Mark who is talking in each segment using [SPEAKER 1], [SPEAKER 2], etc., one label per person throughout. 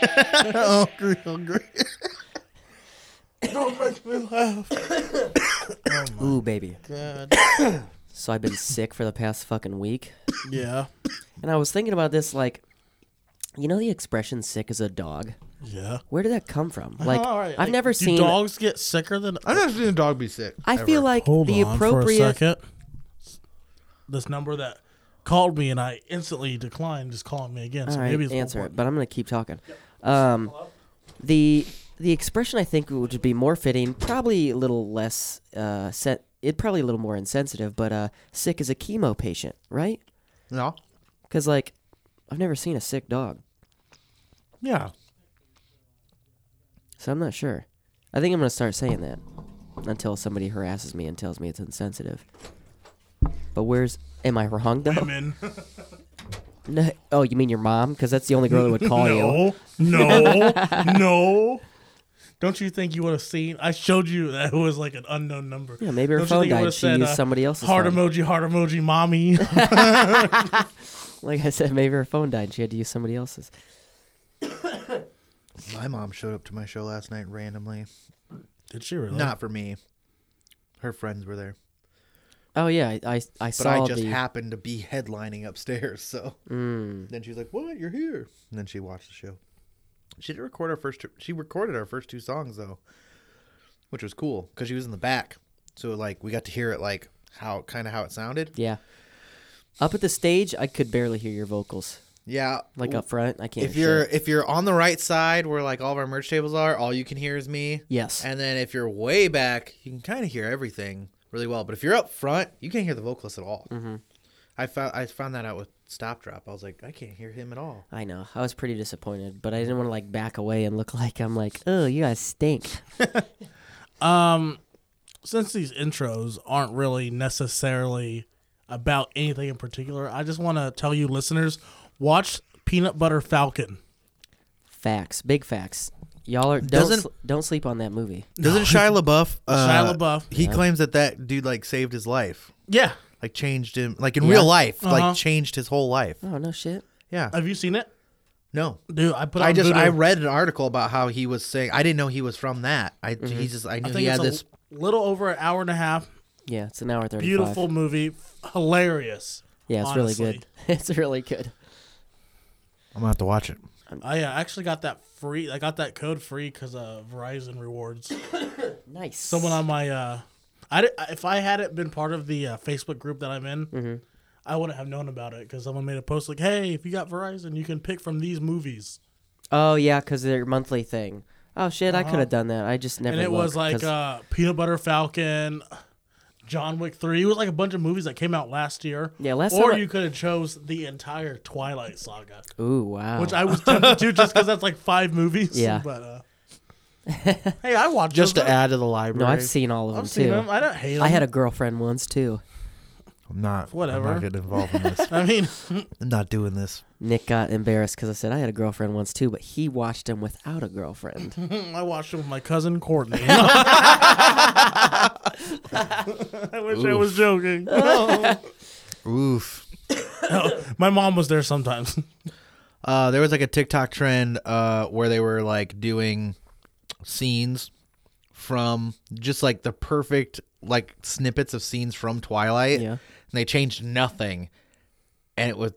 [SPEAKER 1] hungry, hungry. Don't make me laugh.
[SPEAKER 2] Ooh, baby.
[SPEAKER 1] God.
[SPEAKER 2] So I've been sick for the past fucking week.
[SPEAKER 1] Yeah.
[SPEAKER 2] And I was thinking about this like you know the expression sick as a dog?
[SPEAKER 1] Yeah.
[SPEAKER 2] Where did that come from? Like
[SPEAKER 1] Uh-huh, All right,
[SPEAKER 2] I've never
[SPEAKER 1] do
[SPEAKER 2] seen
[SPEAKER 1] dogs get sicker than.
[SPEAKER 3] I've never seen a dog be sick.
[SPEAKER 2] I
[SPEAKER 3] ever.
[SPEAKER 2] feel like
[SPEAKER 1] Hold
[SPEAKER 2] the
[SPEAKER 1] on
[SPEAKER 2] appropriate
[SPEAKER 1] for a second. This number that called me and I instantly declined is calling me again.
[SPEAKER 2] All
[SPEAKER 1] So
[SPEAKER 2] right,
[SPEAKER 1] maybe it's
[SPEAKER 2] answer it,
[SPEAKER 1] But
[SPEAKER 2] but I'm gonna keep talking. Um, the the expression I think would be more fitting, probably a little less uh, set. It probably a little more insensitive, but uh, sick as a chemo patient, right?
[SPEAKER 3] No.
[SPEAKER 2] Because like, I've never seen a sick dog,
[SPEAKER 1] yeah.
[SPEAKER 2] so I'm not sure. I think I'm gonna start saying that until somebody harasses me and tells me it's insensitive. But where's am I wrong though?
[SPEAKER 1] Women.
[SPEAKER 2] No, oh, you mean your mom? Because that's the only girl that would call you.
[SPEAKER 1] No. No. no. Don't you think you would have seen? I showed you that it was like an unknown number.
[SPEAKER 2] Yeah, maybe her
[SPEAKER 1] Don't you
[SPEAKER 2] phone
[SPEAKER 1] think it
[SPEAKER 2] died.
[SPEAKER 1] would've
[SPEAKER 2] She
[SPEAKER 1] said,
[SPEAKER 2] used somebody else's
[SPEAKER 1] Heart
[SPEAKER 2] phone.
[SPEAKER 1] emoji, heart emoji, mommy.
[SPEAKER 2] Like I said, maybe her phone died. and She had to use somebody else's.
[SPEAKER 3] My mom showed up to my show last night randomly.
[SPEAKER 1] Did she really?
[SPEAKER 3] Not for me. Her friends were there.
[SPEAKER 2] Oh yeah, I I, I
[SPEAKER 3] But
[SPEAKER 2] saw
[SPEAKER 3] I just
[SPEAKER 2] the.
[SPEAKER 3] happened to be headlining upstairs, so.
[SPEAKER 1] Mm.
[SPEAKER 3] Then she was like, "What? You're here?" And then she watched the show. She did record our first. Two, she recorded our first two songs though, which was cool because she was in the back, so like we got to hear it like how kind of how it sounded.
[SPEAKER 2] Yeah. Up at the stage, I could barely hear your vocals.
[SPEAKER 3] Yeah,
[SPEAKER 2] Like up front, I can't.
[SPEAKER 3] if
[SPEAKER 2] hear
[SPEAKER 3] you're
[SPEAKER 2] shit.
[SPEAKER 3] if you're on the right side where like all of our merch tables are, all you can hear is me.
[SPEAKER 2] yes,
[SPEAKER 3] And then if you're way back, you can kind of hear everything really well. But if you're up front, you can't hear the vocalist at all. Mm-hmm. I found I found that out with Stop Drop. I was like, I can't hear him at all.
[SPEAKER 2] I know. I was pretty disappointed, but I didn't want to like back away and look like I'm like, oh, you guys stink.
[SPEAKER 1] Um, since these intros aren't really necessarily about anything in particular, I just want to tell you, listeners, watch Peanut Butter Falcon.
[SPEAKER 2] facts, big facts. Y'all are don't
[SPEAKER 3] Doesn't-
[SPEAKER 2] sl- don't sleep on that movie.
[SPEAKER 3] Doesn't Shia LaBeouf? uh,
[SPEAKER 1] Shia LaBeouf.
[SPEAKER 3] He claims that that dude like saved his life,
[SPEAKER 1] Yeah.
[SPEAKER 3] like changed him, like in
[SPEAKER 2] Yeah.
[SPEAKER 3] real life,
[SPEAKER 1] Uh-huh.
[SPEAKER 3] like changed his whole life.
[SPEAKER 2] Oh no shit.
[SPEAKER 3] Yeah.
[SPEAKER 1] Have you seen it?
[SPEAKER 3] Uh, No.
[SPEAKER 1] Dude, I put it on
[SPEAKER 3] I just I
[SPEAKER 1] Vudu.
[SPEAKER 3] read an article about how he was saying I didn't know he was from that. I he just Mm-hmm. I
[SPEAKER 1] I
[SPEAKER 3] knew
[SPEAKER 1] think
[SPEAKER 3] he had this.
[SPEAKER 1] it's a little over an hour and a half.
[SPEAKER 2] Yeah, it's an hour thirty.
[SPEAKER 1] Beautiful movie. Hilarious.
[SPEAKER 2] Yeah, it's really
[SPEAKER 1] honestly.
[SPEAKER 2] good. it's really good.
[SPEAKER 3] I'm gonna have to watch it.
[SPEAKER 1] I uh, actually got that free. I got that code free because of Verizon rewards.
[SPEAKER 2] Nice.
[SPEAKER 1] Someone on my, uh, I di- if I hadn't been part of the uh, Facebook group that I'm in,
[SPEAKER 2] Mm-hmm.
[SPEAKER 1] I wouldn't have known about it because someone made a post like, "Hey, if you got Verizon, you can pick from these movies,"
[SPEAKER 2] Oh yeah, because their monthly thing. Oh shit, I could have done that. I just never.
[SPEAKER 1] Uh-huh. and it was
[SPEAKER 2] looked,
[SPEAKER 1] like
[SPEAKER 2] 'cause-
[SPEAKER 1] uh, Peanut Butter Falcon, John Wick Three. It was like a bunch of movies that came out last year.
[SPEAKER 2] Yeah, last
[SPEAKER 1] or
[SPEAKER 2] time I-
[SPEAKER 1] you could have chose the entire Twilight saga,
[SPEAKER 2] ooh wow.
[SPEAKER 1] uh, which I was tempted to just because that's like five movies.
[SPEAKER 2] Oh. Yeah.
[SPEAKER 1] but uh, hey, I watched
[SPEAKER 3] Just
[SPEAKER 1] those.
[SPEAKER 3] to add to the library.
[SPEAKER 2] no, I've seen all of them
[SPEAKER 1] I've
[SPEAKER 2] too.
[SPEAKER 1] seen them. I don't hate them.
[SPEAKER 2] I had a girlfriend once too.
[SPEAKER 3] I'm not.
[SPEAKER 1] Whatever.
[SPEAKER 3] I'm not getting involved in this.
[SPEAKER 1] I mean,
[SPEAKER 3] I'm not doing this.
[SPEAKER 2] Nick got embarrassed because I said I had a girlfriend once too, but he watched him without a girlfriend.
[SPEAKER 1] Mm, I watched it with my cousin Courtney. I wish I was joking.
[SPEAKER 3] Oof.
[SPEAKER 1] my mom was there sometimes.
[SPEAKER 3] Uh, there was like a TikTok trend uh, where they were like doing scenes from just like the perfect like snippets of scenes from Twilight.
[SPEAKER 2] Yeah.
[SPEAKER 3] And they changed nothing. And it was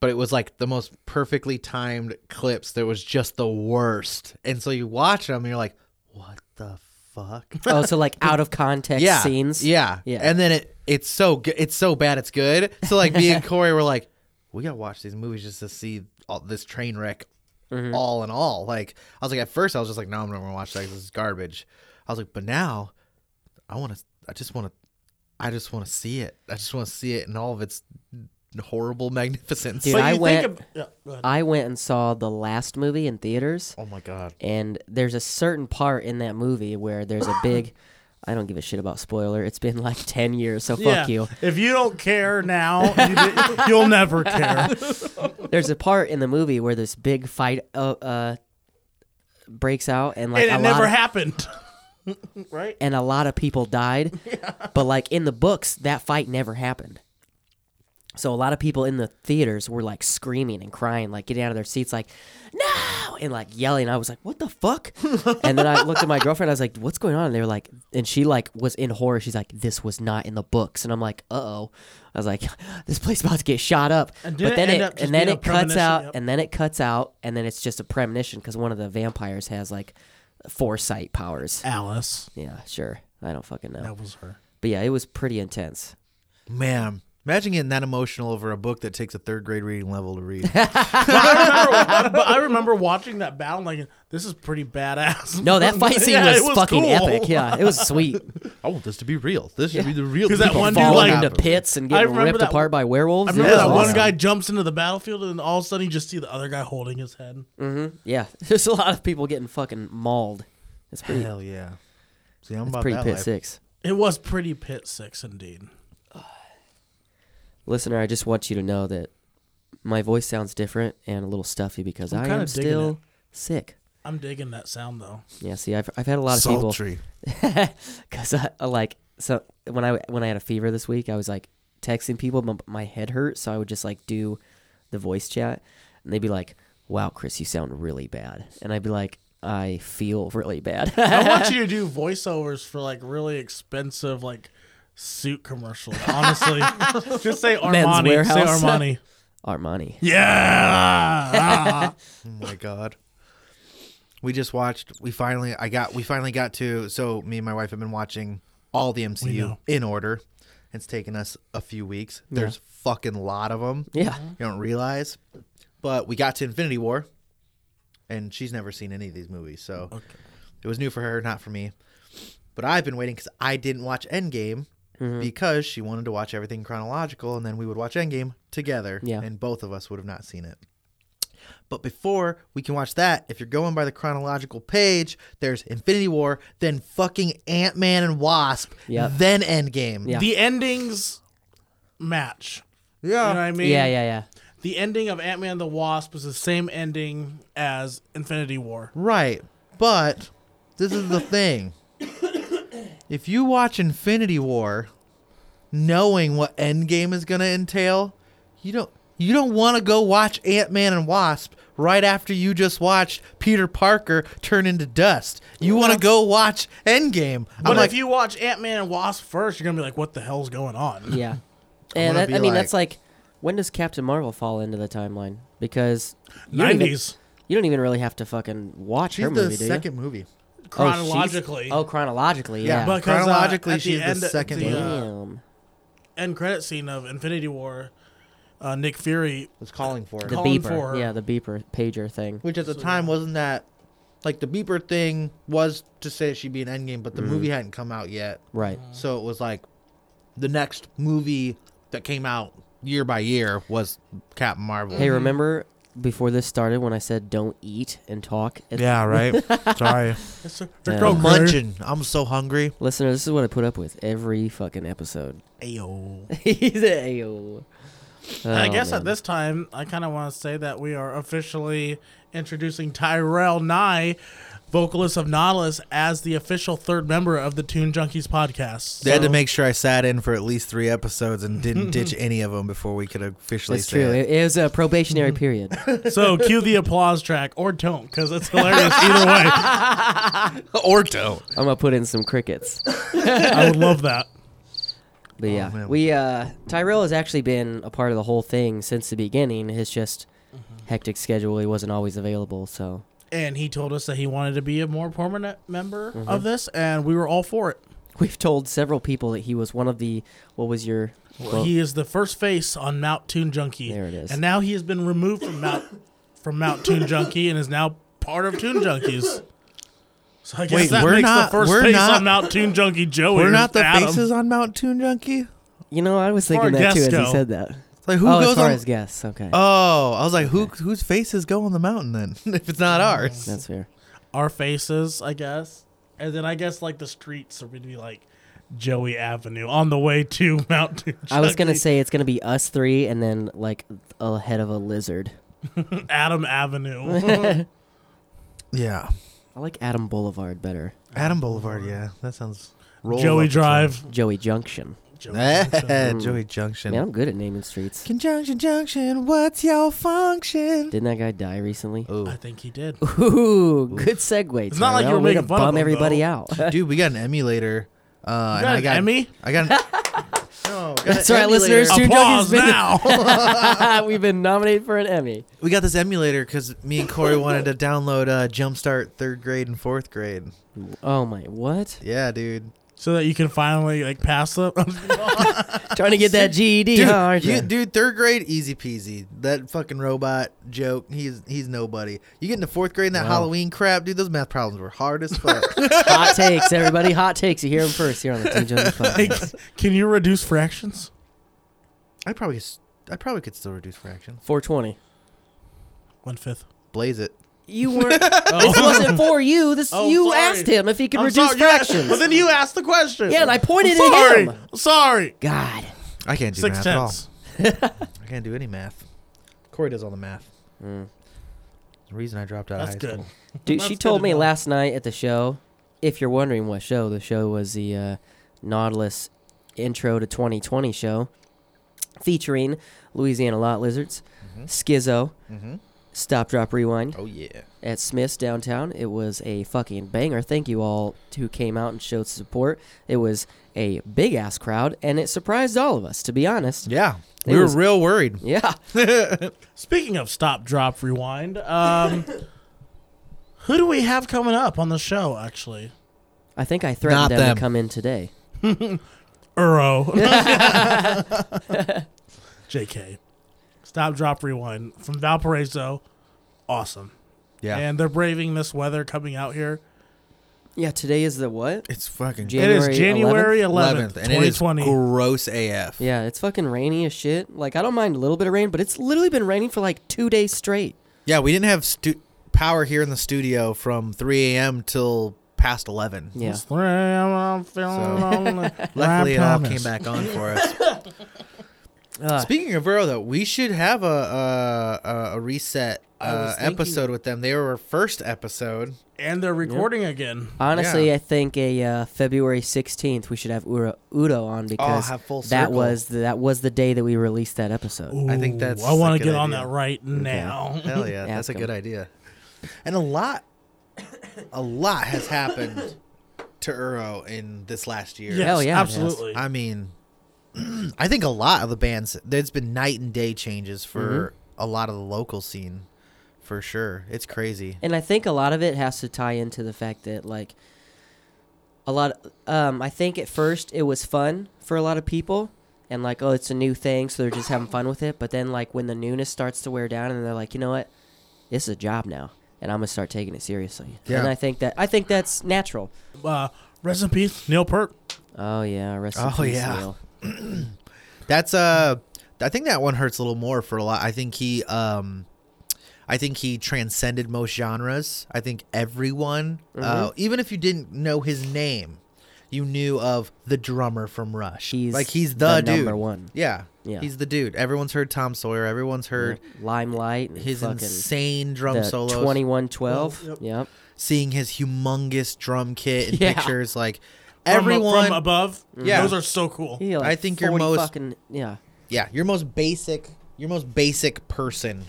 [SPEAKER 3] but it was like the most perfectly timed clips that was just the worst. And so you watch them and you're like, what the fuck?
[SPEAKER 2] oh, so like out of context
[SPEAKER 3] yeah.
[SPEAKER 2] scenes.
[SPEAKER 3] Yeah.
[SPEAKER 2] Yeah.
[SPEAKER 3] And then it it's so good. It's so bad. It's good. So like me and Corey were like, we gotta watch these movies just to see all this train wreck,
[SPEAKER 1] Mm-hmm.
[SPEAKER 3] all in all. Like I was like at first I was just like, no, I'm not gonna watch that. 'cause This is garbage. I was like, but now, I want to. I just want to. I just want to see it. I just want to see it in all of its horrible magnificence.
[SPEAKER 2] Dude,
[SPEAKER 1] But
[SPEAKER 2] I
[SPEAKER 1] you
[SPEAKER 2] went-
[SPEAKER 1] Think of, yeah, go ahead.
[SPEAKER 2] I went and saw the last movie in theaters,
[SPEAKER 3] oh my god.
[SPEAKER 2] and there's a certain part in that movie where there's a big. I don't give a shit about spoiler. It's been like ten years, so fuck
[SPEAKER 1] Yeah.
[SPEAKER 2] you.
[SPEAKER 1] If you don't care now, you di- you'll never care.
[SPEAKER 2] There's a part in the movie where this big fight uh, uh breaks out, and like
[SPEAKER 1] and it
[SPEAKER 2] a
[SPEAKER 1] never
[SPEAKER 2] lot of,
[SPEAKER 1] happened. right?
[SPEAKER 2] and a lot of people died. But like in the books, that fight never happened. So a lot of people in the theaters were like screaming and crying, like getting out of their seats, like no, and like yelling. I was like, "What the fuck?" and then I looked at my girlfriend. I was like, "What's going on?" And they were like, and she like was in horror. She's like, "This was not in the books." And I'm like, "Uh oh." I was like, "This place about to get shot up."
[SPEAKER 1] And did
[SPEAKER 2] but
[SPEAKER 1] it
[SPEAKER 2] then
[SPEAKER 1] end
[SPEAKER 2] it
[SPEAKER 1] up just
[SPEAKER 2] and then
[SPEAKER 1] being a
[SPEAKER 2] it cuts
[SPEAKER 1] premonition?
[SPEAKER 2] out,
[SPEAKER 1] Yep.
[SPEAKER 2] and then it cuts out, and then it's just a premonition because one of the vampires has like foresight powers.
[SPEAKER 1] Alice.
[SPEAKER 2] Yeah, sure. I don't fucking know.
[SPEAKER 1] That was her.
[SPEAKER 2] But yeah, it was pretty intense.
[SPEAKER 3] Man, imagine getting that emotional over a book that takes a third grade reading level to read.
[SPEAKER 1] but I remember watching that battle and like this is pretty badass.
[SPEAKER 2] No, that fight scene
[SPEAKER 1] Yeah,
[SPEAKER 2] was,
[SPEAKER 1] it
[SPEAKER 2] fucking
[SPEAKER 1] cool.
[SPEAKER 2] epic. Yeah, it was sweet.
[SPEAKER 3] I want this to be real. This should be the real.
[SPEAKER 1] 'Cause that
[SPEAKER 3] people
[SPEAKER 1] one dude,
[SPEAKER 3] falling
[SPEAKER 2] Falling
[SPEAKER 1] like-
[SPEAKER 3] out
[SPEAKER 2] into
[SPEAKER 3] of it.
[SPEAKER 2] pits and
[SPEAKER 1] I
[SPEAKER 2] getting
[SPEAKER 1] remember
[SPEAKER 2] ripped
[SPEAKER 1] that-
[SPEAKER 2] apart by werewolves.
[SPEAKER 1] I remember
[SPEAKER 2] yeah,
[SPEAKER 1] that
[SPEAKER 2] it was
[SPEAKER 1] one
[SPEAKER 2] awesome.
[SPEAKER 1] guy jumps into the battlefield and then all of a sudden you just see the other guy holding his head.
[SPEAKER 2] Yeah, there's a lot of people getting fucking mauled. It's pretty,
[SPEAKER 3] Hell yeah! See, I'm
[SPEAKER 2] it's
[SPEAKER 3] about
[SPEAKER 2] pretty
[SPEAKER 3] that
[SPEAKER 2] pit
[SPEAKER 3] life.
[SPEAKER 2] six.
[SPEAKER 1] It was pretty pit six indeed.
[SPEAKER 2] Listener, I just want you to know that my voice sounds different and a little stuffy because
[SPEAKER 1] I'm
[SPEAKER 2] I
[SPEAKER 1] kinda
[SPEAKER 2] am
[SPEAKER 1] digging
[SPEAKER 2] still sick.
[SPEAKER 1] I'm digging that sound though.
[SPEAKER 2] Yeah, see, I've I've had a lot of people
[SPEAKER 3] Sultry.
[SPEAKER 2] because I, I like so when I when I had a fever this week, I was like texting people. My, my head hurt, so I would just like do the voice chat, and they'd be like, "Wow, Chris, you sound really bad," and I'd be like, "I feel really bad."
[SPEAKER 1] I want you to do voiceovers for like really expensive like suit commercials. Honestly, just say
[SPEAKER 2] Men's
[SPEAKER 1] Armani. Say
[SPEAKER 2] Warehouse.
[SPEAKER 1] Armani.
[SPEAKER 2] Armani.
[SPEAKER 1] Yeah.
[SPEAKER 3] Oh my god. We just watched. We finally. I got. We finally got to. So me and my wife have been watching all the MCU
[SPEAKER 1] know.
[SPEAKER 3] in order. It's taken us a few weeks. There's fucking lot of them.
[SPEAKER 2] Yeah.
[SPEAKER 3] You don't realize. But we got to Infinity War, and she's never seen any of these movies, so it was new for her, not for me. But I've been waiting because I didn't watch Endgame
[SPEAKER 2] Mm-hmm.
[SPEAKER 3] because she wanted to watch everything chronological, and then we would watch Endgame together,
[SPEAKER 2] Yeah.
[SPEAKER 3] and both of us would have not seen it. But before we can watch that, if you're going by the chronological page, there's Infinity War, then fucking Ant Man and Wasp,
[SPEAKER 2] Yep.
[SPEAKER 3] then Endgame.
[SPEAKER 2] Yeah.
[SPEAKER 1] The endings match. You know what I mean?
[SPEAKER 2] Yeah, yeah, yeah.
[SPEAKER 1] The ending of Ant Man the Wasp is the same ending as Infinity War.
[SPEAKER 3] Right. But this is the thing. if you watch Infinity War knowing what Endgame is going to entail, you don't you don't want to go watch Ant-Man and Wasp right after you just watched Peter Parker turn into dust. You want to go watch Endgame.
[SPEAKER 1] But
[SPEAKER 3] I'm like,
[SPEAKER 1] if you watch Ant Man and Wasp first, you're gonna be like, "What the hell's going on?"
[SPEAKER 2] Yeah. And
[SPEAKER 3] wanna
[SPEAKER 2] that,
[SPEAKER 3] be
[SPEAKER 2] I mean,
[SPEAKER 3] like-
[SPEAKER 2] that's like, when does Captain Marvel fall into the timeline? Because you don't even-
[SPEAKER 1] Nineties
[SPEAKER 2] You don't even really have to fucking watch
[SPEAKER 3] she's
[SPEAKER 2] her
[SPEAKER 3] the
[SPEAKER 2] movie, do you?
[SPEAKER 3] second movie.
[SPEAKER 2] Oh, she's-
[SPEAKER 1] chronologically.
[SPEAKER 2] Oh, chronologically,
[SPEAKER 3] Yeah,
[SPEAKER 2] yeah.
[SPEAKER 1] because uh,
[SPEAKER 3] Chronologically,
[SPEAKER 1] at the
[SPEAKER 3] she's the
[SPEAKER 1] end,
[SPEAKER 3] second
[SPEAKER 1] the,
[SPEAKER 3] one.
[SPEAKER 1] uh,
[SPEAKER 2] Damn.
[SPEAKER 1] end credit scene of Infinity War. Uh, Nick Fury.
[SPEAKER 3] Was calling for it.
[SPEAKER 2] the
[SPEAKER 1] calling
[SPEAKER 2] beeper.
[SPEAKER 1] for her.
[SPEAKER 2] Yeah, the beeper pager thing.
[SPEAKER 3] Which at the time wasn't that like the beeper thing was to say she'd be an endgame, but the movie hadn't come out yet.
[SPEAKER 2] Right.
[SPEAKER 1] Mm-hmm.
[SPEAKER 3] So it was like the next movie that came out year by year was Captain Marvel.
[SPEAKER 2] Hey, remember before this started when I said don't eat and talk? It-
[SPEAKER 3] right. Sorry.
[SPEAKER 1] Yes, sir.
[SPEAKER 2] Yeah.
[SPEAKER 1] Girl,
[SPEAKER 3] I'm munching. I'm so hungry.
[SPEAKER 2] Listener, this is what I put up with every fucking episode.
[SPEAKER 1] Ayo.
[SPEAKER 2] He's a ayo.
[SPEAKER 1] And I
[SPEAKER 2] Oh,
[SPEAKER 1] guess at
[SPEAKER 2] man.
[SPEAKER 1] this time, I kind of want to say that we are officially introducing Tyrell Nye, vocalist of Nautilus, as the official third member of the Toon Junkies podcast.
[SPEAKER 3] They had to
[SPEAKER 1] So-
[SPEAKER 3] make sure I sat in for at least three episodes and didn't ditch any of them before we could officially
[SPEAKER 2] That's
[SPEAKER 3] say
[SPEAKER 2] true.
[SPEAKER 3] it.
[SPEAKER 2] It, it was a probationary period.
[SPEAKER 1] So cue the applause track or don't because it's hilarious either way.
[SPEAKER 3] or don't.
[SPEAKER 2] I'm gonna put in some crickets.
[SPEAKER 1] I would love that.
[SPEAKER 2] But
[SPEAKER 1] Oh,
[SPEAKER 2] yeah,
[SPEAKER 3] man.
[SPEAKER 2] we uh, Tyrell has actually been a part of the whole thing since the beginning. It's just
[SPEAKER 1] Mm-hmm.
[SPEAKER 2] hectic schedule. He wasn't always available. So
[SPEAKER 1] And he told us that he wanted to be a more permanent member
[SPEAKER 3] Mm-hmm.
[SPEAKER 1] of this, and we were all for it.
[SPEAKER 2] we've told several people that he was one of the. What was your? quote?
[SPEAKER 1] he is the first face on Mount Toon Junkie.
[SPEAKER 2] There it is.
[SPEAKER 1] And now he has been removed from Mount from Mount Toon Junkie and is now part of Toon Junkies. So I guess
[SPEAKER 3] Wait,
[SPEAKER 1] that
[SPEAKER 3] we're
[SPEAKER 1] makes
[SPEAKER 3] not-
[SPEAKER 1] the first
[SPEAKER 3] we're
[SPEAKER 1] face
[SPEAKER 3] not-
[SPEAKER 1] on Mount Toon Junkie Joey.
[SPEAKER 3] We're not the
[SPEAKER 1] Adam.
[SPEAKER 3] faces on Mount Toon Junkie.
[SPEAKER 2] you know, I was thinking
[SPEAKER 1] far
[SPEAKER 2] that too
[SPEAKER 1] guests
[SPEAKER 2] as he
[SPEAKER 1] go.
[SPEAKER 2] said that.
[SPEAKER 3] Like who
[SPEAKER 2] oh,
[SPEAKER 3] goes
[SPEAKER 2] as far
[SPEAKER 3] on?
[SPEAKER 2] as guests, okay,
[SPEAKER 3] oh, I was like, who whose faces go on the mountain then? if it's not ours,
[SPEAKER 2] Mm. that's fair.
[SPEAKER 1] Our faces, I guess. And then I guess like the streets are going to be like Joey Avenue on the way to Mount Toon Junkie.
[SPEAKER 2] I was gonna say it's gonna be us three and then like a head of a lizard.
[SPEAKER 1] Adam Avenue.
[SPEAKER 3] yeah.
[SPEAKER 2] I like Adam Boulevard better.
[SPEAKER 3] Adam Boulevard. Yeah, that sounds.
[SPEAKER 1] Joey Drive.
[SPEAKER 2] Joey Junction.
[SPEAKER 1] Joey.
[SPEAKER 3] Joey Junction.
[SPEAKER 2] Man, I'm good at naming streets.
[SPEAKER 3] Conjunction Junction, what's your function? Oh.
[SPEAKER 2] Didn't that guy die recently?
[SPEAKER 1] I think he did.
[SPEAKER 2] Ooh, good segue.
[SPEAKER 1] Oh. It's not like you
[SPEAKER 2] Tyrell.
[SPEAKER 1] were
[SPEAKER 2] Way to
[SPEAKER 1] making fun of
[SPEAKER 2] bum
[SPEAKER 1] him,
[SPEAKER 2] everybody
[SPEAKER 1] though.
[SPEAKER 2] out.
[SPEAKER 3] Dude, we got an emulator. Uh, and
[SPEAKER 1] You got
[SPEAKER 3] I
[SPEAKER 1] an
[SPEAKER 3] got
[SPEAKER 1] Emmy?
[SPEAKER 3] I got an. Oh, no, got
[SPEAKER 2] That's
[SPEAKER 3] an
[SPEAKER 2] right, listeners.
[SPEAKER 3] emulator.
[SPEAKER 2] Dude,
[SPEAKER 1] Applause
[SPEAKER 2] Jockey's been-
[SPEAKER 1] now.
[SPEAKER 2] We've been nominated for an Emmy.
[SPEAKER 3] We got this emulator because me and Corey wanted to download uh, Jumpstart third grade and fourth grade.
[SPEAKER 2] Oh my, what?
[SPEAKER 3] Yeah, dude.
[SPEAKER 1] so that you can finally like pass up.
[SPEAKER 2] Trying to get that GED.
[SPEAKER 3] Dude,
[SPEAKER 2] huh, aren't
[SPEAKER 3] you-
[SPEAKER 2] ya?
[SPEAKER 3] dude, third grade, easy peasy. That fucking robot joke, he's he's nobody. You get into fourth grade and that Halloween crap, dude, those math problems were hard as fuck.
[SPEAKER 2] Hot takes, everybody. Hot takes. You hear them first here on the Two Judges
[SPEAKER 1] Like,
[SPEAKER 2] podcast.
[SPEAKER 1] can you reduce fractions?
[SPEAKER 3] I probably s- I probably could still reduce fractions.
[SPEAKER 2] 420.
[SPEAKER 1] One fifth.
[SPEAKER 3] Blaze it.
[SPEAKER 2] You weren't. This wasn't for you. This
[SPEAKER 1] Oh,
[SPEAKER 2] you
[SPEAKER 1] sorry.
[SPEAKER 2] asked him if he could
[SPEAKER 1] I'm
[SPEAKER 2] reduce
[SPEAKER 1] sorry, yeah,
[SPEAKER 2] fractions.
[SPEAKER 1] But then you asked the question.
[SPEAKER 2] Yeah, and I pointed
[SPEAKER 1] I'm
[SPEAKER 2] at
[SPEAKER 1] sorry.
[SPEAKER 2] him.
[SPEAKER 1] I'm Sorry.
[SPEAKER 2] God.
[SPEAKER 3] I can't do math
[SPEAKER 1] Six tenths.
[SPEAKER 3] at all. I can't do any math. Corey does all the math. The reason I dropped out
[SPEAKER 1] That's
[SPEAKER 3] of high
[SPEAKER 1] good.
[SPEAKER 3] school.
[SPEAKER 2] Mm. Dude,
[SPEAKER 1] That's
[SPEAKER 2] she
[SPEAKER 1] good
[SPEAKER 2] told me
[SPEAKER 1] enough.
[SPEAKER 2] last night at the show. If you're wondering what show, the show was the uh, Nautilus Intro to 2020 show, featuring Louisiana Lot Lizards,
[SPEAKER 3] Mm-hmm.
[SPEAKER 2] Schizo,
[SPEAKER 3] Mhm.
[SPEAKER 2] Stop Drop Rewind
[SPEAKER 3] Oh yeah.
[SPEAKER 2] at Smith's downtown. It was a fucking banger. Thank you all who came out and showed support. It was a big ass crowd, and it surprised all of us. To be honest,
[SPEAKER 3] Yeah.
[SPEAKER 2] It
[SPEAKER 3] We were
[SPEAKER 2] was-
[SPEAKER 3] real worried.
[SPEAKER 2] yeah.
[SPEAKER 1] Speaking of stop, drop, rewind, um, who do we have coming up on the show, actually?
[SPEAKER 2] I think I threatened
[SPEAKER 3] Not
[SPEAKER 2] them,
[SPEAKER 3] them.
[SPEAKER 2] to come in today.
[SPEAKER 1] Uro. JK. Stop, drop, rewind from Valparaiso. Awesome.
[SPEAKER 3] Yeah.
[SPEAKER 1] And they're braving this weather coming out here.
[SPEAKER 2] Yeah, today is the what?
[SPEAKER 3] it's fucking
[SPEAKER 2] Jan- January
[SPEAKER 1] it is January 11th,
[SPEAKER 3] 11th, and it is
[SPEAKER 1] 2020.
[SPEAKER 3] gross AF.
[SPEAKER 2] Yeah, it's fucking rainy as shit. Like I don't mind a little bit of rain, but it's literally been raining for like two days straight.
[SPEAKER 3] Yeah, we didn't have stu- power here in the studio from 3 a.m. till past 11.
[SPEAKER 2] Yeah,
[SPEAKER 1] It's 3 a.m., I'm
[SPEAKER 3] So,
[SPEAKER 1] feeling lonely.
[SPEAKER 3] Luckily, it
[SPEAKER 1] Ryan
[SPEAKER 3] all
[SPEAKER 1] Thomas.
[SPEAKER 3] came back on for us.
[SPEAKER 1] Uh,
[SPEAKER 2] Ugh.
[SPEAKER 3] Speaking of Vero, though, we should have a a, a- a reset
[SPEAKER 1] I was
[SPEAKER 3] uh,
[SPEAKER 1] thinking-
[SPEAKER 3] episode with them. They were our first episode.
[SPEAKER 1] And they're recording again.
[SPEAKER 2] honestly,
[SPEAKER 3] yeah.
[SPEAKER 2] I think a uh, February sixteenth we should have Uro, Udo on because
[SPEAKER 3] Oh, have full
[SPEAKER 2] that
[SPEAKER 3] circle.
[SPEAKER 2] was the, that was the day that we released that episode.
[SPEAKER 1] Ooh,
[SPEAKER 3] I think that's
[SPEAKER 1] I want
[SPEAKER 3] a
[SPEAKER 1] to
[SPEAKER 3] good
[SPEAKER 1] get on
[SPEAKER 3] idea.
[SPEAKER 1] that right now.
[SPEAKER 3] Hell yeah, that's a
[SPEAKER 2] Ask 'em.
[SPEAKER 3] good idea. And a lot, a lot has happened to Uro in this last year.
[SPEAKER 1] Yes,
[SPEAKER 2] Hell yeah, it has.
[SPEAKER 1] absolutely.
[SPEAKER 3] I mean, I think a lot of the bands. There's been night and day changes for a lot of the local scene, for sure. It's crazy.
[SPEAKER 2] And I think a lot of it has to tie into the fact that like a lot um I think at first it was fun for a lot of people and like oh it's a new thing so they're just having fun with it but then like when the newness starts to wear down and they're like you know what this is a job now and I'm going to start taking it seriously.
[SPEAKER 3] Yeah.
[SPEAKER 2] And I think that I think that's natural.
[SPEAKER 1] uh, rest in peace, Neil Peart.
[SPEAKER 2] Oh yeah, rest in
[SPEAKER 3] Oh,
[SPEAKER 2] peace,
[SPEAKER 3] yeah.
[SPEAKER 2] Neil.
[SPEAKER 3] That's uh I think that one hurts a little more for a lot. I think he um I think he transcended most genres. I think everyone uh, even if you didn't know his name, you knew of the drummer from Rush.
[SPEAKER 2] He's
[SPEAKER 3] like he's the,
[SPEAKER 2] the
[SPEAKER 3] dude.
[SPEAKER 2] number one.
[SPEAKER 3] Yeah.
[SPEAKER 2] Yeah.
[SPEAKER 3] He's the dude. Everyone's heard Tom Sawyer, everyone's heard
[SPEAKER 2] Limelight and
[SPEAKER 3] his
[SPEAKER 2] fucking
[SPEAKER 3] insane drum
[SPEAKER 2] the
[SPEAKER 3] solos.
[SPEAKER 2] 2112. Yep.
[SPEAKER 3] Seeing his humongous drum kit and
[SPEAKER 2] Yeah.
[SPEAKER 3] pictures like
[SPEAKER 1] From-
[SPEAKER 3] everyone
[SPEAKER 1] from above.
[SPEAKER 3] Yeah.
[SPEAKER 1] those are so cool.
[SPEAKER 2] Mm-hmm. He, like,
[SPEAKER 3] I think your
[SPEAKER 2] 40
[SPEAKER 3] most-
[SPEAKER 2] fucking yeah.
[SPEAKER 3] yeah your most basic your most basic person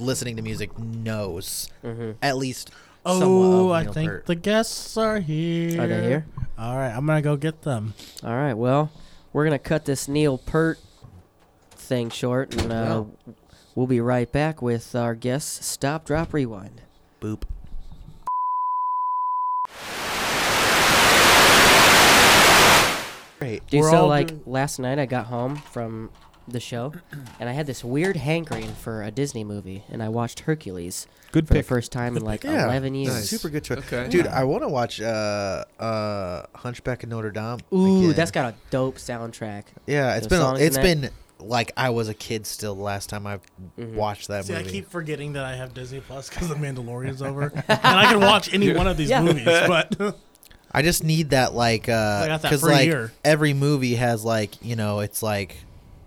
[SPEAKER 3] listening to music knows
[SPEAKER 2] Mm-hmm.
[SPEAKER 3] at least
[SPEAKER 1] Oh,
[SPEAKER 3] somewhat of
[SPEAKER 1] I
[SPEAKER 3] Neil
[SPEAKER 1] think
[SPEAKER 3] Peart.
[SPEAKER 1] the guests are here.
[SPEAKER 2] Are they here?
[SPEAKER 1] All right, I'm gonna go get them.
[SPEAKER 2] All right. Well, we're gonna cut this Neil Pert thing short, and uh, we'll be right back with our guest. Stop, drop, rewind.
[SPEAKER 3] boop great
[SPEAKER 2] Dude,
[SPEAKER 1] We're
[SPEAKER 2] so
[SPEAKER 1] all
[SPEAKER 2] like
[SPEAKER 1] doing-
[SPEAKER 2] last night, I got home from the show, and I had this weird hankering for a Disney movie, and I watched Hercules
[SPEAKER 4] Good
[SPEAKER 2] for
[SPEAKER 4] pick.
[SPEAKER 2] the first time in like
[SPEAKER 3] yeah
[SPEAKER 2] eleven years.
[SPEAKER 3] nice. super good choice
[SPEAKER 4] Okay.
[SPEAKER 3] dude i want to watch uh uh hunchback of notre dame
[SPEAKER 2] Ooh,
[SPEAKER 3] again.
[SPEAKER 2] that's got a dope soundtrack.
[SPEAKER 3] yeah it's
[SPEAKER 2] the
[SPEAKER 3] been a-
[SPEAKER 2] songs in
[SPEAKER 3] it's
[SPEAKER 2] that.
[SPEAKER 3] been like i was a kid still the last time i
[SPEAKER 2] Mm-hmm.
[SPEAKER 3] watched that
[SPEAKER 1] See, I
[SPEAKER 3] movie
[SPEAKER 1] keep forgetting that I have Disney Plus because The Mandalorian's over, and I can watch any one of these
[SPEAKER 2] Yeah.
[SPEAKER 1] movies. But
[SPEAKER 3] I just need that like
[SPEAKER 1] I
[SPEAKER 3] uh
[SPEAKER 1] got that
[SPEAKER 3] 'cause,
[SPEAKER 1] free
[SPEAKER 3] like
[SPEAKER 1] year.
[SPEAKER 3] every movie has like you know it's like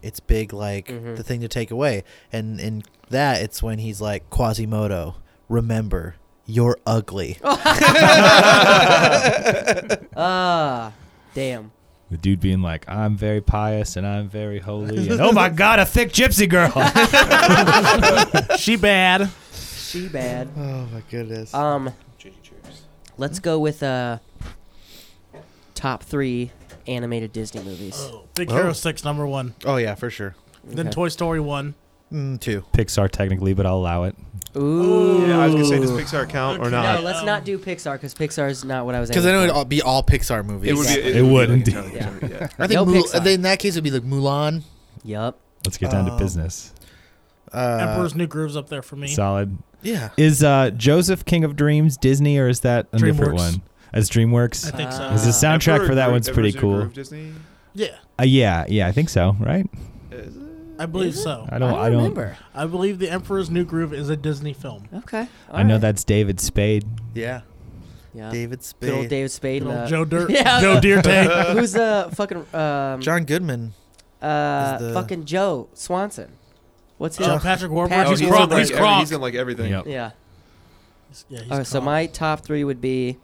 [SPEAKER 3] it's big like
[SPEAKER 2] Mm-hmm.
[SPEAKER 3] the thing to take away and in that it's when he's like Quasimodo remember you're
[SPEAKER 2] Oh.
[SPEAKER 3] ugly
[SPEAKER 2] Ah, damn.
[SPEAKER 4] The dude being like, "I'm very pious and I'm very holy," and oh my god, a thick gypsy girl.
[SPEAKER 1] she bad.
[SPEAKER 2] She bad.
[SPEAKER 3] Oh my goodness.
[SPEAKER 2] Um, let's go with uh, top three animated Disney movies.
[SPEAKER 1] Oh, Big
[SPEAKER 3] Oh.
[SPEAKER 1] Hero Six number one.
[SPEAKER 3] oh yeah, for sure.
[SPEAKER 1] Then
[SPEAKER 2] Okay.
[SPEAKER 1] Toy Story one.
[SPEAKER 3] Mm, two.
[SPEAKER 4] Pixar technically, but I'll allow it.
[SPEAKER 2] Ooh.
[SPEAKER 5] Yeah, I was gonna say, does Pixar count or
[SPEAKER 1] Okay.
[SPEAKER 5] not?
[SPEAKER 2] No, let's not do Pixar because Pixar is not what I was.
[SPEAKER 3] Because I know
[SPEAKER 2] aiming
[SPEAKER 3] it'd
[SPEAKER 2] for.
[SPEAKER 3] all be all Pixar movies.
[SPEAKER 5] It would be.
[SPEAKER 2] Exactly.
[SPEAKER 4] It
[SPEAKER 5] would
[SPEAKER 4] would
[SPEAKER 5] be like
[SPEAKER 4] indeed.
[SPEAKER 5] entirely
[SPEAKER 2] Yeah.
[SPEAKER 5] different, yeah.
[SPEAKER 3] I think
[SPEAKER 2] No
[SPEAKER 3] Mul-
[SPEAKER 2] Pixar.
[SPEAKER 3] then in that case, it would be like Mulan.
[SPEAKER 2] Yup.
[SPEAKER 4] Let's get down
[SPEAKER 3] Um,
[SPEAKER 4] to business.
[SPEAKER 3] Uh,
[SPEAKER 1] Emperor's New Groove's up there for me.
[SPEAKER 4] Solid.
[SPEAKER 3] Yeah.
[SPEAKER 4] Is uh, Joseph King of Dreams Disney or is that a different
[SPEAKER 1] DreamWorks.
[SPEAKER 4] one? As DreamWorks.
[SPEAKER 1] I think so.
[SPEAKER 4] Is the
[SPEAKER 2] this-
[SPEAKER 4] soundtrack
[SPEAKER 5] Emperor
[SPEAKER 4] for that
[SPEAKER 5] Gro-
[SPEAKER 4] one's
[SPEAKER 5] Emperor's
[SPEAKER 4] pretty
[SPEAKER 5] New
[SPEAKER 4] cool.
[SPEAKER 5] Groove, Disney.
[SPEAKER 1] yeah,
[SPEAKER 4] Uh, yeah, yeah, I think so. Right?
[SPEAKER 5] Is it?
[SPEAKER 1] I believe
[SPEAKER 2] Is it?
[SPEAKER 1] so.
[SPEAKER 4] I don't. I don't. I,
[SPEAKER 2] remember.
[SPEAKER 1] I believe The Emperor's New Groove is a Disney film.
[SPEAKER 2] Okay.
[SPEAKER 4] know
[SPEAKER 2] alright.
[SPEAKER 4] that's David Spade.
[SPEAKER 3] Yeah.
[SPEAKER 2] Yeah.
[SPEAKER 3] David
[SPEAKER 2] Good old
[SPEAKER 3] Spade.
[SPEAKER 2] David Spade.
[SPEAKER 1] Good
[SPEAKER 2] and,
[SPEAKER 1] old
[SPEAKER 2] uh,
[SPEAKER 1] Joe Dirt.
[SPEAKER 2] yeah.
[SPEAKER 1] Joe Dirt.
[SPEAKER 2] Who's uh fucking um
[SPEAKER 3] John Goodman.
[SPEAKER 2] uh
[SPEAKER 3] is the-
[SPEAKER 2] fucking Joe Swanson? What's his?
[SPEAKER 1] Uh, Patrick Warburton.
[SPEAKER 2] Patrick
[SPEAKER 1] he's
[SPEAKER 5] Oh, he's, in,
[SPEAKER 1] Kronk.
[SPEAKER 5] like,
[SPEAKER 1] He's
[SPEAKER 5] every-
[SPEAKER 1] Kronk.
[SPEAKER 5] he's in like everything.
[SPEAKER 4] Yep.
[SPEAKER 2] Yeah.
[SPEAKER 1] Yeah, he's
[SPEAKER 2] All right. Oh, So
[SPEAKER 1] Kronk.
[SPEAKER 2] my top three would be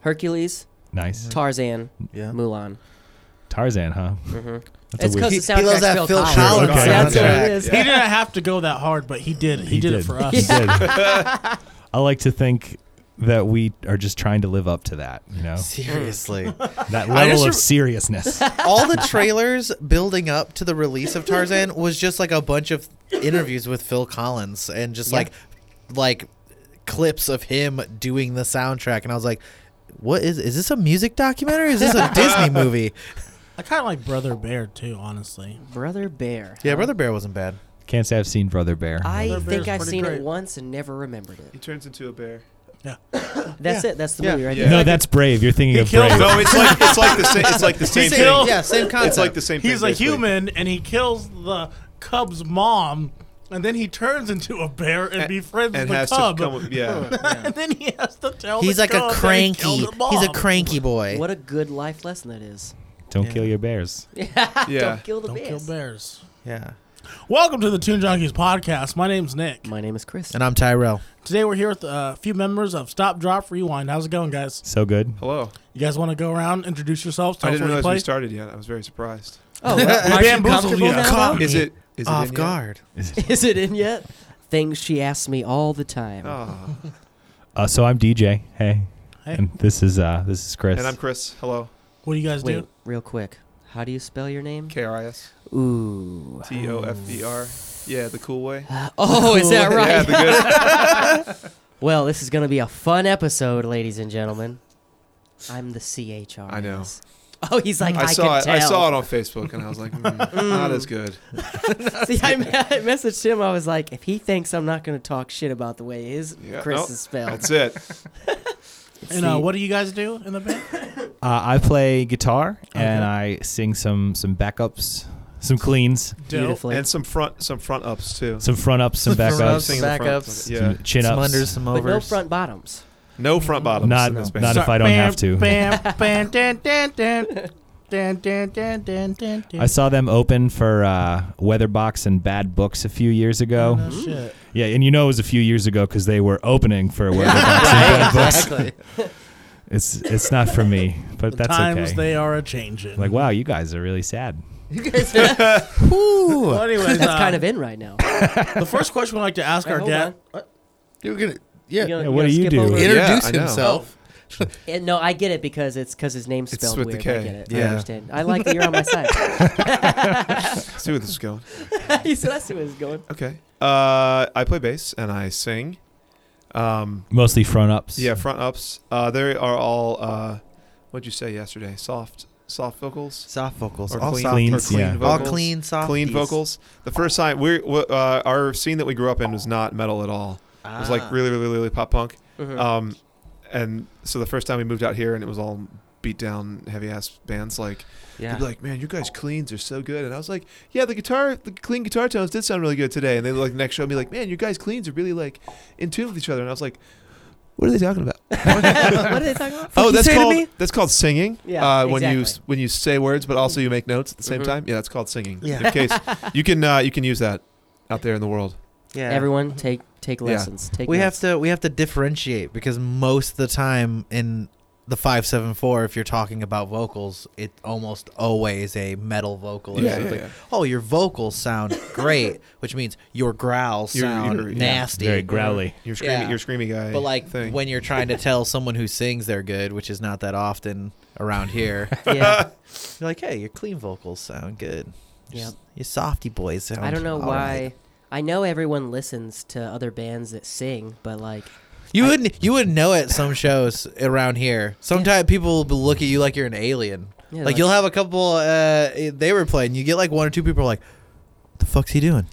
[SPEAKER 2] Hercules,
[SPEAKER 3] Mm-hmm.
[SPEAKER 4] Nice.
[SPEAKER 2] Tarzan,
[SPEAKER 3] Yeah.
[SPEAKER 2] Mulan.
[SPEAKER 4] Tarzan, huh?
[SPEAKER 2] Mm-hmm. It's
[SPEAKER 4] That's a
[SPEAKER 2] because the
[SPEAKER 4] weird.
[SPEAKER 3] He-
[SPEAKER 2] soundtrack's
[SPEAKER 3] he loves that
[SPEAKER 2] Phil
[SPEAKER 3] Phil
[SPEAKER 2] Collins.
[SPEAKER 3] Collins
[SPEAKER 4] Okay,
[SPEAKER 2] That's what it
[SPEAKER 3] soundtrack.
[SPEAKER 2] is.
[SPEAKER 1] He didn't have to go that hard, but he did. He, did, it for us.
[SPEAKER 4] He did. I like to think that we are just trying to live up to that. You
[SPEAKER 2] Oh.
[SPEAKER 4] know,
[SPEAKER 3] Seriously.
[SPEAKER 4] that
[SPEAKER 3] I just
[SPEAKER 4] level
[SPEAKER 3] rem-
[SPEAKER 4] of seriousness.
[SPEAKER 3] All the trailers building up to the release of Tarzan was just like a bunch of interviews with Phil Collins and just
[SPEAKER 2] Yeah.
[SPEAKER 3] like like clips of him doing the soundtrack and I was like what is is this a music documentary? Is this a Disney movie?
[SPEAKER 1] I kind of like Brother Bear too, honestly.
[SPEAKER 2] Brother Bear.
[SPEAKER 3] Yeah, Brother Bear wasn't bad.
[SPEAKER 4] Can't say I've seen Brother Bear.
[SPEAKER 2] I
[SPEAKER 1] Brother Bear's
[SPEAKER 2] think I've
[SPEAKER 1] pretty
[SPEAKER 2] seen
[SPEAKER 1] great.
[SPEAKER 2] it once and never remembered it.
[SPEAKER 5] He turns into a bear.
[SPEAKER 2] That's
[SPEAKER 3] Yeah.
[SPEAKER 2] it. That's the
[SPEAKER 3] Yeah.
[SPEAKER 2] movie right
[SPEAKER 5] Yeah.
[SPEAKER 2] there.
[SPEAKER 4] no, that's brave. You're thinking
[SPEAKER 1] He
[SPEAKER 4] of
[SPEAKER 1] kills
[SPEAKER 4] brave.
[SPEAKER 5] No, it's like it's like the same. It's like the same
[SPEAKER 1] Kill-
[SPEAKER 5] thing.
[SPEAKER 3] yeah, same concept.
[SPEAKER 5] It's like the same.
[SPEAKER 1] He's
[SPEAKER 5] thing,
[SPEAKER 1] a
[SPEAKER 5] basically.
[SPEAKER 1] human and he kills the cub's mom, and then he turns into a bear and,
[SPEAKER 5] And-
[SPEAKER 1] befriends
[SPEAKER 5] and
[SPEAKER 1] the
[SPEAKER 5] has
[SPEAKER 1] cub.
[SPEAKER 5] to come. With, yeah.
[SPEAKER 1] and then he has to tell.
[SPEAKER 3] He's
[SPEAKER 1] the
[SPEAKER 3] like a
[SPEAKER 1] cub that he
[SPEAKER 3] cranky.
[SPEAKER 1] killed the mom.
[SPEAKER 3] He's a cranky boy.
[SPEAKER 2] What a good life lesson that is.
[SPEAKER 4] Don't
[SPEAKER 3] Yeah.
[SPEAKER 4] kill your bears.
[SPEAKER 5] Yeah.
[SPEAKER 2] Don't kill the
[SPEAKER 1] Don't
[SPEAKER 2] bears.
[SPEAKER 1] kill bears.
[SPEAKER 3] Yeah.
[SPEAKER 1] Welcome to the Toon Junkies podcast. My name's Nick.
[SPEAKER 2] My name is Chris.
[SPEAKER 3] And I'm Tyrell.
[SPEAKER 1] Today we're here with uh, a few members of Stop Drop Rewind. How's it going, guys?
[SPEAKER 4] So good.
[SPEAKER 5] Hello.
[SPEAKER 1] You guys want to go around, introduce yourselves,
[SPEAKER 5] I
[SPEAKER 1] tell us
[SPEAKER 5] didn't
[SPEAKER 1] where you
[SPEAKER 5] realize
[SPEAKER 1] play?
[SPEAKER 5] we started yet. I was very surprised.
[SPEAKER 2] Oh, well,
[SPEAKER 1] We
[SPEAKER 2] aren't you
[SPEAKER 1] bamboozled
[SPEAKER 2] comfortable
[SPEAKER 1] you.
[SPEAKER 2] now?
[SPEAKER 1] Come.
[SPEAKER 5] Is it? Is it
[SPEAKER 3] Oh, Off
[SPEAKER 5] in yet?
[SPEAKER 3] guard.
[SPEAKER 2] Is it in yet? Things she asks me all the time.
[SPEAKER 5] Ah.
[SPEAKER 4] Uh, so I'm DJ. Hey.
[SPEAKER 1] Hey.
[SPEAKER 4] And this is uh this is Chris.
[SPEAKER 5] And I'm Chris. Hello.
[SPEAKER 1] What do you guys
[SPEAKER 2] Wait,
[SPEAKER 1] do?
[SPEAKER 2] real quick. How do you spell your name?
[SPEAKER 5] K R I S
[SPEAKER 2] Ooh.
[SPEAKER 5] T O F E R. Yeah, the cool way.
[SPEAKER 2] Oh, is that
[SPEAKER 5] Yeah,
[SPEAKER 2] right?
[SPEAKER 5] the good.
[SPEAKER 2] Well, this is going to be a fun episode, ladies and gentlemen. I'm the CHR.
[SPEAKER 5] I know.
[SPEAKER 2] Oh, he's like, I,
[SPEAKER 5] I saw
[SPEAKER 2] could
[SPEAKER 5] it.
[SPEAKER 2] Tell.
[SPEAKER 5] I saw it on Facebook, and I was like, mm, not as good.
[SPEAKER 2] See, I, me- I messaged him. I was like, if he thinks I'm not going to talk shit about the way his
[SPEAKER 5] Yeah,
[SPEAKER 2] Chris
[SPEAKER 5] nope.
[SPEAKER 2] is spelled.
[SPEAKER 5] That's it.
[SPEAKER 1] And uh, what do you guys do in the band?
[SPEAKER 4] Uh, I play guitar
[SPEAKER 1] Okay.
[SPEAKER 4] and I sing some some backups, some cleans,
[SPEAKER 2] Beautifully.
[SPEAKER 5] And some front, some front ups too.
[SPEAKER 4] some front ups, some
[SPEAKER 3] Front ups.
[SPEAKER 4] backups,
[SPEAKER 5] Singing the front,
[SPEAKER 3] Backups.
[SPEAKER 5] Yeah.
[SPEAKER 4] some chin
[SPEAKER 3] Some
[SPEAKER 4] ups.
[SPEAKER 3] unders, some
[SPEAKER 2] but
[SPEAKER 3] overs.
[SPEAKER 2] no front bottoms.
[SPEAKER 5] No front bottoms.
[SPEAKER 4] Not-
[SPEAKER 5] in this band.
[SPEAKER 4] not if I don't have to.
[SPEAKER 1] Bam, bam, dan, dan, dan, dan, dan, dan, dan, dan, dan.
[SPEAKER 4] I saw them open for uh, Weatherbox and Bad Books a few years ago.
[SPEAKER 1] No Oh, shit.
[SPEAKER 4] Yeah, and you know it was a few years ago because they were opening for Weatherbox and Bad Books.
[SPEAKER 3] exactly.
[SPEAKER 4] It's it's not for me, but
[SPEAKER 1] The
[SPEAKER 4] that's
[SPEAKER 1] times
[SPEAKER 4] okay.
[SPEAKER 1] they are a changing.
[SPEAKER 4] like wow, you guys are really sad.
[SPEAKER 1] well, anyways,
[SPEAKER 2] That's
[SPEAKER 1] uh,
[SPEAKER 2] kind of in right now.
[SPEAKER 1] the first question we like to ask our
[SPEAKER 2] Hold
[SPEAKER 1] guest.
[SPEAKER 2] on.
[SPEAKER 3] You're gonna yeah.
[SPEAKER 2] You gonna-
[SPEAKER 4] Yeah, what
[SPEAKER 2] gonna
[SPEAKER 4] do you
[SPEAKER 2] skip
[SPEAKER 4] do?
[SPEAKER 2] over-
[SPEAKER 5] Yeah,
[SPEAKER 3] Introduce
[SPEAKER 5] I know.
[SPEAKER 3] himself.
[SPEAKER 2] Eh, no, I get it because it's because his name's
[SPEAKER 5] It's
[SPEAKER 2] spelled
[SPEAKER 5] with the
[SPEAKER 2] weird. I
[SPEAKER 5] K.
[SPEAKER 2] get it. I
[SPEAKER 3] Yeah.
[SPEAKER 2] understand. I like that you're on my side.
[SPEAKER 5] Let's see where this is going.
[SPEAKER 2] you said that's where it's going.
[SPEAKER 5] Okay. Uh, I play bass and I sing. Um,
[SPEAKER 4] Mostly front ups.
[SPEAKER 5] yeah, front ups. Uh, they are all. Uh, what'd you say yesterday? Soft, soft vocals.
[SPEAKER 3] Soft vocals.
[SPEAKER 5] Or
[SPEAKER 3] All
[SPEAKER 5] clean,
[SPEAKER 3] soft
[SPEAKER 4] Clean,
[SPEAKER 3] vocals.
[SPEAKER 4] yeah.
[SPEAKER 5] or clean vocals.
[SPEAKER 3] All clean, soft.
[SPEAKER 5] clean vocals. The first time we uh, our scene that we grew up in was not metal at all. It
[SPEAKER 3] Ah.
[SPEAKER 5] was like really, really, really pop punk.
[SPEAKER 3] Mm-hmm.
[SPEAKER 5] Um, and so the first time we moved out here, and it was all beat down, heavy ass bands. Like,
[SPEAKER 2] yeah.
[SPEAKER 5] they'd be like, man, you guys cleans are so good. And I was like, yeah, the guitar, the clean guitar tones did sound really good today. And then like the next show, I'd be like, man, you guys cleans are really like in tune with each other. And I was like, what are they talking about?
[SPEAKER 2] what are they talking about? Fuck you
[SPEAKER 5] that's
[SPEAKER 2] say to
[SPEAKER 5] called
[SPEAKER 2] me?
[SPEAKER 5] that's called singing.
[SPEAKER 2] Oh, Yeah,
[SPEAKER 5] uh, when you
[SPEAKER 2] exactly.
[SPEAKER 5] when you say words, but also you make notes at the
[SPEAKER 2] Mm-hmm.
[SPEAKER 5] same time. Yeah, that's called singing.
[SPEAKER 3] Yeah.
[SPEAKER 5] In case you can uh, you can use that out there in the world.
[SPEAKER 3] Yeah.
[SPEAKER 2] Everyone, take take
[SPEAKER 5] Yeah.
[SPEAKER 2] lessons. Take.
[SPEAKER 3] we have
[SPEAKER 2] notes.
[SPEAKER 3] to we have to differentiate because most of the time in the 574 if you're talking about vocals it's almost always a metal vocal or
[SPEAKER 5] Yeah,
[SPEAKER 3] something
[SPEAKER 5] yeah, yeah.
[SPEAKER 3] oh your vocals sound great which means your growls
[SPEAKER 5] Your-
[SPEAKER 3] sound
[SPEAKER 5] your- yeah.
[SPEAKER 3] nasty
[SPEAKER 4] Very growly.
[SPEAKER 5] You're screaming.
[SPEAKER 3] Yeah.
[SPEAKER 5] You're screaming guy.
[SPEAKER 3] but like
[SPEAKER 5] thing.
[SPEAKER 3] when you're trying to tell someone who sings they're good which is not that often around here
[SPEAKER 2] Yeah.
[SPEAKER 3] you're like hey your clean vocals sound good your,
[SPEAKER 2] Yeah.
[SPEAKER 3] s- your softy boys sound
[SPEAKER 2] I don't know
[SPEAKER 3] all
[SPEAKER 2] why.
[SPEAKER 3] right."
[SPEAKER 2] I know everyone listens to other bands that sing, but like,
[SPEAKER 3] you wouldn't you wouldn't know it some shows around here sometimes people will look at you like you're an alien
[SPEAKER 2] Yeah,
[SPEAKER 3] like,
[SPEAKER 2] like-
[SPEAKER 3] you'll have a couple uh they were playing you get like one or two people like what the fuck's he doing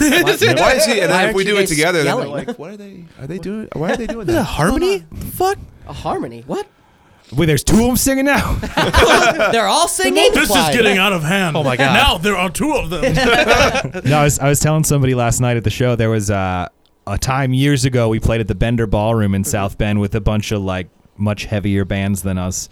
[SPEAKER 3] Is it-
[SPEAKER 5] why is he?
[SPEAKER 2] Why
[SPEAKER 5] And then if
[SPEAKER 2] aren't
[SPEAKER 5] we
[SPEAKER 2] you
[SPEAKER 5] do it
[SPEAKER 2] guys
[SPEAKER 5] together, then they're
[SPEAKER 2] yelling?
[SPEAKER 5] like, "What are they? Are they doing? Why are they doing
[SPEAKER 3] Is that
[SPEAKER 5] that?"
[SPEAKER 3] harmony? The fuck?
[SPEAKER 2] a harmony. What?
[SPEAKER 4] Wait, there's two of them singing now.
[SPEAKER 2] They're all singing.
[SPEAKER 1] This is getting out of hand. Oh my god! Now there are two of them.
[SPEAKER 4] no, I was, I was telling somebody last night at the show there was uh, a time years ago we played at the Bender Ballroom in South Bend with a bunch of like much heavier bands than us.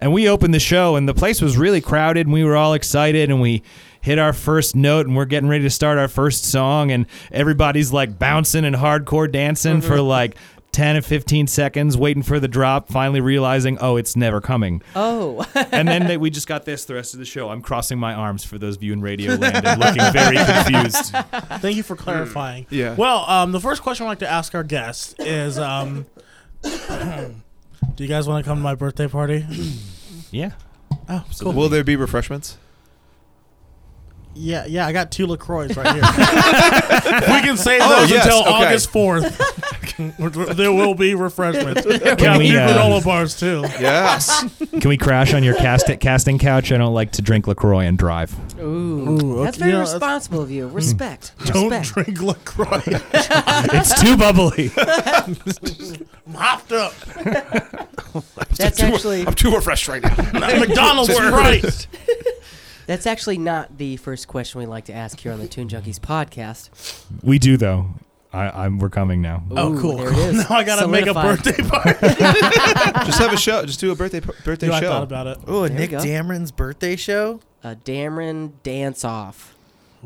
[SPEAKER 4] And we opened the show and the place was really crowded and we were all excited and we hit our first note and we're getting ready to start our first song and everybody's like bouncing and hardcore dancing for like 10 or 15 seconds waiting for the drop finally realizing oh it's never coming
[SPEAKER 2] Oh,
[SPEAKER 4] and then they, we just got this the rest of the show i'm crossing my arms for those of you in radio land and looking very confused
[SPEAKER 1] Thank you for clarifying.
[SPEAKER 5] Yeah.
[SPEAKER 1] Well, um, the first question I'd like to ask our guest is, um, do you guys want to come to my birthday party?
[SPEAKER 4] Yeah.
[SPEAKER 1] Oh, cool.
[SPEAKER 5] Will there be refreshments?
[SPEAKER 1] Yeah, yeah, I got two LaCroix right here. we can save
[SPEAKER 5] Oh,
[SPEAKER 1] those
[SPEAKER 5] yes,
[SPEAKER 1] until
[SPEAKER 5] okay.
[SPEAKER 1] August 4th. there will be refreshments. Count
[SPEAKER 4] we,
[SPEAKER 1] you
[SPEAKER 4] uh,
[SPEAKER 1] granola bars, too.
[SPEAKER 5] Yes.
[SPEAKER 4] Can we crash on your cast- casting couch? I don't like to drink LaCroix and drive.
[SPEAKER 2] ooh,
[SPEAKER 1] Ooh,
[SPEAKER 2] that's
[SPEAKER 1] okay,
[SPEAKER 2] very
[SPEAKER 1] yeah, that's- hmm.
[SPEAKER 2] responsible of you. Respect.
[SPEAKER 1] Don't
[SPEAKER 2] Respect.
[SPEAKER 1] drink LaCroix.
[SPEAKER 4] It's too bubbly.
[SPEAKER 1] I'm hopped up.
[SPEAKER 2] That's actually
[SPEAKER 5] I'm too refreshed right now.
[SPEAKER 1] McDonald's right.
[SPEAKER 2] that's actually not the first question we like to ask here on the Toon Junkies podcast.
[SPEAKER 4] we do, though. I, I'm, we're coming now.
[SPEAKER 1] Oh,
[SPEAKER 2] Ooh,
[SPEAKER 1] cool.
[SPEAKER 2] there
[SPEAKER 1] cool.
[SPEAKER 2] it is.
[SPEAKER 1] Now I gotta make a
[SPEAKER 2] Solidified.
[SPEAKER 1] birthday party.
[SPEAKER 5] just have a show. Just do a birthday birthday
[SPEAKER 1] Dude, I
[SPEAKER 5] show.
[SPEAKER 1] thought about it.
[SPEAKER 3] Oh,
[SPEAKER 2] There we
[SPEAKER 3] Nick
[SPEAKER 2] go.
[SPEAKER 3] Dameron's birthday show?
[SPEAKER 2] A Dameron dance off.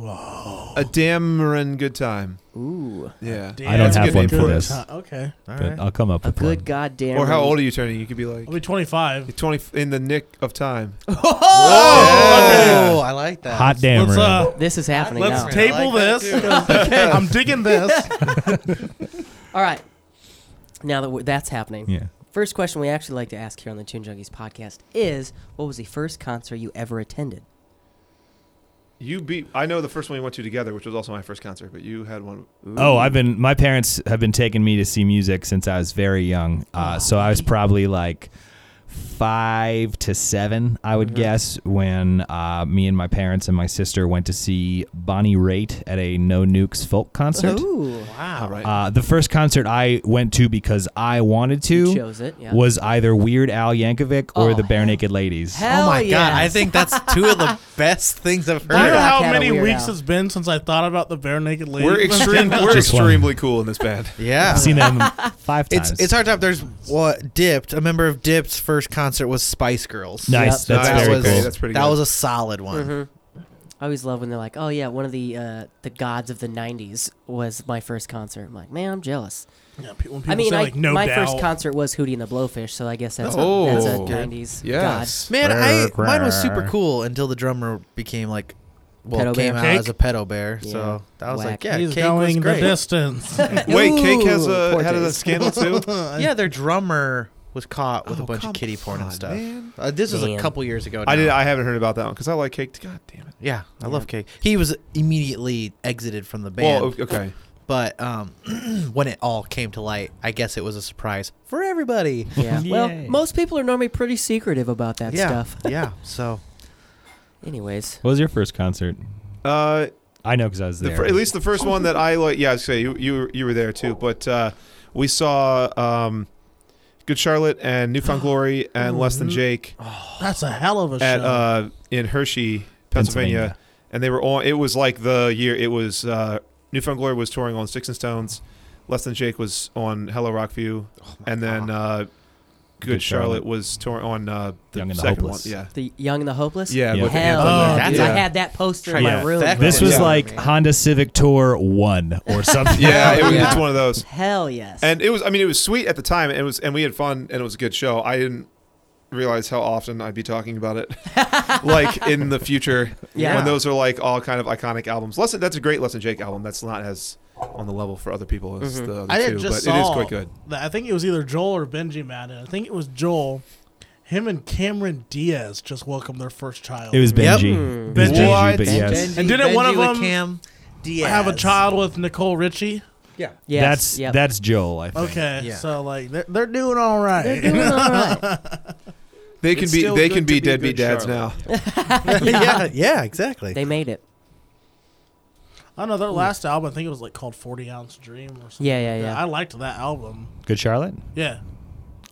[SPEAKER 5] A Dameron good time.
[SPEAKER 2] Ooh,
[SPEAKER 5] Yeah.
[SPEAKER 4] I
[SPEAKER 1] Damn
[SPEAKER 4] don't have
[SPEAKER 5] good
[SPEAKER 4] one
[SPEAKER 5] name
[SPEAKER 4] for
[SPEAKER 5] it.
[SPEAKER 4] this.
[SPEAKER 1] ti- Okay.
[SPEAKER 3] All
[SPEAKER 4] But
[SPEAKER 3] right.
[SPEAKER 4] I'll come up
[SPEAKER 2] a
[SPEAKER 4] with
[SPEAKER 2] good
[SPEAKER 4] one.
[SPEAKER 2] goddamn.
[SPEAKER 5] Or how old are you turning? You could be like
[SPEAKER 1] I'll be 25.
[SPEAKER 5] twenty in the nick of time.
[SPEAKER 3] Oh, I like that.
[SPEAKER 4] Hot damn
[SPEAKER 1] Let's,
[SPEAKER 4] right.
[SPEAKER 1] uh,
[SPEAKER 2] This is happening
[SPEAKER 1] let's
[SPEAKER 2] now.
[SPEAKER 3] I
[SPEAKER 1] table
[SPEAKER 3] like
[SPEAKER 1] this. I'm digging this.
[SPEAKER 2] All right. Now that we're, that's happening.
[SPEAKER 4] Yeah.
[SPEAKER 2] First question we actually like to ask here on the Toon Junkies podcast is what was the first concert you ever attended?
[SPEAKER 5] You beat. I know the first one we went to together, which was also my first concert. But you had one.
[SPEAKER 4] Oh, I've been. My parents have been taking me to see music since I was very young. Uh, so I was probably like five to seven, I
[SPEAKER 2] Mm-hmm.
[SPEAKER 4] would guess, when uh, me and my parents and my sister went to see Bonnie Raitt at a No Nukes folk concert.
[SPEAKER 2] Ooh.
[SPEAKER 5] Wow. Right.
[SPEAKER 4] Uh, the first concert I went to because I wanted to
[SPEAKER 2] You chose it, yeah.
[SPEAKER 4] was either Weird Al Yankovic or
[SPEAKER 2] Oh,
[SPEAKER 4] the Bare Naked Ladies.
[SPEAKER 2] Hell
[SPEAKER 3] Oh my
[SPEAKER 2] yes.
[SPEAKER 3] god, I think that's two of the best things I've
[SPEAKER 1] I don't know
[SPEAKER 2] Rock
[SPEAKER 3] heard.
[SPEAKER 1] how
[SPEAKER 2] had a
[SPEAKER 1] many
[SPEAKER 2] Weird
[SPEAKER 1] weeks
[SPEAKER 2] Al.
[SPEAKER 1] it's been since I thought about the bare naked lady.
[SPEAKER 5] We're extreme. We're
[SPEAKER 4] Just one.
[SPEAKER 5] extremely cool in this band.
[SPEAKER 3] Yeah.
[SPEAKER 4] I've seen them five times.
[SPEAKER 3] It's it's hard top. There's what Dipped. A member of Dipped's first concert was Spice Girls.
[SPEAKER 4] Nice.
[SPEAKER 2] Yep.
[SPEAKER 4] That's
[SPEAKER 5] Nice.
[SPEAKER 4] very
[SPEAKER 3] was
[SPEAKER 5] Okay,
[SPEAKER 4] cool.
[SPEAKER 5] that's Mm-hmm. pretty
[SPEAKER 3] That
[SPEAKER 5] good.
[SPEAKER 3] was a solid one.
[SPEAKER 2] Mm-hmm. I always love when they're like, "Oh yeah, one of the uh, the gods of the '90s was my first concert." I'm like, man, I'm jealous.
[SPEAKER 1] Yeah, pe- when people
[SPEAKER 2] I mean,
[SPEAKER 1] say,
[SPEAKER 2] I,
[SPEAKER 1] like, no
[SPEAKER 2] my
[SPEAKER 1] doubt.
[SPEAKER 2] first concert was Hootie and the Blowfish, so I guess that's
[SPEAKER 5] Oh,
[SPEAKER 2] a, that's a
[SPEAKER 5] good.
[SPEAKER 2] '90s
[SPEAKER 5] Yes.
[SPEAKER 3] Man, I
[SPEAKER 4] Rrr,
[SPEAKER 3] mine was super
[SPEAKER 4] rrr.
[SPEAKER 3] cool until the drummer became like, well,
[SPEAKER 2] Pedo
[SPEAKER 3] came
[SPEAKER 2] bear.
[SPEAKER 3] out
[SPEAKER 1] Cake?
[SPEAKER 3] as a pedo bear.
[SPEAKER 2] Yeah.
[SPEAKER 3] So that was
[SPEAKER 2] Whack.
[SPEAKER 3] like, yeah,
[SPEAKER 1] He's
[SPEAKER 3] Cake was
[SPEAKER 1] going the
[SPEAKER 3] great.
[SPEAKER 1] distance.
[SPEAKER 2] god.
[SPEAKER 5] Wait, Cake has
[SPEAKER 2] Ooh,
[SPEAKER 5] a
[SPEAKER 2] poor
[SPEAKER 5] had a
[SPEAKER 2] taste.
[SPEAKER 5] scandal too.
[SPEAKER 3] Yeah, their drummer was caught with
[SPEAKER 5] Oh,
[SPEAKER 3] a bunch
[SPEAKER 5] come
[SPEAKER 3] of kitty porn
[SPEAKER 5] on,
[SPEAKER 3] and stuff.
[SPEAKER 5] man.
[SPEAKER 3] Uh, this was a
[SPEAKER 2] Damn.
[SPEAKER 3] couple years ago.
[SPEAKER 5] I
[SPEAKER 3] now.
[SPEAKER 5] did. I haven't heard about that one because I like Cake. God damn it.
[SPEAKER 3] Yeah, I
[SPEAKER 2] Yeah.
[SPEAKER 3] love Cake. He was immediately exited from the band.
[SPEAKER 5] Well, o- okay.
[SPEAKER 3] But um, when it all came to light, I guess it was a surprise for everybody.
[SPEAKER 2] Yeah. Well,
[SPEAKER 4] Yay.
[SPEAKER 2] most people are normally pretty secretive about that
[SPEAKER 3] yeah,
[SPEAKER 2] stuff.
[SPEAKER 3] yeah. So
[SPEAKER 2] Anyways,
[SPEAKER 4] What was your first concert?
[SPEAKER 5] Uh,
[SPEAKER 4] I know because I was
[SPEAKER 5] the
[SPEAKER 4] there.
[SPEAKER 5] fir- at least the first one that I like. Yeah, I'd say you you were- you were there too. But uh, we saw um, Good Charlotte and Newfound Glory and Less
[SPEAKER 4] Mm-hmm.
[SPEAKER 5] Than Jake
[SPEAKER 4] Oh,
[SPEAKER 1] That's a hell of a
[SPEAKER 5] at
[SPEAKER 1] show.
[SPEAKER 5] uh, in Hershey, Pennsylvania,
[SPEAKER 4] Pennsylvania.
[SPEAKER 5] and they were on. It was like the year. It was uh, Newfound Glory was touring on Six and Stones. Less Than Jake was on Hello Rockview,
[SPEAKER 4] Oh
[SPEAKER 5] and then uh, Good,
[SPEAKER 4] Good
[SPEAKER 5] Charlotte,
[SPEAKER 4] Charlotte.
[SPEAKER 5] was touring on uh, the
[SPEAKER 4] Young and the
[SPEAKER 5] second
[SPEAKER 4] Hopeless.
[SPEAKER 5] one. Yeah.
[SPEAKER 2] the Young and the Hopeless.
[SPEAKER 5] Yeah,
[SPEAKER 4] Yeah.
[SPEAKER 5] with the
[SPEAKER 2] Hell,
[SPEAKER 5] anthem
[SPEAKER 1] Oh,
[SPEAKER 5] there.
[SPEAKER 2] that's,
[SPEAKER 3] dude.
[SPEAKER 2] I had that poster in my
[SPEAKER 3] Yeah.
[SPEAKER 2] room.
[SPEAKER 3] That
[SPEAKER 2] bro.
[SPEAKER 4] This was
[SPEAKER 5] Yeah.
[SPEAKER 4] like Honda Civic Tour One or something.
[SPEAKER 5] Yeah, it was,
[SPEAKER 2] Yeah.
[SPEAKER 5] it's one of those.
[SPEAKER 2] Hell yes.
[SPEAKER 5] And it was, I mean, it was sweet at the time. and It was, and we had fun, and it was a good show. I didn't realize how often I'd be talking about it, like in the future
[SPEAKER 2] Yeah.
[SPEAKER 5] when those are like all kind of iconic albums. Lesson that's a great Lesson Jake album. That's not as on the level for other people
[SPEAKER 6] Mm-hmm.
[SPEAKER 5] as the other
[SPEAKER 3] I
[SPEAKER 5] two,
[SPEAKER 3] just
[SPEAKER 5] but it is
[SPEAKER 3] saw-
[SPEAKER 5] quite good.
[SPEAKER 1] that- I think it was either Joel or Benji Madden. I think it was Joel. Him and Cameron Diaz just welcomed their first child.
[SPEAKER 4] It was
[SPEAKER 3] Yep.
[SPEAKER 4] Benji.
[SPEAKER 2] Mm.
[SPEAKER 4] It was
[SPEAKER 5] Benji.
[SPEAKER 4] Benji, but
[SPEAKER 5] What?
[SPEAKER 4] yes.
[SPEAKER 1] And didn't one of
[SPEAKER 3] with
[SPEAKER 1] them
[SPEAKER 3] Cam Diaz.
[SPEAKER 1] have a child with Nicole Richie.
[SPEAKER 3] Yeah.
[SPEAKER 2] Yes,
[SPEAKER 4] that's
[SPEAKER 2] yep.
[SPEAKER 4] that's Joel, I think.
[SPEAKER 1] Okay,
[SPEAKER 3] Yeah.
[SPEAKER 1] so like they're, they're doing all right.
[SPEAKER 2] They're doing all right.
[SPEAKER 5] They can
[SPEAKER 6] It's
[SPEAKER 5] be
[SPEAKER 6] still
[SPEAKER 5] they
[SPEAKER 6] good
[SPEAKER 5] can
[SPEAKER 6] to
[SPEAKER 5] be
[SPEAKER 6] be
[SPEAKER 5] deadbeat
[SPEAKER 6] good
[SPEAKER 5] dads
[SPEAKER 6] Charlotte.
[SPEAKER 5] now.
[SPEAKER 3] yeah, yeah, exactly.
[SPEAKER 2] They made it.
[SPEAKER 1] I know their last album. I think it was like called Forty Ounce Dream or something.
[SPEAKER 2] Yeah, yeah,
[SPEAKER 1] like that.
[SPEAKER 2] yeah.
[SPEAKER 1] I liked that album.
[SPEAKER 4] Good Charlotte.
[SPEAKER 1] Yeah,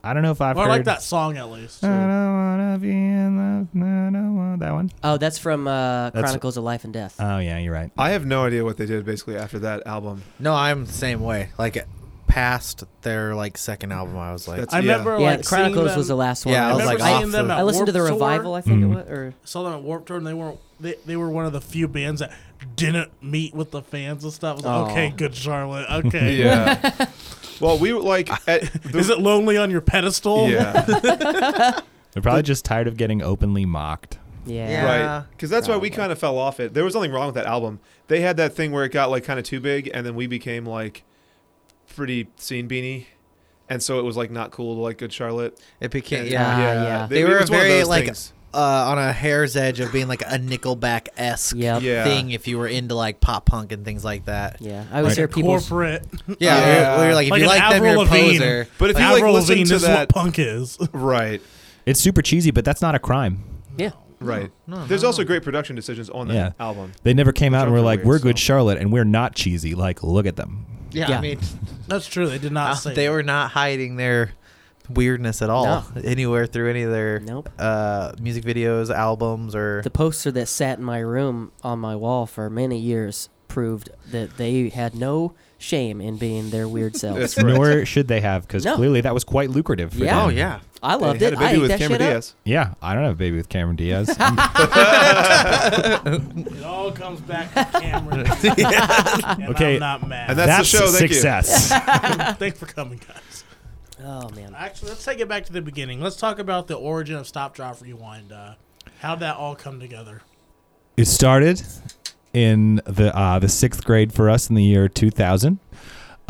[SPEAKER 4] I don't know if I've
[SPEAKER 1] well, I
[SPEAKER 4] heard
[SPEAKER 1] like that song at least.
[SPEAKER 4] I
[SPEAKER 2] Uh,
[SPEAKER 4] don't wanna be in love. I don't want that one.
[SPEAKER 2] Oh, that's from uh,
[SPEAKER 4] That's-
[SPEAKER 2] Chronicles of Life and Death.
[SPEAKER 4] Oh yeah, you're right.
[SPEAKER 5] I have no idea what they did basically after that album.
[SPEAKER 3] No, I'm the same way. Like past their like second album, I was like,
[SPEAKER 5] That's-
[SPEAKER 1] I
[SPEAKER 5] yeah.
[SPEAKER 1] remember
[SPEAKER 2] yeah,
[SPEAKER 1] like
[SPEAKER 2] Chronicles
[SPEAKER 1] seeing
[SPEAKER 2] was the
[SPEAKER 1] them-
[SPEAKER 2] last one.
[SPEAKER 3] Yeah, I
[SPEAKER 1] I
[SPEAKER 3] was
[SPEAKER 1] remember
[SPEAKER 3] like,
[SPEAKER 5] "Oh,
[SPEAKER 3] off
[SPEAKER 1] seeing them
[SPEAKER 3] the-
[SPEAKER 1] at
[SPEAKER 2] I listened to the
[SPEAKER 1] Warped Tour.
[SPEAKER 2] revival. I think
[SPEAKER 4] Mm.
[SPEAKER 2] it was. Or
[SPEAKER 1] saw them at Warped Tour, and they were they, they were one of the few bands that didn't meet with the fans and stuff. I was like,
[SPEAKER 2] Aw.
[SPEAKER 1] okay, good Charlotte. Okay,
[SPEAKER 5] Yeah. well, we were like at the,
[SPEAKER 1] is it lonely on your pedestal?
[SPEAKER 5] yeah.
[SPEAKER 4] They're probably just tired of getting openly mocked.
[SPEAKER 2] yeah.
[SPEAKER 3] Yeah.
[SPEAKER 5] Right. Because that's why we kind of fell off it. There was nothing wrong with that album. They had that thing where it got like kind of too big, and then we became like pretty scene beanie, and so it was like not cool to like Good Charlotte.
[SPEAKER 3] it became
[SPEAKER 5] And-
[SPEAKER 3] yeah.
[SPEAKER 2] Ah, yeah.
[SPEAKER 5] They,
[SPEAKER 3] They
[SPEAKER 5] it
[SPEAKER 3] were
[SPEAKER 5] was one of
[SPEAKER 3] very,
[SPEAKER 5] those
[SPEAKER 3] like,
[SPEAKER 5] things.
[SPEAKER 3] Uh, on a hair's edge of being like a Nickelback esque
[SPEAKER 2] Yep.
[SPEAKER 5] Yeah.
[SPEAKER 3] thing if you were into like pop punk and things like that.
[SPEAKER 2] Yeah. I always
[SPEAKER 4] Like
[SPEAKER 2] hear
[SPEAKER 4] a
[SPEAKER 2] people.
[SPEAKER 1] corporate.
[SPEAKER 3] Yeah,
[SPEAKER 5] Yeah.
[SPEAKER 3] We, were, we were like if
[SPEAKER 1] Like
[SPEAKER 3] you
[SPEAKER 1] an
[SPEAKER 3] like them,
[SPEAKER 1] Avril
[SPEAKER 3] you're a
[SPEAKER 1] Lavigne.
[SPEAKER 3] poser.
[SPEAKER 5] But if
[SPEAKER 3] Like,
[SPEAKER 5] you like
[SPEAKER 1] Avril
[SPEAKER 5] listen
[SPEAKER 1] Lavigne
[SPEAKER 5] to
[SPEAKER 1] is what
[SPEAKER 5] that,
[SPEAKER 1] punk is.
[SPEAKER 5] right,
[SPEAKER 4] It's super cheesy, but that's not a crime.
[SPEAKER 2] Yeah.
[SPEAKER 5] right.
[SPEAKER 3] No, no,
[SPEAKER 5] There's
[SPEAKER 3] no.
[SPEAKER 5] also great production decisions on that
[SPEAKER 4] Yeah.
[SPEAKER 5] album.
[SPEAKER 4] They never came out and were
[SPEAKER 5] Sounds
[SPEAKER 4] like,
[SPEAKER 5] weird,
[SPEAKER 4] "We're good
[SPEAKER 5] so-
[SPEAKER 4] Charlotte and we're not cheesy." Like, look at them.
[SPEAKER 3] yeah,
[SPEAKER 2] Yeah.
[SPEAKER 3] I mean,
[SPEAKER 1] That's true. They did not
[SPEAKER 3] uh,
[SPEAKER 1] say
[SPEAKER 3] they were not hiding their weirdness at all
[SPEAKER 2] No.
[SPEAKER 3] anywhere through any of their
[SPEAKER 2] Nope.
[SPEAKER 3] uh, music videos, albums, or
[SPEAKER 2] The poster that sat in my room on my wall for many years proved that they had no shame in being their weird selves.
[SPEAKER 5] That's right.
[SPEAKER 4] Nor should they have, because
[SPEAKER 2] No.
[SPEAKER 4] clearly that was quite lucrative for
[SPEAKER 2] Yeah.
[SPEAKER 4] them.
[SPEAKER 3] oh yeah.
[SPEAKER 2] I
[SPEAKER 5] They
[SPEAKER 2] loved
[SPEAKER 5] had
[SPEAKER 2] it.
[SPEAKER 5] a
[SPEAKER 2] I
[SPEAKER 5] baby
[SPEAKER 2] ate
[SPEAKER 5] with
[SPEAKER 2] that
[SPEAKER 5] Cameron
[SPEAKER 2] shit up.
[SPEAKER 5] Diaz.
[SPEAKER 4] Yeah, I don't have a baby with Cameron Diaz.
[SPEAKER 1] It all comes back to Cameron. And
[SPEAKER 4] Okay.
[SPEAKER 1] I'm not mad.
[SPEAKER 5] And That's the show, thank you.
[SPEAKER 4] success.
[SPEAKER 1] Thanks for coming, guys.
[SPEAKER 2] Oh man.
[SPEAKER 1] Actually, let's take it back to the beginning. Let's talk about the origin of Stop Drop Rewind. Uh, how'd that all come together?
[SPEAKER 4] It started in the uh, the sixth grade for us in the year 2000.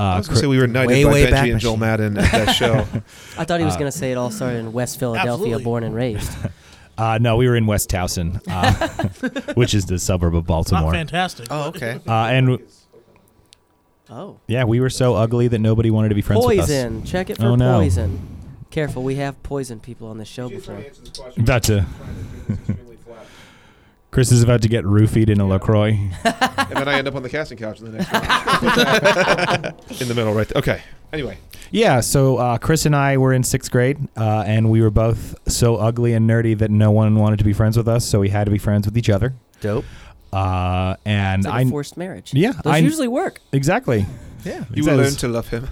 [SPEAKER 5] I
[SPEAKER 4] Uh,
[SPEAKER 5] was gonna say we were knighted
[SPEAKER 3] Way,
[SPEAKER 5] by
[SPEAKER 3] way
[SPEAKER 5] Benji
[SPEAKER 3] back
[SPEAKER 5] and Joel
[SPEAKER 3] machine.
[SPEAKER 5] Madden at that show.
[SPEAKER 2] I thought he was gonna say it all started in West Philadelphia,
[SPEAKER 1] Uh, Absolutely.
[SPEAKER 2] born and raised.
[SPEAKER 4] uh, no, we were in West Towson, uh, which is the suburb of
[SPEAKER 1] Not
[SPEAKER 4] Baltimore. Uh,
[SPEAKER 1] fantastic.
[SPEAKER 3] Oh okay.
[SPEAKER 4] and
[SPEAKER 2] Oh.
[SPEAKER 4] yeah, we were so ugly that nobody wanted to be friends with us.
[SPEAKER 2] Poison. Check it for
[SPEAKER 4] Oh, no.
[SPEAKER 2] poison. Careful, we have poison people on the show before.
[SPEAKER 4] About to. Chris is about to get roofied in a LaCroix.
[SPEAKER 5] and then I end up on the casting couch in the next round. in the middle, right? There. Okay. Anyway,
[SPEAKER 4] Yeah, so uh, Chris and I were in sixth grade, uh, and we were both so ugly and nerdy that no one wanted to be friends with us, so we had to be friends with each other.
[SPEAKER 3] Dope.
[SPEAKER 4] Uh, and
[SPEAKER 2] It's like
[SPEAKER 4] I
[SPEAKER 2] a forced marriage.
[SPEAKER 4] Yeah,
[SPEAKER 2] Those
[SPEAKER 4] I-
[SPEAKER 2] usually work.
[SPEAKER 4] exactly.
[SPEAKER 3] Yeah.
[SPEAKER 5] you will
[SPEAKER 4] Exactly.
[SPEAKER 5] learn to love him.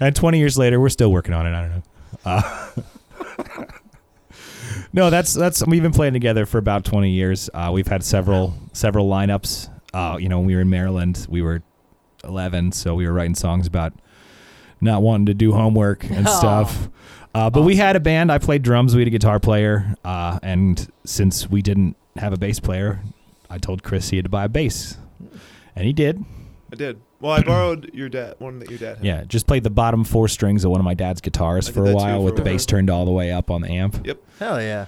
[SPEAKER 4] And 20 years later, we're still working on it. I don't know. Uh, no, that's that's we've been playing together for about 20 years. Uh, we've had several several lineups. Uh, you know, when we were in Maryland, we were 11, so we were writing songs about not wanting to do homework and
[SPEAKER 2] Aw.
[SPEAKER 4] stuff. Uh, but we had a band. I played drums. We had a guitar player. Uh, and since we didn't have a bass player, I told Chris he had to buy a bass, and he did.
[SPEAKER 5] I did. Well, I borrowed your dad one that your dad had.
[SPEAKER 4] Yeah, just played the bottom four strings of one of my dad's
[SPEAKER 5] I
[SPEAKER 4] guitars
[SPEAKER 5] did
[SPEAKER 4] for
[SPEAKER 5] that
[SPEAKER 4] a
[SPEAKER 5] too
[SPEAKER 4] while
[SPEAKER 5] for
[SPEAKER 4] with
[SPEAKER 5] a
[SPEAKER 4] the
[SPEAKER 5] while.
[SPEAKER 4] bass turned all the way up on the amp.
[SPEAKER 5] Yep.
[SPEAKER 3] Hell yeah.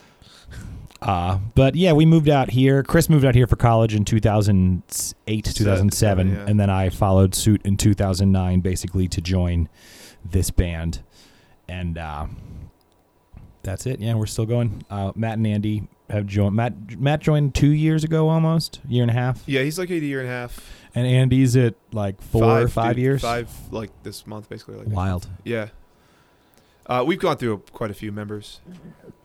[SPEAKER 4] Uh, but yeah, we moved out here. Chris moved out here for college in 2008, 2007,
[SPEAKER 5] yeah.
[SPEAKER 4] and then I followed suit in 2009 basically to join this band. And uh, that's it. Yeah, we're still going. Uh, Matt and Andy have joined. Matt Matt joined 2 years ago almost, year and a half.
[SPEAKER 5] Yeah, he's like a year and a half.
[SPEAKER 4] And Andy's at like 4 or 5
[SPEAKER 5] dude,
[SPEAKER 4] years.
[SPEAKER 5] Five, like this month, basically. Like
[SPEAKER 4] Wild.
[SPEAKER 5] Yeah. Uh, we've gone through quite a few members.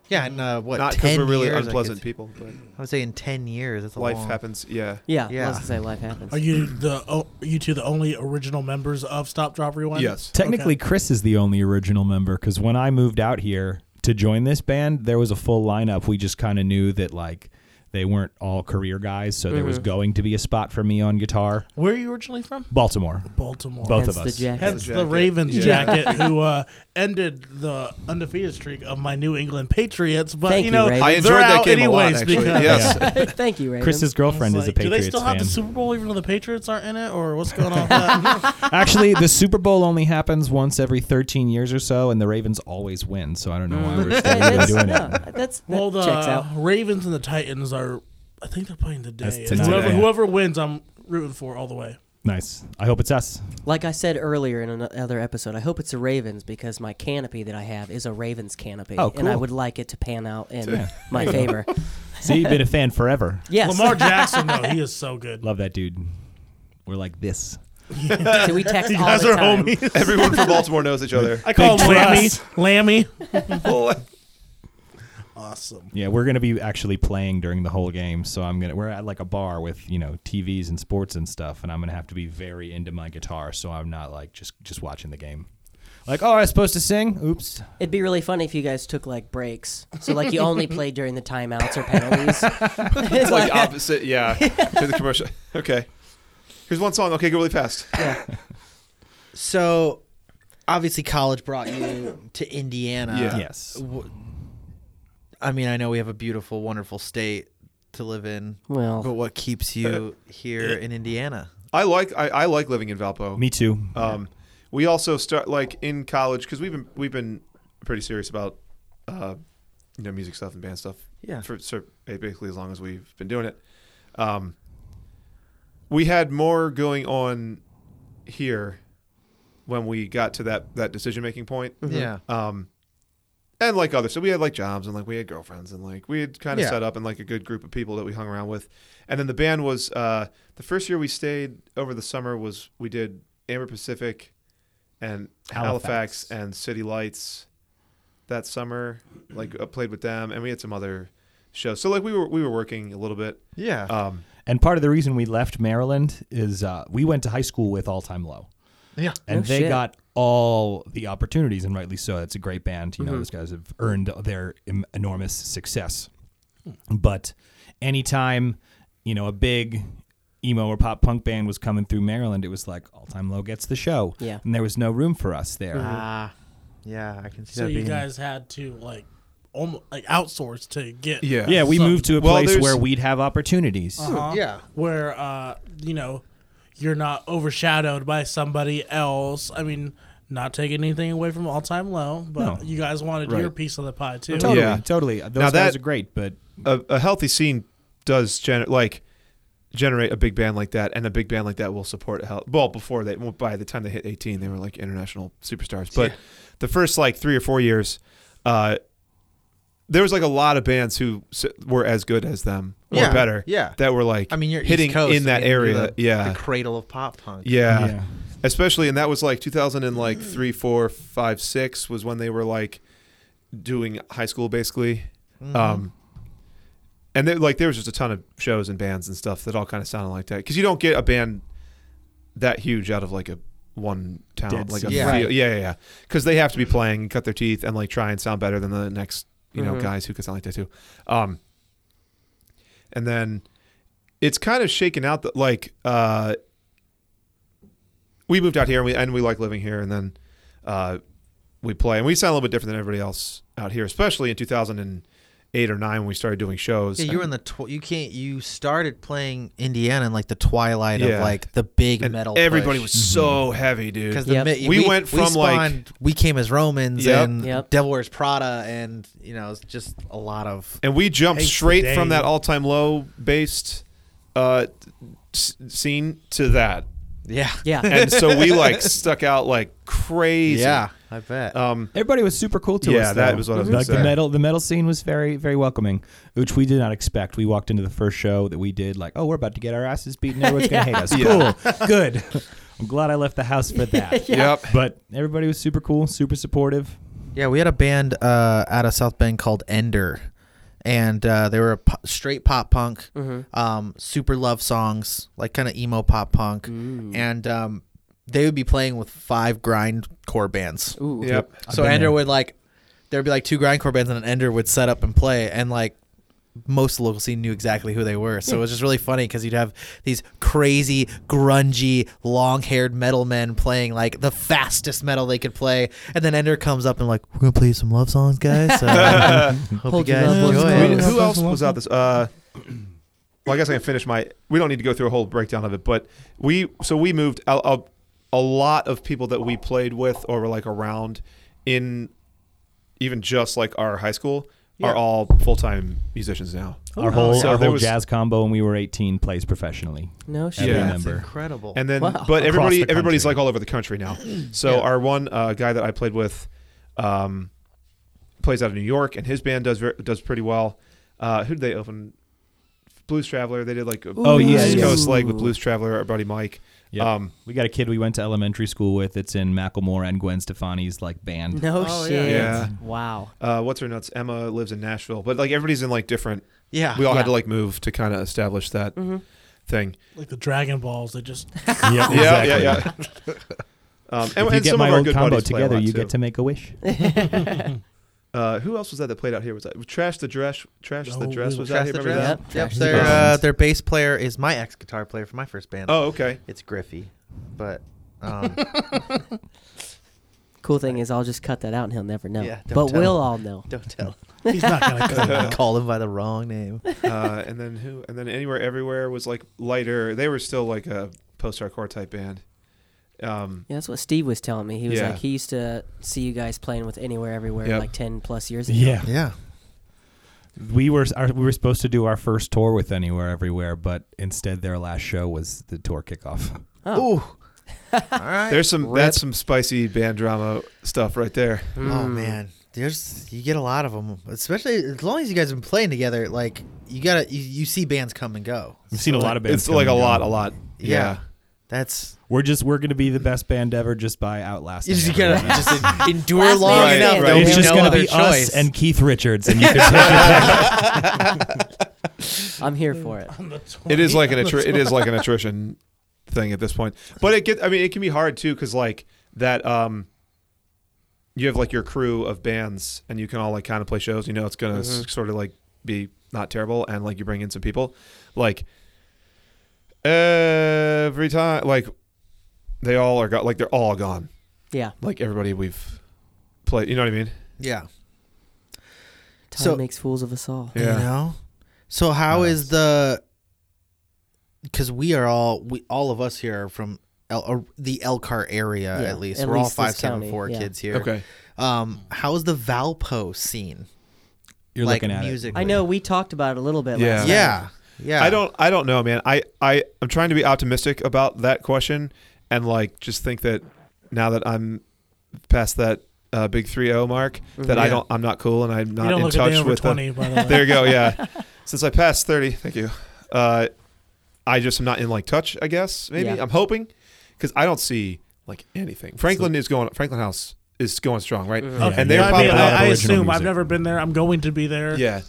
[SPEAKER 3] Yeah, and uh, what?
[SPEAKER 5] Not because
[SPEAKER 3] 10
[SPEAKER 5] we're really
[SPEAKER 3] years,
[SPEAKER 5] unpleasant
[SPEAKER 3] Like
[SPEAKER 5] people, but
[SPEAKER 3] it's- I would say in ten years, it's a
[SPEAKER 5] life
[SPEAKER 3] long-
[SPEAKER 5] happens. Yeah.
[SPEAKER 2] Yeah,
[SPEAKER 3] Yeah.
[SPEAKER 2] let's say life happens.
[SPEAKER 1] Are you the oh, are you two the only original members of Stop Drop Rewind?
[SPEAKER 5] Yes.
[SPEAKER 4] Technically, Chris is the only original member because when I moved out here to join this band, there was a full lineup. We just kind of knew that like they weren't all career guys, so there was
[SPEAKER 1] Mm-hmm.
[SPEAKER 4] going to be a spot for me on guitar.
[SPEAKER 1] Where are you originally from?
[SPEAKER 4] Baltimore.
[SPEAKER 1] Baltimore.
[SPEAKER 4] Both
[SPEAKER 2] Hence
[SPEAKER 4] of
[SPEAKER 2] the
[SPEAKER 4] us.
[SPEAKER 2] jacket.
[SPEAKER 1] Hence the
[SPEAKER 5] jacket.
[SPEAKER 1] Ravens
[SPEAKER 5] Yeah.
[SPEAKER 1] jacket, who uh, ended the undefeated streak of my New England Patriots. But
[SPEAKER 2] Thank you,
[SPEAKER 1] you know,
[SPEAKER 2] Ravens.
[SPEAKER 5] I
[SPEAKER 1] they're
[SPEAKER 5] enjoyed that
[SPEAKER 1] out
[SPEAKER 5] game a lot,
[SPEAKER 1] anyways
[SPEAKER 5] actually.
[SPEAKER 1] because-
[SPEAKER 5] Yes.
[SPEAKER 2] Thank you, Raven.
[SPEAKER 4] Chris's girlfriend is a
[SPEAKER 1] Like, do
[SPEAKER 4] Patriots
[SPEAKER 1] they still
[SPEAKER 4] fan.
[SPEAKER 1] have the Super Bowl even though the Patriots aren't in it, or what's going on? With that?
[SPEAKER 4] Actually, the Super Bowl only happens once every 13 years or so, and the Ravens always win. So I don't know why we're
[SPEAKER 1] Mm.
[SPEAKER 4] still
[SPEAKER 2] Hey, Mm.
[SPEAKER 4] even
[SPEAKER 2] that's,
[SPEAKER 4] doing
[SPEAKER 2] no,
[SPEAKER 4] it.
[SPEAKER 2] that's that
[SPEAKER 1] well, the
[SPEAKER 2] checks out.
[SPEAKER 1] Ravens and the Titans are. I think they're playing today.
[SPEAKER 4] That's
[SPEAKER 1] And
[SPEAKER 4] tonight,
[SPEAKER 1] whoever,
[SPEAKER 4] yeah.
[SPEAKER 1] whoever wins, I'm rooting for all the way.
[SPEAKER 4] Nice. I hope it's us.
[SPEAKER 2] Like I said earlier in another episode, I hope it's a Ravens because my canopy that I have is a Ravens canopy,
[SPEAKER 4] Oh,
[SPEAKER 2] and I
[SPEAKER 4] cool.
[SPEAKER 2] would like it to pan out in
[SPEAKER 5] Yeah.
[SPEAKER 2] my favor.
[SPEAKER 4] See, you've been a fan forever.
[SPEAKER 2] Yes,
[SPEAKER 1] Lamar Jackson, though, he is so good.
[SPEAKER 4] Love that dude. We're like this.
[SPEAKER 2] So we text
[SPEAKER 1] You
[SPEAKER 2] all
[SPEAKER 1] guys
[SPEAKER 2] the
[SPEAKER 1] are
[SPEAKER 2] time.
[SPEAKER 1] homies.
[SPEAKER 5] Everyone from Baltimore knows each other.
[SPEAKER 1] I call
[SPEAKER 4] Big
[SPEAKER 1] him Lammy.
[SPEAKER 4] trust.
[SPEAKER 1] Lammy.
[SPEAKER 5] That's
[SPEAKER 1] Awesome.
[SPEAKER 4] Yeah, we're gonna be actually playing during the whole game, so I'm gonna. We're at like a bar with you know TVs and sports and stuff, and I'm gonna have to be very into my guitar, so I'm not like just just watching the game. Like, oh, I was supposed to sing. Oops.
[SPEAKER 2] It'd be really funny if you guys took like breaks. So like you only played during the timeouts or penalties. It's
[SPEAKER 5] like
[SPEAKER 2] like-
[SPEAKER 5] opposite. Yeah. To the commercial. Okay. Here's one song. Okay, go really fast.
[SPEAKER 3] So, obviously, college brought you to Indiana.
[SPEAKER 5] Yeah.
[SPEAKER 4] Yes.
[SPEAKER 3] W- I mean, I know we have a beautiful, wonderful state to live in, but
[SPEAKER 2] well,
[SPEAKER 3] what keeps you here in Indiana?
[SPEAKER 5] I like I, I like living in Valpo.
[SPEAKER 4] Me too.
[SPEAKER 5] Um, we also start like in college because we've been we've been pretty serious about uh, you know music stuff and band stuff.
[SPEAKER 3] Yeah.
[SPEAKER 5] For, so eh, basically as long as we've been doing it, um, we had more going on here when we got to that that decision making point.
[SPEAKER 3] Yeah. Uh-huh.
[SPEAKER 5] Um, and like others, so we had like jobs and like we had girlfriends and like we had kind of
[SPEAKER 3] Yeah.
[SPEAKER 5] set up and like a good group of people that we hung around with. And then the band was uh, the first year we stayed over the summer was we did Amber Pacific and Halifax,
[SPEAKER 4] Halifax.
[SPEAKER 5] and City Lights that summer. Like uh, played with them and we had some other shows. So like we were we were working a little bit.
[SPEAKER 3] Yeah.
[SPEAKER 5] Um,
[SPEAKER 4] And part of the reason we left Maryland is uh, we went to high school with All Time Low,
[SPEAKER 3] yeah.
[SPEAKER 2] No
[SPEAKER 4] and they
[SPEAKER 2] Oh, shit.
[SPEAKER 4] got all the opportunities, and rightly so. It's a great band.
[SPEAKER 5] Mm-hmm.
[SPEAKER 4] You know, those guys have earned their em- enormous success. But anytime, you know, a big emo or pop punk band was coming through Maryland, it was like All Time Low gets the show.
[SPEAKER 2] Yeah.
[SPEAKER 4] And there was no room for us there.
[SPEAKER 3] Ah. yeah, I can see
[SPEAKER 1] So
[SPEAKER 3] that
[SPEAKER 1] you
[SPEAKER 3] being.
[SPEAKER 1] guys had to like, almost, like outsource to get
[SPEAKER 5] yeah.
[SPEAKER 4] Yeah, we
[SPEAKER 1] So-
[SPEAKER 4] moved to a
[SPEAKER 5] Well,
[SPEAKER 4] place
[SPEAKER 5] there's-
[SPEAKER 4] where we'd have opportunities.
[SPEAKER 1] Uh-huh.
[SPEAKER 3] Yeah.
[SPEAKER 1] where uh, you know you're not overshadowed by somebody else. I mean, not taking anything away from all time low, but
[SPEAKER 4] No.
[SPEAKER 1] you guys wanted your
[SPEAKER 5] Right.
[SPEAKER 1] piece of the pie too.
[SPEAKER 4] Totally,
[SPEAKER 5] Yeah.
[SPEAKER 4] totally. Those
[SPEAKER 5] Now
[SPEAKER 4] guys
[SPEAKER 5] that-
[SPEAKER 4] are great, but
[SPEAKER 5] a, a healthy scene does gener- like generate a big band like that, and a big band like that will support a hel- well before they well, by the time they hit eighteen, they were like international superstars. But the first like three or four years, uh, there was like a lot of bands who s- were as good as them or
[SPEAKER 3] Yeah,
[SPEAKER 5] better.
[SPEAKER 3] yeah.
[SPEAKER 5] that were like
[SPEAKER 3] I mean, you're
[SPEAKER 5] hitting
[SPEAKER 3] East Coast,
[SPEAKER 5] in
[SPEAKER 3] I
[SPEAKER 5] that
[SPEAKER 3] mean, you're
[SPEAKER 5] area.
[SPEAKER 3] the-
[SPEAKER 5] yeah.
[SPEAKER 3] the cradle of pop punk.
[SPEAKER 5] yeah,
[SPEAKER 4] Yeah.
[SPEAKER 5] especially and that was like two thousand and like three, four, five, six was when they were like doing high school basically. Um, and there, like there was just a ton of shows and bands and stuff that all kind of sounded like that because you don't get a band that huge out of like a one town,
[SPEAKER 4] Dead
[SPEAKER 5] like a
[SPEAKER 3] scene. Yeah.
[SPEAKER 5] field- yeah, yeah, yeah, because they have to be playing, cut their teeth, and like try and sound better than the next, you know,
[SPEAKER 2] Mhm.
[SPEAKER 5] guys who can sound like that too. Um, and then it's kind of shaken out that like uh, we moved out here and we and we like living here, and then uh, we play and we sound a little bit different than everybody else out here, especially in 2008 or nine when we started doing shows.
[SPEAKER 3] Yeah, you were in the tw- you can't you started playing Indiana in like the twilight of
[SPEAKER 5] Yeah.
[SPEAKER 3] like the big
[SPEAKER 5] and
[SPEAKER 3] metal.
[SPEAKER 5] Everybody was so heavy, dude.
[SPEAKER 3] because
[SPEAKER 2] Yep.
[SPEAKER 5] We went from, like-
[SPEAKER 3] we came as Romans
[SPEAKER 5] Yep.
[SPEAKER 3] and
[SPEAKER 2] Yep.
[SPEAKER 3] Devil Wears Prada and you know it's just a lot of
[SPEAKER 5] and we jumped
[SPEAKER 1] Hates the
[SPEAKER 5] straight
[SPEAKER 1] day.
[SPEAKER 5] from that all-time low based uh, s- scene to that,
[SPEAKER 3] yeah
[SPEAKER 2] yeah.
[SPEAKER 5] and so we like stuck out like crazy.
[SPEAKER 3] yeah I bet
[SPEAKER 5] Um,
[SPEAKER 4] Everybody was super cool to
[SPEAKER 5] Yeah,
[SPEAKER 4] us.
[SPEAKER 5] that
[SPEAKER 4] though.
[SPEAKER 5] was what I was gonna
[SPEAKER 4] like. The
[SPEAKER 5] say.
[SPEAKER 4] metal, the metal scene was very, very welcoming, which we did not expect. We walked into the first show that we did, like, oh, we're about to get our asses beaten. Everyone's gonna hate us.
[SPEAKER 5] Yeah.
[SPEAKER 4] Cool, good. I'm glad I left the house for that.
[SPEAKER 5] Yep.
[SPEAKER 4] But everybody was super cool, super supportive.
[SPEAKER 3] yeah we had a band uh, out of South Bend called Ender and uh, they were a po- straight pop punk um, super love songs like kind of emo pop punk and um, they would be playing with five grindcore bands
[SPEAKER 2] Ooh.
[SPEAKER 5] Yep.
[SPEAKER 3] So
[SPEAKER 4] been
[SPEAKER 3] Ender
[SPEAKER 4] there.
[SPEAKER 3] would like there'd be like two grindcore bands and then Ender would set up and play and like most of the local scene knew exactly who they were. So it was just really funny because you'd have these crazy, grungy, long haired metal men playing like the fastest metal they could play. And then Ender comes up and, like, we're going to play some love songs, guys. So, uh, hope
[SPEAKER 2] Hold
[SPEAKER 3] you
[SPEAKER 2] your
[SPEAKER 3] guys
[SPEAKER 2] love
[SPEAKER 3] enjoy
[SPEAKER 5] I mean,
[SPEAKER 3] it.
[SPEAKER 1] songs.
[SPEAKER 5] who else was out this? Uh, well, I guess I can finish my. We don't need to go through a whole breakdown of it, but we so we moved a, a, a lot of people that we played with or were like around in even just like our high school are all full time musicians now.
[SPEAKER 4] Our whole
[SPEAKER 5] Oh, So
[SPEAKER 4] our
[SPEAKER 5] there
[SPEAKER 4] whole
[SPEAKER 5] was-
[SPEAKER 4] jazz combo when we were 18 plays professionally.
[SPEAKER 2] No shit.
[SPEAKER 5] Yeah.
[SPEAKER 3] That's
[SPEAKER 4] member.
[SPEAKER 3] incredible.
[SPEAKER 5] And then,
[SPEAKER 2] Wow.
[SPEAKER 5] but everybody,
[SPEAKER 4] the country.
[SPEAKER 5] everybody's like all over the country now. So
[SPEAKER 3] Yeah.
[SPEAKER 5] our one uh, guy that I played with um, plays out of New York, and his band does ver- does pretty well. Uh, who did they open? Blues Traveler. They did like a
[SPEAKER 4] Oh, yeah,
[SPEAKER 5] East
[SPEAKER 4] yeah.
[SPEAKER 5] Coast leg with
[SPEAKER 2] Ooh.
[SPEAKER 5] Blues Traveler. Our buddy Mike.
[SPEAKER 4] Yeah.
[SPEAKER 5] Um,
[SPEAKER 4] we got a kid we went to elementary school with. It's in Macklemore and Gwen Stefani's like band.
[SPEAKER 2] No
[SPEAKER 3] Oh, yeah.
[SPEAKER 2] shit.
[SPEAKER 5] Yeah.
[SPEAKER 2] Wow.
[SPEAKER 5] uh, what's her nuts? Emma lives in Nashville, but like everybody's in like different.
[SPEAKER 3] yeah.
[SPEAKER 5] We all
[SPEAKER 2] Yeah.
[SPEAKER 5] had to like move to kind of establish that thing.
[SPEAKER 1] Like the Dragon Balls, they just
[SPEAKER 4] yeah,
[SPEAKER 5] Yeah, yeah, yeah. um, and,
[SPEAKER 4] If you
[SPEAKER 5] and
[SPEAKER 4] get
[SPEAKER 5] some
[SPEAKER 4] my
[SPEAKER 5] of our
[SPEAKER 4] old
[SPEAKER 5] good
[SPEAKER 4] combo
[SPEAKER 5] buddies play a
[SPEAKER 4] together,
[SPEAKER 5] lot,
[SPEAKER 4] you
[SPEAKER 5] too.
[SPEAKER 4] get to make a wish.
[SPEAKER 5] Uh, who else was that that played out here? Was that Trash the Dress? Trash
[SPEAKER 1] Oh,
[SPEAKER 5] the Dress
[SPEAKER 1] we
[SPEAKER 5] was
[SPEAKER 1] were-
[SPEAKER 5] out
[SPEAKER 3] Trash
[SPEAKER 5] here.
[SPEAKER 3] the
[SPEAKER 5] Remember
[SPEAKER 3] Dress.
[SPEAKER 5] that?
[SPEAKER 2] that?
[SPEAKER 3] Yep.
[SPEAKER 2] Trash
[SPEAKER 3] Their,
[SPEAKER 5] the
[SPEAKER 3] uh,
[SPEAKER 5] Dress.
[SPEAKER 3] their bass player is my ex guitar player for my first band.
[SPEAKER 5] Oh, okay.
[SPEAKER 3] It's Griffey, but. Um,
[SPEAKER 2] Cool thing is, I'll just cut that out and he'll never know.
[SPEAKER 3] Yeah, don't
[SPEAKER 2] but
[SPEAKER 3] tell
[SPEAKER 2] we'll
[SPEAKER 3] him.
[SPEAKER 2] all know.
[SPEAKER 3] don't tell.
[SPEAKER 1] he's not gonna cut it out.
[SPEAKER 3] Call him by the wrong name.
[SPEAKER 5] uh, and then who? And then anywhere, everywhere was like lighter. They were still like a post-hardcore type band. Um,
[SPEAKER 2] Yeah, that's what Steve was telling me. He was
[SPEAKER 5] Yeah.
[SPEAKER 2] like, he used to see you guys playing with Anywhere Everywhere
[SPEAKER 5] Yep.
[SPEAKER 2] like 10 plus years ago.
[SPEAKER 4] Yeah.
[SPEAKER 3] Yeah.
[SPEAKER 4] We were our, we were supposed to do our first tour with Anywhere Everywhere, but instead their last show was the tour kickoff.
[SPEAKER 2] Oh.
[SPEAKER 3] Ooh. All right.
[SPEAKER 5] there's some
[SPEAKER 2] Rip.
[SPEAKER 5] that's some spicy band drama stuff right there.
[SPEAKER 3] Oh
[SPEAKER 4] hmm.
[SPEAKER 3] man, there's you get a lot of them, especially as long as you guys have been playing together. Like you gotta, you, you see bands come and go.
[SPEAKER 4] We've seen a lot of bands.
[SPEAKER 5] it's like a
[SPEAKER 4] come and go.
[SPEAKER 5] lot, a lot. Yeah.
[SPEAKER 3] that's
[SPEAKER 4] We're just we're gonna be the best band ever just by outlasting.
[SPEAKER 3] you just
[SPEAKER 4] everyone
[SPEAKER 3] gotta
[SPEAKER 4] else.
[SPEAKER 3] just en- endure
[SPEAKER 2] Last
[SPEAKER 3] long
[SPEAKER 5] man
[SPEAKER 3] enough.
[SPEAKER 5] standing.
[SPEAKER 3] There'll
[SPEAKER 5] Right.
[SPEAKER 4] It's
[SPEAKER 3] be
[SPEAKER 4] just
[SPEAKER 3] no
[SPEAKER 4] gonna
[SPEAKER 3] other
[SPEAKER 4] be
[SPEAKER 3] choice.
[SPEAKER 4] us and Keith Richards, and you can take it.
[SPEAKER 2] I'm here for it.
[SPEAKER 5] It is like an attri- it is like an attrition thing at this point. But it get I mean it can be hard too because like that um you have like your crew of bands and you can all like kind of play shows. You know it's gonna s- sort of like be not terrible and like you bring in some people like every time like they all are go- like they're all gone
[SPEAKER 2] Yeah.
[SPEAKER 5] like everybody we've played. You know what I mean?
[SPEAKER 3] yeah,
[SPEAKER 2] Time
[SPEAKER 3] So-
[SPEAKER 2] makes fools of us all.
[SPEAKER 5] Yeah.
[SPEAKER 3] You know. So how is the? Because we are all we all of us here are from El, or the Elkhart area
[SPEAKER 2] Yeah,
[SPEAKER 3] at least.
[SPEAKER 2] at
[SPEAKER 3] We're all
[SPEAKER 2] least this
[SPEAKER 3] five seven four
[SPEAKER 2] county, yeah.
[SPEAKER 3] kids here.
[SPEAKER 2] Hmm.
[SPEAKER 3] Um, how is the Valpo scene?
[SPEAKER 4] You're
[SPEAKER 3] like
[SPEAKER 4] looking at
[SPEAKER 3] music.
[SPEAKER 2] I know we talked about it a little bit
[SPEAKER 5] Yeah.
[SPEAKER 2] last
[SPEAKER 3] Yeah. Yeah.
[SPEAKER 5] I don't I don't know, man. I I I'm trying to be optimistic about that question and like just think that now that I'm past that uh, big 30 mark that I
[SPEAKER 3] Yeah.
[SPEAKER 5] don't I'm not cool and I'm
[SPEAKER 1] you
[SPEAKER 5] not
[SPEAKER 1] don't
[SPEAKER 5] in
[SPEAKER 1] look a day
[SPEAKER 5] touch
[SPEAKER 1] over
[SPEAKER 5] with the,
[SPEAKER 1] twenty, by the way.
[SPEAKER 5] There you go, yeah. Since I passed 30, thank you. Uh I just am not in like touch, I guess. Maybe
[SPEAKER 2] Yeah.
[SPEAKER 5] I'm hoping cuz I don't see like anything. Franklin is going Franklin House is going strong, right?
[SPEAKER 2] Mhm.
[SPEAKER 1] Okay,
[SPEAKER 5] And they're
[SPEAKER 1] yeah, I,
[SPEAKER 5] probably
[SPEAKER 1] mean,
[SPEAKER 5] a lot
[SPEAKER 1] I,
[SPEAKER 5] of
[SPEAKER 1] I
[SPEAKER 4] original
[SPEAKER 1] assume I've
[SPEAKER 4] music.
[SPEAKER 1] never been there. I'm going to be there.
[SPEAKER 5] Yeah.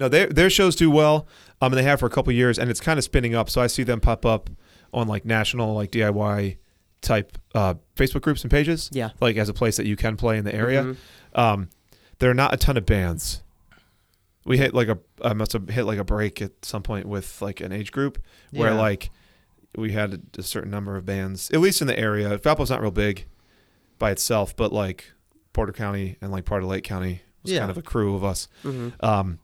[SPEAKER 5] No, their their shows do well. Um, and they have for a couple years, and it's kind of spinning up. So I see them pop up on like national, like DIY type uh, Facebook groups and pages,
[SPEAKER 2] Yeah.
[SPEAKER 5] like as a place that you can play in the area.
[SPEAKER 2] Mhm.
[SPEAKER 3] Mm-hmm.
[SPEAKER 5] Um, there are not a ton of bands. We hit like a I must have hit like a break at some point with like an age group where
[SPEAKER 3] Yeah.
[SPEAKER 5] like we had a, a certain number of bands, at least in the area. Valpo's not real big by itself, but like Porter County and like part of Lake County was
[SPEAKER 3] Yeah. Mm-hmm.
[SPEAKER 5] kind of a crew of us.
[SPEAKER 2] Mhm.
[SPEAKER 5] Um,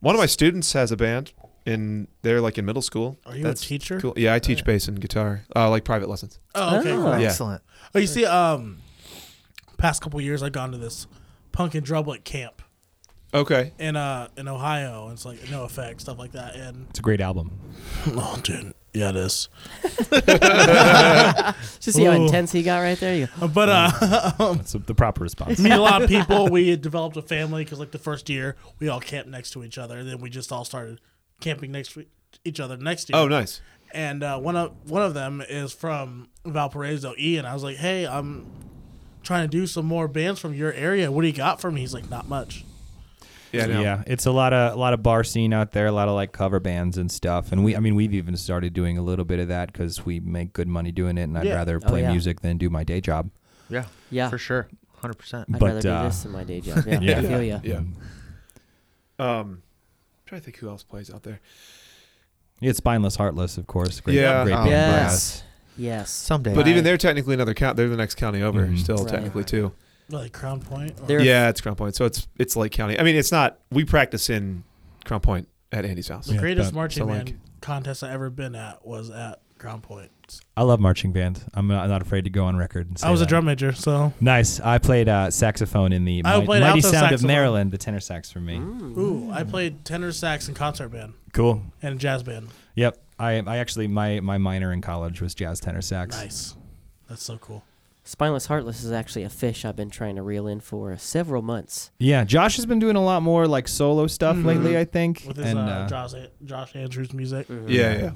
[SPEAKER 5] one of my students has a band, and they're like in middle school.
[SPEAKER 1] Are you
[SPEAKER 5] That's
[SPEAKER 1] a teacher?
[SPEAKER 5] Cool. Ah. Yeah, I teach bass and guitar, uh, like private lessons.
[SPEAKER 1] Oh, okay.
[SPEAKER 2] Oh.
[SPEAKER 1] cool.
[SPEAKER 2] Yeah.
[SPEAKER 3] Excellent.
[SPEAKER 1] Oh, you see, um, past couple years I've gone to this punk and drublet camp
[SPEAKER 5] Okay.
[SPEAKER 1] in uh in Ohio. and It's like no effect stuff like that. And
[SPEAKER 4] It's a great album.
[SPEAKER 1] oh, dude, yeah, it is.
[SPEAKER 2] Just see how
[SPEAKER 1] Ooh.
[SPEAKER 2] intense he got right there. You go,
[SPEAKER 1] But
[SPEAKER 5] Mm.
[SPEAKER 1] uh,
[SPEAKER 4] That's the proper response.
[SPEAKER 1] meet a lot of people. We had developed a family because like the first year we all camped next to each other. Then we just all started camping next to each other next year.
[SPEAKER 5] Oh, nice.
[SPEAKER 1] and uh, one of one of them is from Valparaiso, Ian. I was like, "Hey, I'm trying to do some more bands from your area. What do you got for me?" He's like, "Not much."
[SPEAKER 5] Yeah. No.
[SPEAKER 4] Yeah, it's a lot of a lot of bar scene out there, a lot of like cover bands and stuff. And we, I mean, we've even started doing a little bit of that because we make good money doing it, and I'd
[SPEAKER 1] Yeah.
[SPEAKER 4] rather
[SPEAKER 2] Oh,
[SPEAKER 4] play
[SPEAKER 2] yeah.
[SPEAKER 4] music than do my day job.
[SPEAKER 3] Yeah.
[SPEAKER 2] yeah.
[SPEAKER 3] For sure. 100%.
[SPEAKER 2] I'd
[SPEAKER 4] but
[SPEAKER 2] rather
[SPEAKER 4] uh,
[SPEAKER 2] do this than my day job. Yeah.
[SPEAKER 4] yeah.
[SPEAKER 2] I feel ya.
[SPEAKER 5] Yeah. Um, trying to think who else plays out there.
[SPEAKER 4] Yeah, It's Spineless Heartless, of course. Great,
[SPEAKER 5] Yeah.
[SPEAKER 4] Great
[SPEAKER 3] Oh,
[SPEAKER 4] band,
[SPEAKER 2] yes.
[SPEAKER 4] Brass.
[SPEAKER 2] Yes.
[SPEAKER 3] Someday.
[SPEAKER 5] But
[SPEAKER 2] Right.
[SPEAKER 5] even they're technically another count. They're the next county over,
[SPEAKER 4] Mhm.
[SPEAKER 5] still
[SPEAKER 2] Right.
[SPEAKER 5] technically too.
[SPEAKER 1] Like Crown Point. or-
[SPEAKER 2] There- They're-
[SPEAKER 5] yeah, it's Crown Point. So it's it's Lake County. I mean, it's not. We practice in Crown Point at Andy's house.
[SPEAKER 1] the
[SPEAKER 4] Yeah,
[SPEAKER 1] greatest
[SPEAKER 4] but-
[SPEAKER 1] marching
[SPEAKER 5] so,
[SPEAKER 1] band
[SPEAKER 5] like-
[SPEAKER 1] contest I ever been at was at Crown Point.
[SPEAKER 4] I love marching band. I'm not, not afraid to go on record. And say
[SPEAKER 1] I was
[SPEAKER 4] that.
[SPEAKER 1] a drum major, so
[SPEAKER 4] Nice. I played uh, saxophone in the
[SPEAKER 1] I
[SPEAKER 4] Mi-
[SPEAKER 1] played
[SPEAKER 4] Mighty
[SPEAKER 1] alto
[SPEAKER 4] Sound of
[SPEAKER 1] saxophone.
[SPEAKER 4] Maryland, the tenor sax for
[SPEAKER 5] Mm.
[SPEAKER 4] me.
[SPEAKER 2] Mm.
[SPEAKER 1] ooh, I played tenor sax and concert band
[SPEAKER 4] Cool.
[SPEAKER 1] and jazz band.
[SPEAKER 4] Yep. I, I actually my, my minor in college was jazz tenor sax.
[SPEAKER 1] Nice, that's so cool.
[SPEAKER 2] Spineless Heartless is actually a fish I've been trying to reel in for several months.
[SPEAKER 4] Yeah, Josh has been doing a lot more like solo stuff lately. I think,
[SPEAKER 1] Mm-hmm. With his
[SPEAKER 4] and
[SPEAKER 1] uh,
[SPEAKER 4] uh,
[SPEAKER 1] Josh, Josh Andrews music.
[SPEAKER 5] Yeah, yeah.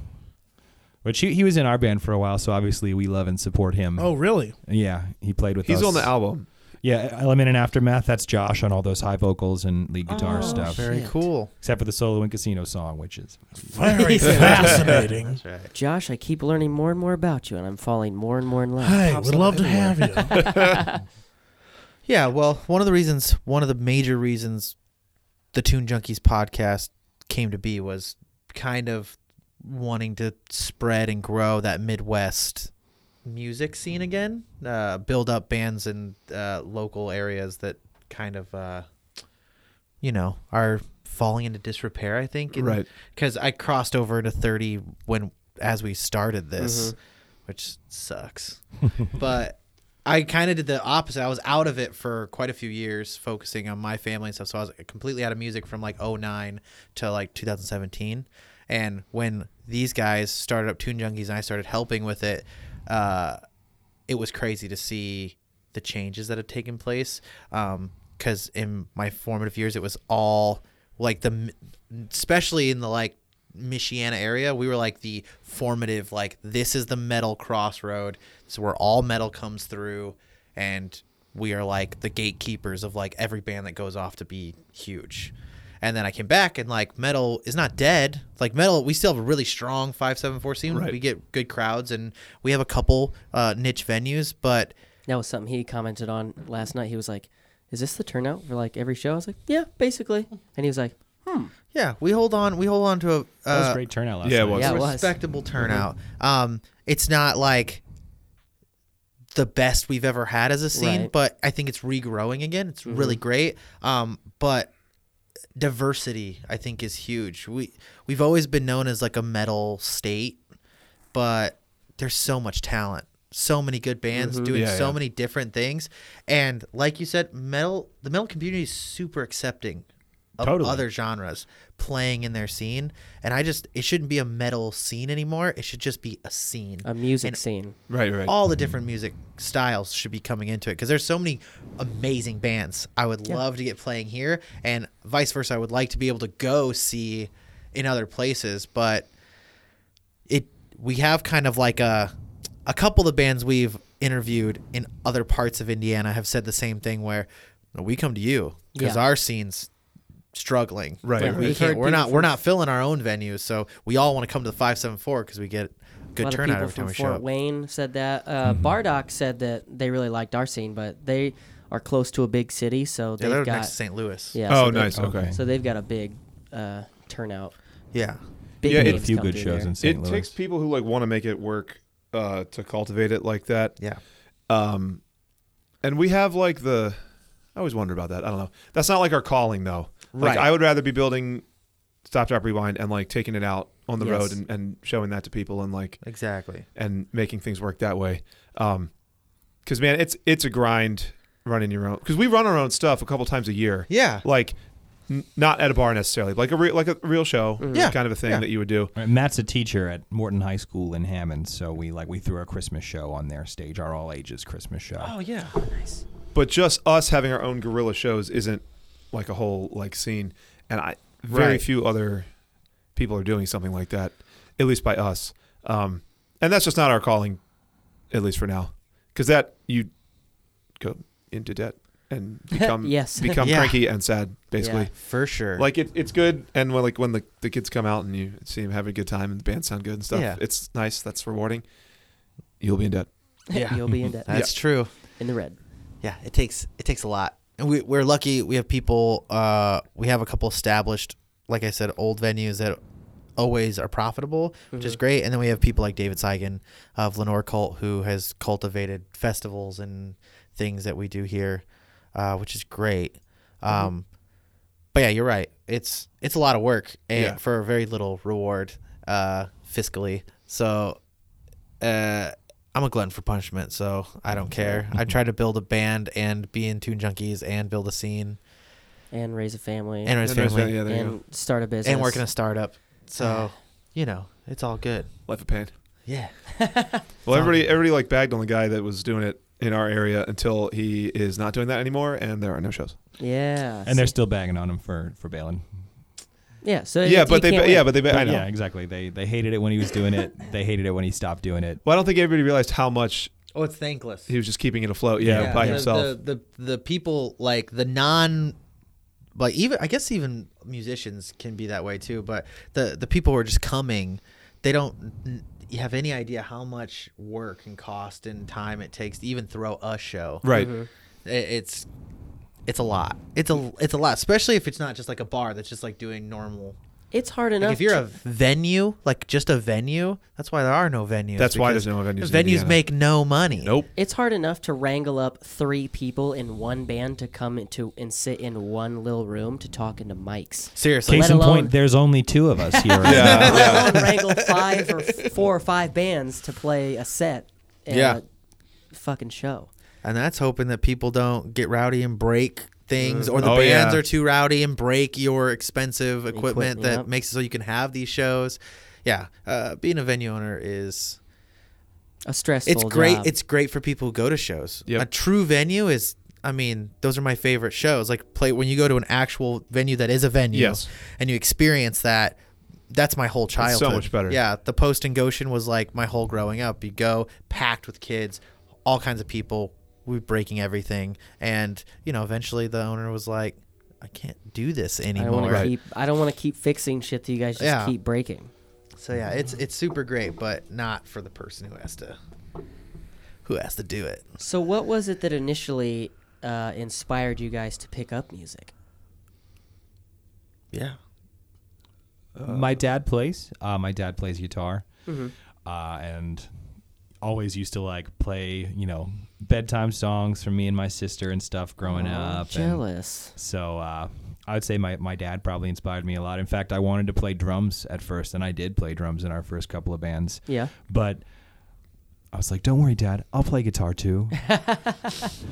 [SPEAKER 4] which he, he was in our band for a while, so obviously we love and support him.
[SPEAKER 1] Oh, really?
[SPEAKER 4] yeah, he played with.
[SPEAKER 5] He's
[SPEAKER 4] us.
[SPEAKER 5] on the album.
[SPEAKER 4] Yeah, Element and Aftermath. That's Josh on all those high vocals and lead guitar
[SPEAKER 2] Oh,
[SPEAKER 4] stuff,
[SPEAKER 2] shit.
[SPEAKER 3] Very cool.
[SPEAKER 4] except for the solo and casino song, which is
[SPEAKER 1] Very fascinating.
[SPEAKER 3] That's right.
[SPEAKER 2] Josh, I keep learning more and more about you, and I'm falling more and more in love.
[SPEAKER 1] Hey, we'd love to have you.
[SPEAKER 3] Yeah, well, one of the reasons, one of the major reasons the Toon Junkies podcast came to be was kind of wanting to spread and grow that Midwest music scene again, uh, build up bands in uh, local areas that kind of, uh, you know, are falling into disrepair, I think. and-
[SPEAKER 5] Right.
[SPEAKER 3] because I crossed over to 30 when as we started this, which sucks. but I kind of did the opposite. I was out of it for quite a few years, focusing on my family and stuff. So I was completely out of music from like 09 to like 2017. And when these guys started up Toon Junkies and I started helping with it, uh, it was crazy to see the changes that had taken place. Because in my formative years, it was all like the, m- especially in the like Michiana area, we were like the formative, like, this is the metal crossroad. This is where all metal comes through. And we are like the gatekeepers of like every band that goes off to be huge. And then I came back and like metal is not dead. Like metal, we still have a really strong five seven four scene.
[SPEAKER 5] Right.
[SPEAKER 3] We get good crowds and we have a couple uh, niche venues, but
[SPEAKER 2] That was something he commented on last night. He was like, "Is this the turnout for like every show?" I was like, "Yeah, basically." And he was like,
[SPEAKER 3] yeah, we hold on. We hold on to a,
[SPEAKER 4] that was
[SPEAKER 3] uh,
[SPEAKER 4] a great turnout last
[SPEAKER 5] yeah, it
[SPEAKER 4] night.
[SPEAKER 5] was. Mm-hmm.
[SPEAKER 2] Yeah, it was.
[SPEAKER 3] respectable turnout. Um, it's not like the best we've ever had as a scene,
[SPEAKER 2] Right. Mm-hmm.
[SPEAKER 3] but I think it's regrowing again. It's really great. Um, but diversity, I think, is huge. We we've always been known as like a metal state, but there's so much talent, so many good bands
[SPEAKER 2] Mm-hmm.
[SPEAKER 3] doing
[SPEAKER 5] Yeah,
[SPEAKER 3] so
[SPEAKER 5] yeah.
[SPEAKER 3] many different things, and like you said, metal the metal community is super accepting of
[SPEAKER 4] Totally.
[SPEAKER 3] other genres playing in their scene. And I just, it shouldn't be a metal scene anymore. It should just be a scene.
[SPEAKER 2] "A music
[SPEAKER 3] And
[SPEAKER 2] scene."
[SPEAKER 5] Right, Mm-hmm. right.
[SPEAKER 3] All the different music styles should be coming into it because there's so many amazing bands I would love to get playing here, and vice versa. I would like to be able to go see in other places, but it we have kind of like a a couple of the bands we've interviewed in other parts of Indiana have said the same thing where we come to you because
[SPEAKER 2] Yeah.
[SPEAKER 3] our scene's struggling.
[SPEAKER 5] Right,
[SPEAKER 3] Like,
[SPEAKER 5] right.
[SPEAKER 3] We
[SPEAKER 2] We've
[SPEAKER 3] can't,
[SPEAKER 2] heard
[SPEAKER 3] we're not
[SPEAKER 2] people
[SPEAKER 3] we're
[SPEAKER 2] from-
[SPEAKER 3] not filling our own venues, so we all want to come to the five seven four because we get
[SPEAKER 2] a
[SPEAKER 3] good
[SPEAKER 2] lot
[SPEAKER 3] turnout
[SPEAKER 2] of
[SPEAKER 3] every
[SPEAKER 2] people from
[SPEAKER 3] time we
[SPEAKER 2] Fort
[SPEAKER 3] show up.
[SPEAKER 2] Wayne said that. Uh, Bardock said that they really liked our scene, but they are close to a big city, so
[SPEAKER 3] Yeah,
[SPEAKER 2] they've
[SPEAKER 3] they're
[SPEAKER 2] got
[SPEAKER 3] next to St. Louis.
[SPEAKER 2] yeah.
[SPEAKER 5] oh,
[SPEAKER 2] so they-
[SPEAKER 5] nice. Okay.
[SPEAKER 2] So they've got a big uh, turnout.
[SPEAKER 3] Yeah.
[SPEAKER 2] Big
[SPEAKER 5] Yeah,
[SPEAKER 4] We
[SPEAKER 5] it-
[SPEAKER 4] did
[SPEAKER 2] names
[SPEAKER 4] a few
[SPEAKER 2] come
[SPEAKER 4] good
[SPEAKER 2] through
[SPEAKER 4] shows
[SPEAKER 2] there.
[SPEAKER 4] in
[SPEAKER 5] It
[SPEAKER 4] St. Louis.
[SPEAKER 5] takes people who like want to make it work uh, to cultivate it like that.
[SPEAKER 3] Yeah.
[SPEAKER 5] Um, and we have like the. I always wonder about that. I don't know. That's not like our calling though. Like
[SPEAKER 3] Right.
[SPEAKER 5] I would rather be building Stop Drop Rewind and like taking it out on the
[SPEAKER 2] Yes.
[SPEAKER 5] road and, and showing that to people and like
[SPEAKER 3] Exactly.
[SPEAKER 5] and making things work that way. Um, because man, it's it's a grind running your own. Because we run our own stuff a couple times a year.
[SPEAKER 3] Yeah.
[SPEAKER 5] Like. n- Not at a bar necessarily, like a re- like a real show,
[SPEAKER 3] Yeah.
[SPEAKER 5] kind of a thing
[SPEAKER 3] Mm-hmm. Yeah.
[SPEAKER 5] that you would do.
[SPEAKER 4] Right, Matt's a teacher at Morton High School in Hammond, so we like we threw a Christmas show on their stage, our all ages Christmas show.
[SPEAKER 3] Oh yeah.
[SPEAKER 5] but just us having our own guerrilla shows isn't like a whole like scene and i very
[SPEAKER 3] Right.
[SPEAKER 5] few other people are doing something like that at least by us um and that's just not our calling at least for now because that you go into debt and become
[SPEAKER 2] Yes.
[SPEAKER 5] become
[SPEAKER 3] Yeah.
[SPEAKER 5] cranky and sad basically
[SPEAKER 3] For sure.
[SPEAKER 5] like it, it's good and when like when the, the kids come out and you see them having a good time and the bands sound good and stuff
[SPEAKER 3] Yeah.
[SPEAKER 5] it's nice that's rewarding you'll be in debt
[SPEAKER 3] Yeah.
[SPEAKER 2] You'll be in debt.
[SPEAKER 3] that's true.
[SPEAKER 2] In the red.
[SPEAKER 3] Yeah, it takes it takes a lot. And we we're lucky we have people uh we have a couple established like I said, old venues that always are profitable, which is great. And then we have people like David Seigan of Lenore Cult, who has cultivated festivals and things that we do here, uh, which is great. Um, but yeah, you're right. It's it's a lot of work and
[SPEAKER 5] Yeah.
[SPEAKER 3] for very little reward uh, fiscally. So uh, I'm a glutton for punishment, so I don't care. I try to build a band and be in Tune Junkies and build a scene
[SPEAKER 2] and raise a family
[SPEAKER 3] and
[SPEAKER 2] and,
[SPEAKER 3] raise
[SPEAKER 5] And there's-
[SPEAKER 3] family
[SPEAKER 5] yeah, there you go.
[SPEAKER 2] start a business
[SPEAKER 3] and work in a startup. So you know, it's all good.
[SPEAKER 5] Life of pain.
[SPEAKER 3] Yeah.
[SPEAKER 5] Well, everybody, everybody like bagged on the guy that was doing it in our area until he is not doing that anymore, and there are no shows.
[SPEAKER 2] yeah
[SPEAKER 4] and they're still banging on him for for bailing.
[SPEAKER 2] yeah so
[SPEAKER 5] yeah,
[SPEAKER 2] it- you
[SPEAKER 5] but they,
[SPEAKER 2] can't
[SPEAKER 5] yeah,
[SPEAKER 2] win.
[SPEAKER 5] but they, I know.
[SPEAKER 4] Yeah, exactly. They they hated it when he was doing it. they hated it when he stopped doing it.
[SPEAKER 5] Well, I don't think everybody realized how much
[SPEAKER 3] Oh, it's thankless.
[SPEAKER 5] he was just keeping it afloat. Yeah,
[SPEAKER 4] Yeah.
[SPEAKER 5] by
[SPEAKER 3] the,
[SPEAKER 5] himself.
[SPEAKER 3] The, the the people like the non like even I guess even musicians can be that way too, but the the people who are just coming, they don't n- you have any idea how much work and cost and time it takes to even throw a show.
[SPEAKER 5] right.
[SPEAKER 3] I- It's it's a lot. It's a it's a lot, especially if it's not just like a bar that's just like doing normal.
[SPEAKER 2] it's hard enough
[SPEAKER 3] Like if you're
[SPEAKER 2] to-
[SPEAKER 3] a venue, like just a venue, that's why there are no venues.
[SPEAKER 5] That's why
[SPEAKER 3] because
[SPEAKER 5] there's no venues in
[SPEAKER 3] Venues
[SPEAKER 5] Indiana.
[SPEAKER 3] make no money.
[SPEAKER 5] Nope.
[SPEAKER 2] it's hard enough to wrangle up three people in one band to come into and sit in one little room to talk into mics.
[SPEAKER 3] Seriously.
[SPEAKER 4] Case
[SPEAKER 2] Let
[SPEAKER 4] in
[SPEAKER 2] alone-
[SPEAKER 4] point, there's only two of us here. right now.
[SPEAKER 5] Yeah.
[SPEAKER 2] Let alone wrangle five or f- four or five bands to play a set. And
[SPEAKER 3] Yeah.
[SPEAKER 2] A fucking show.
[SPEAKER 3] And that's hoping that people don't get rowdy and break things, or the
[SPEAKER 5] Oh,
[SPEAKER 3] bands
[SPEAKER 5] yeah.
[SPEAKER 3] are too rowdy and break your expensive equipment
[SPEAKER 2] Equip-
[SPEAKER 3] that
[SPEAKER 2] yep.
[SPEAKER 3] makes it so you can have these shows. Yeah, uh, being a venue owner is
[SPEAKER 2] A stressful.
[SPEAKER 3] it's great.
[SPEAKER 2] job.
[SPEAKER 3] It's great for people who go to shows.
[SPEAKER 5] Yep.
[SPEAKER 3] A true venue is. I mean, those are my favorite shows. Like play when you go to an actual venue that is a venue,
[SPEAKER 5] Yes.
[SPEAKER 3] and you experience that. That's my whole
[SPEAKER 5] so
[SPEAKER 3] childhood.
[SPEAKER 5] much better.
[SPEAKER 3] Yeah, the post in Goshen was like my whole growing up. You go packed with kids, all kinds of people. We were breaking everything, and you know, eventually the owner was like, "I can't do this
[SPEAKER 2] I
[SPEAKER 3] anymore."
[SPEAKER 2] don't want to keep. I don't want to keep fixing shit that you guys just
[SPEAKER 3] Yeah.
[SPEAKER 2] keep breaking.
[SPEAKER 3] So yeah, it's it's super great, but not for the person who has to who has to do it.
[SPEAKER 2] So what was it that initially uh, inspired you guys to pick up music?
[SPEAKER 3] Yeah.
[SPEAKER 4] my dad plays. Uh, my dad plays guitar, uh, and always used to like play, you know, bedtime songs for me and my sister and stuff growing up. and
[SPEAKER 2] Jealous.
[SPEAKER 4] so uh, I would say my, my dad probably inspired me a lot. In fact, I wanted to play drums at first, and I did play drums in our first couple of bands.
[SPEAKER 2] Yeah.
[SPEAKER 4] But I was like, "Don't worry, Dad, I'll play guitar too."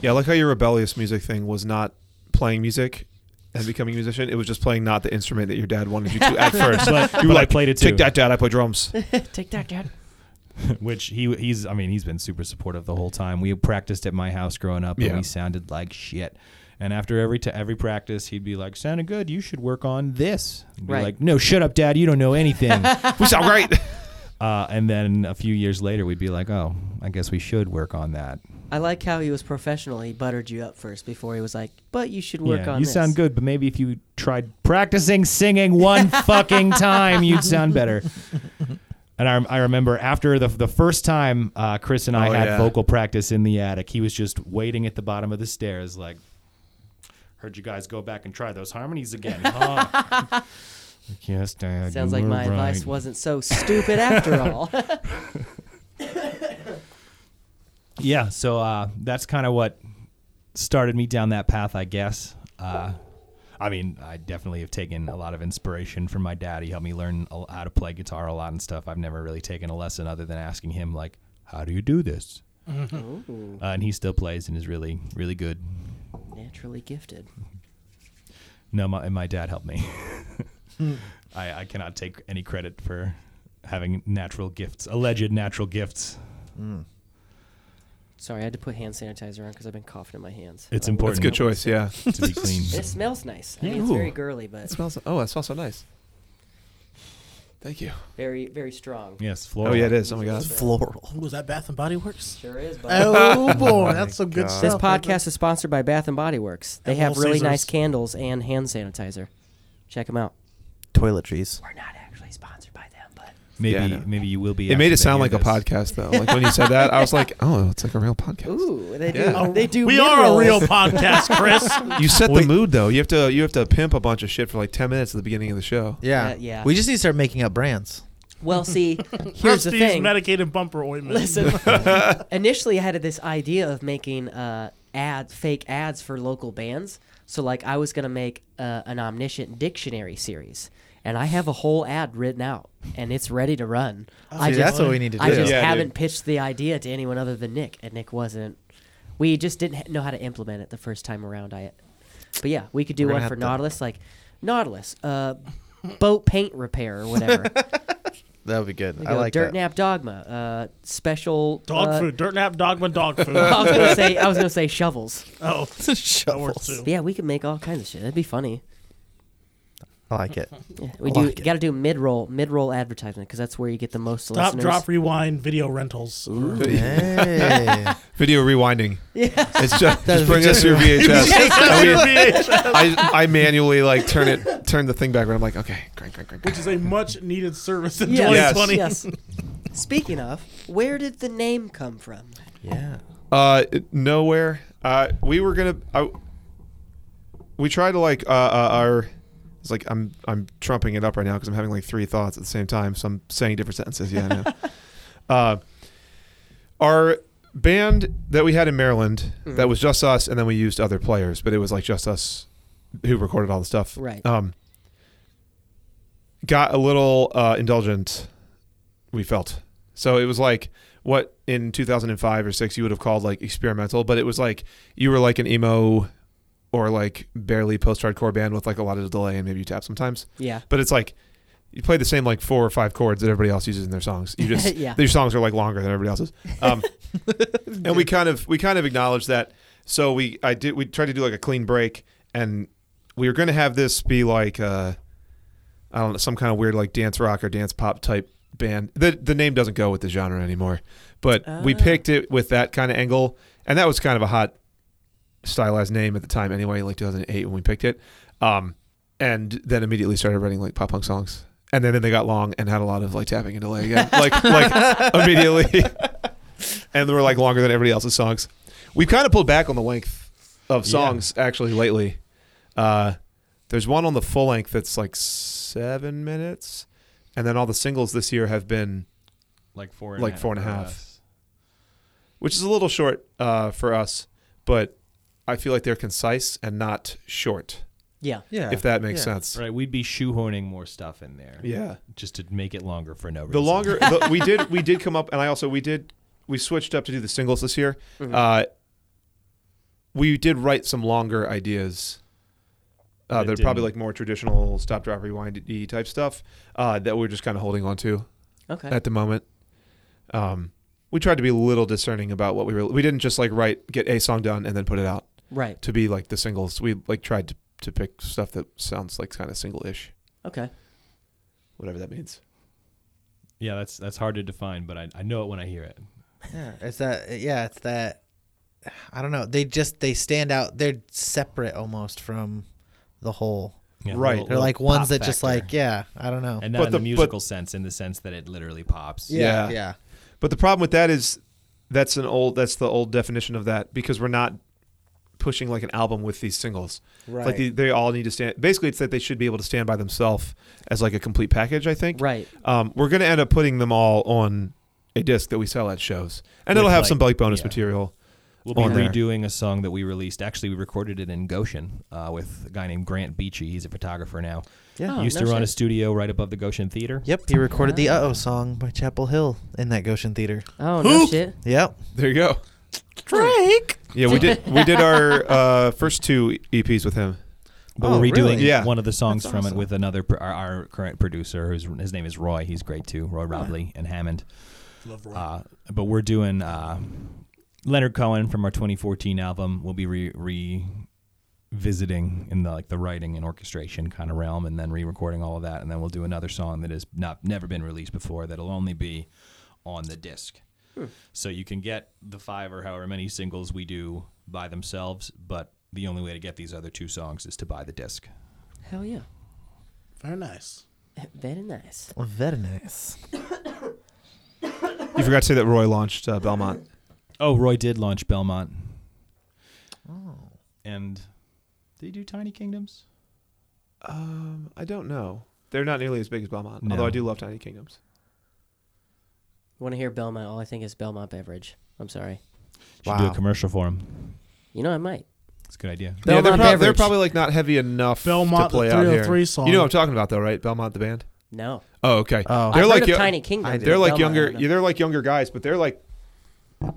[SPEAKER 5] Yeah, I like how your rebellious music thing was not playing music and becoming a musician. It was just playing not the instrument that your dad wanted you to at first.
[SPEAKER 4] But-
[SPEAKER 5] you
[SPEAKER 4] but I
[SPEAKER 5] were like,
[SPEAKER 4] played it
[SPEAKER 5] Take
[SPEAKER 4] too."
[SPEAKER 5] that, dad. I play drums.
[SPEAKER 2] Take that, Dad.
[SPEAKER 4] Which he he's I mean he's been super supportive the whole time. We practiced at my house growing up,
[SPEAKER 5] Yeah.
[SPEAKER 4] and we sounded like shit. And after every t- every practice, he'd be like, "Sounded good. You should work on this." I'd be
[SPEAKER 2] Right.
[SPEAKER 4] Like, no, shut up, Dad. You don't know anything.
[SPEAKER 5] we sound great.
[SPEAKER 4] uh, and then a few years later, we'd be like, "Oh, I guess we should work on that."
[SPEAKER 2] I like how he was professional. He buttered you up first before he was like, "But you should work
[SPEAKER 4] yeah,
[SPEAKER 2] on."
[SPEAKER 4] you
[SPEAKER 2] this.
[SPEAKER 4] sound good, but maybe if you tried practicing singing one fucking time, you'd sound better. And I, I remember after the, the first time uh, Chris and I
[SPEAKER 5] Oh,
[SPEAKER 4] had
[SPEAKER 5] yeah.
[SPEAKER 4] vocal practice in the attic, he was just waiting at the bottom of the stairs, like, heard you guys go back and try those harmonies again. Huh? yes, Dad.
[SPEAKER 2] Sounds
[SPEAKER 4] you
[SPEAKER 2] like
[SPEAKER 4] were
[SPEAKER 2] my
[SPEAKER 4] right.
[SPEAKER 2] advice wasn't so stupid after all.
[SPEAKER 4] Yeah, so uh, that's kind of what started me down that path, I guess. Uh, I mean, I definitely have taken a lot of inspiration from my dad. He helped me learn a- how to play guitar a lot and stuff. I've never really taken a lesson other than asking him, like, how do you do this? Uh, and he still plays and is really, really good.
[SPEAKER 2] Naturally gifted.
[SPEAKER 4] No, my, and my dad helped me. I, I cannot take any credit for having natural gifts, alleged natural gifts.
[SPEAKER 2] Sorry, I had to put hand sanitizer on because I've been coughing in my hands. I wouldn't
[SPEAKER 4] It's
[SPEAKER 5] That's a
[SPEAKER 4] important
[SPEAKER 5] good choice. Yeah.
[SPEAKER 4] to be clean.
[SPEAKER 2] It smells nice. I mean,
[SPEAKER 5] Yeah.
[SPEAKER 2] it's very
[SPEAKER 5] Ooh.
[SPEAKER 2] girly, but
[SPEAKER 5] smells. Oh, that smells so nice. Thank you.
[SPEAKER 2] very, very strong.
[SPEAKER 4] Yes,
[SPEAKER 5] Oh
[SPEAKER 4] Florida.
[SPEAKER 5] yeah, it is. Oh my god.
[SPEAKER 3] Floral.
[SPEAKER 1] Ooh, was that Bath and Body Works?
[SPEAKER 2] Sure is. Bud.
[SPEAKER 1] Oh boy, that's some good
[SPEAKER 2] This
[SPEAKER 1] stuff.
[SPEAKER 2] podcast is sponsored by Bath and Body Works. They
[SPEAKER 1] And
[SPEAKER 2] have
[SPEAKER 1] Little
[SPEAKER 2] really
[SPEAKER 1] Caesars.
[SPEAKER 2] nice candles and hand sanitizer. Check them out.
[SPEAKER 3] Toiletries.
[SPEAKER 2] We're not actually sponsored by them, but
[SPEAKER 4] Maybe
[SPEAKER 5] Yeah, I know.
[SPEAKER 4] maybe you will be.
[SPEAKER 5] It made it
[SPEAKER 4] after they
[SPEAKER 5] sound
[SPEAKER 4] hear
[SPEAKER 5] like a
[SPEAKER 4] this.
[SPEAKER 5] podcast though. Like when you said that, I was like, oh, it's like a real podcast.
[SPEAKER 2] Ooh, they do. Oh,
[SPEAKER 5] Yeah.
[SPEAKER 2] They do.
[SPEAKER 1] Oh, we are a
[SPEAKER 2] mid-rolls.
[SPEAKER 1] real podcast, Chris.
[SPEAKER 5] You set the
[SPEAKER 4] Wait.
[SPEAKER 5] mood though. You have to you have to pimp a bunch of shit for like ten minutes at the beginning of the show.
[SPEAKER 3] Yeah.
[SPEAKER 2] Uh, yeah.
[SPEAKER 3] We just need to start mamaking up brands.
[SPEAKER 2] Well, see,
[SPEAKER 1] Here's
[SPEAKER 2] here's the
[SPEAKER 1] to use
[SPEAKER 2] thing.
[SPEAKER 1] medicated bumper ointment.
[SPEAKER 2] Listen, initially I had this idea of making uh, ad fake ads for local bands. So like I was gonna make uh, an omniscient dictionary series, and I have a whole ad written out, and it's ready to run. I
[SPEAKER 3] Oh, See,
[SPEAKER 2] just,
[SPEAKER 3] that's what we need to do.
[SPEAKER 2] I just
[SPEAKER 5] Yeah, dude.
[SPEAKER 2] haven't pitched the idea to anyone other than Nick, and Nick wasn't. We just didn't ha- know how to implement it the first time around. I, but yeah, we could do
[SPEAKER 3] We're gonna
[SPEAKER 2] one
[SPEAKER 3] have
[SPEAKER 2] for
[SPEAKER 3] to-
[SPEAKER 2] Nautilus, like Nautilus, uh, boat paint repair or whatever.
[SPEAKER 3] That would be good.
[SPEAKER 2] We
[SPEAKER 3] I
[SPEAKER 2] go
[SPEAKER 3] like that.
[SPEAKER 2] Dirt Nap Dogma, uh, special
[SPEAKER 1] dog
[SPEAKER 2] uh,
[SPEAKER 1] food, dirt nap, dogma, dog food.
[SPEAKER 2] I was gonna say I was gonna say shovels.
[SPEAKER 1] oh, that works
[SPEAKER 3] Shovels.
[SPEAKER 1] too.
[SPEAKER 2] Yeah, we could make all kinds of shit. That'd be funny.
[SPEAKER 3] I like it.
[SPEAKER 2] Yeah, we
[SPEAKER 3] I
[SPEAKER 2] do
[SPEAKER 3] like it.
[SPEAKER 2] got to do mid roll mid roll advertisement because that's where you get the most
[SPEAKER 1] Stop,
[SPEAKER 2] listeners.
[SPEAKER 1] drop, rewind, video rentals.
[SPEAKER 3] Hey.
[SPEAKER 5] Video rewinding. Yeah. It's just,
[SPEAKER 3] That's
[SPEAKER 5] just bring us your VHS. I, mean, I, I manually like turn it turn the thing back around. I'm like, okay, crank, crank, crank.
[SPEAKER 1] Which is a much needed service in
[SPEAKER 2] Yes.
[SPEAKER 1] 2020.
[SPEAKER 2] Yes. Speaking of, where did the name come from?
[SPEAKER 3] yeah.
[SPEAKER 5] Uh, nowhere. Uh, we were gonna. I, we tried to like uh, uh our. It's like I'm I'm trumping it up right now because I'm having like three thoughts at the same time, so I'm saying different sentences. Yeah, I know. uh, our band that we had in Maryland that was just us, and then we used other players, but it was like just us who recorded all the stuff.
[SPEAKER 2] Right.
[SPEAKER 5] Um. Got a little uh, indulgent. We felt so it was like what in 2005 or six you would have called like experimental, but it was like you were like an emo or like barely post-hardcore band with like a lot of delay and maybe you tap sometimes.
[SPEAKER 2] Yeah.
[SPEAKER 5] But it's like you play the same like four or five chords that everybody else uses in their songs. You just
[SPEAKER 2] Yeah.
[SPEAKER 5] their songs are like longer than everybody else's. Um, and we kind of we kind of acknowledge that. So we I did we tried to do like a clean break, and we were going to have this be like uh, I don't know some kind of weird like dance rock or dance pop type band. The the name doesn't go with the genre anymore, but we picked it with that kind of angle, and that was kind of a hot stylized name at the time anyway, like 2008 when we picked it. Um, and then immediately started writing like pop punk songs. And then, then they got long and had a lot of like tapping and delay again, like like immediately, and they were like longer than everybody else's songs. We've kind of pulled back on the length of songs actually lately. Uh, there's one on the full length that's like seven minutes, and then all the singles this year have been
[SPEAKER 4] Like four.
[SPEAKER 5] Like four and a half. which is a little short uh, for us, but I feel like they're concise and not short,
[SPEAKER 2] Yeah.
[SPEAKER 3] Yeah.
[SPEAKER 5] if that makes
[SPEAKER 3] Yeah.
[SPEAKER 5] sense.
[SPEAKER 4] Right. We'd be shoehorning more stuff in there.
[SPEAKER 5] Yeah.
[SPEAKER 4] Just to make it longer for no reason.
[SPEAKER 5] The longer the, we did, we did come up, and I also we did we switched up to do the singles this year. Uh, we did write some longer ideas. Uh,
[SPEAKER 4] That
[SPEAKER 5] they're probably
[SPEAKER 4] didn't-
[SPEAKER 5] like more traditional stop, drop, rewind type stuff uh, that we're just kind of holding on to.
[SPEAKER 2] Okay.
[SPEAKER 5] at the moment. Um, we tried to be a little discerning about what we were. We didn't just like write, get a song done, and then put it out
[SPEAKER 2] right.
[SPEAKER 5] to be like the singles. We like tried to, to pick stuff that sounds like kind of single-ish,
[SPEAKER 2] Okay.
[SPEAKER 5] whatever that means.
[SPEAKER 4] Yeah, that's that's hard to define, but I, I know it when I hear it.
[SPEAKER 3] Yeah, it's that. Yeah, it's that. I don't know. They just they stand out. They're separate almost from the whole.
[SPEAKER 4] Yeah,
[SPEAKER 5] Right.
[SPEAKER 4] little-
[SPEAKER 3] They're
[SPEAKER 4] little
[SPEAKER 3] like ones
[SPEAKER 4] pop
[SPEAKER 3] that just
[SPEAKER 4] factor.
[SPEAKER 3] like yeah. I don't know.
[SPEAKER 4] and not
[SPEAKER 5] But
[SPEAKER 4] in the,
[SPEAKER 5] the- but-
[SPEAKER 4] musical sense, in the sense that it literally pops.
[SPEAKER 5] yeah.
[SPEAKER 3] yeah, yeah,
[SPEAKER 5] But the problem with that is that's an old that's the old definition of that because we're not pushing like an album with these singles. It's Like
[SPEAKER 3] Right.
[SPEAKER 5] they, they all need to stand. Basically, it's that they should be able to stand by themselves as like a complete package. I think.
[SPEAKER 2] Right.
[SPEAKER 5] Um, we're gonna end up putting them all on a disc that we sell at shows, and
[SPEAKER 4] With,
[SPEAKER 5] it'll have
[SPEAKER 4] like-
[SPEAKER 5] some like bonus
[SPEAKER 4] yeah.
[SPEAKER 5] material.
[SPEAKER 4] We'll be
[SPEAKER 5] on there.
[SPEAKER 4] redoing a song that we released. Actually, we recorded it in Goshen uh, with a guy named Grant Beachy. He's a photographer now.
[SPEAKER 3] Yeah.
[SPEAKER 2] Oh,
[SPEAKER 4] Used
[SPEAKER 2] no
[SPEAKER 4] to run a
[SPEAKER 2] shit.
[SPEAKER 4] studio right above the Goshen Theater.
[SPEAKER 3] Yep, he recorded the "Uh Oh" song by Chapel Hill in that Goshen Theater.
[SPEAKER 2] Oh no shit.
[SPEAKER 3] Yep.
[SPEAKER 5] There you go.
[SPEAKER 2] Drake.
[SPEAKER 5] Yeah, we did. We did our uh, first two EPs with him.
[SPEAKER 4] But
[SPEAKER 3] Oh,
[SPEAKER 4] we're redoing
[SPEAKER 3] really?
[SPEAKER 5] Yeah.
[SPEAKER 4] one of the songs
[SPEAKER 3] That's
[SPEAKER 4] from it
[SPEAKER 3] awesome.
[SPEAKER 4] with another pr- our, our current producer, who's his name is Roy. He's great too, Roy Robley and Hammond.
[SPEAKER 1] Love Roy.
[SPEAKER 4] Uh, but we're doing uh, Leonard Cohen from our 2014 album. We'll be re- revisiting in the like the writing and orchestration kind of realm, and then re-recording all of that, and then we'll do another song that has not never been released before. That'll only be on the disc. So you can get the five or however many singles we do by themselves, but the only way to get these other two songs is to buy the disc.
[SPEAKER 2] Hell yeah.
[SPEAKER 1] Very nice.
[SPEAKER 2] Very nice.
[SPEAKER 3] Very nice.
[SPEAKER 5] You forgot to say that Roy launched uh, Belmont.
[SPEAKER 4] Oh, Roy did launch Belmont. And did he do Tiny Kingdoms?
[SPEAKER 5] Um, I don't know. They're not nearly as big as Belmont,
[SPEAKER 4] No.
[SPEAKER 5] although I do love Tiny Kingdoms.
[SPEAKER 2] Want to hear Belmont? All I think is Belmont beverage. I'm sorry.
[SPEAKER 4] Should do a
[SPEAKER 5] Wow.
[SPEAKER 4] commercial for him.
[SPEAKER 2] You know I might.
[SPEAKER 4] It's a good idea.
[SPEAKER 5] yeah, they're,
[SPEAKER 2] Belmont
[SPEAKER 5] prob- they're
[SPEAKER 2] beverage.
[SPEAKER 5] probably like not heavy enough
[SPEAKER 1] Belmont,
[SPEAKER 5] to play
[SPEAKER 1] the
[SPEAKER 5] out here.
[SPEAKER 1] 303 song.
[SPEAKER 5] You know what I'm talking about though, right? Belmont the band.
[SPEAKER 2] No.
[SPEAKER 5] Oh, okay.
[SPEAKER 3] Oh.
[SPEAKER 5] They're
[SPEAKER 2] I've
[SPEAKER 5] like
[SPEAKER 2] heard of
[SPEAKER 5] yo-
[SPEAKER 2] Tiny Kingdom. but
[SPEAKER 5] they're like
[SPEAKER 2] Belmont, I
[SPEAKER 5] younger.
[SPEAKER 2] don't know.
[SPEAKER 5] Yeah, they're like younger guys, but they're like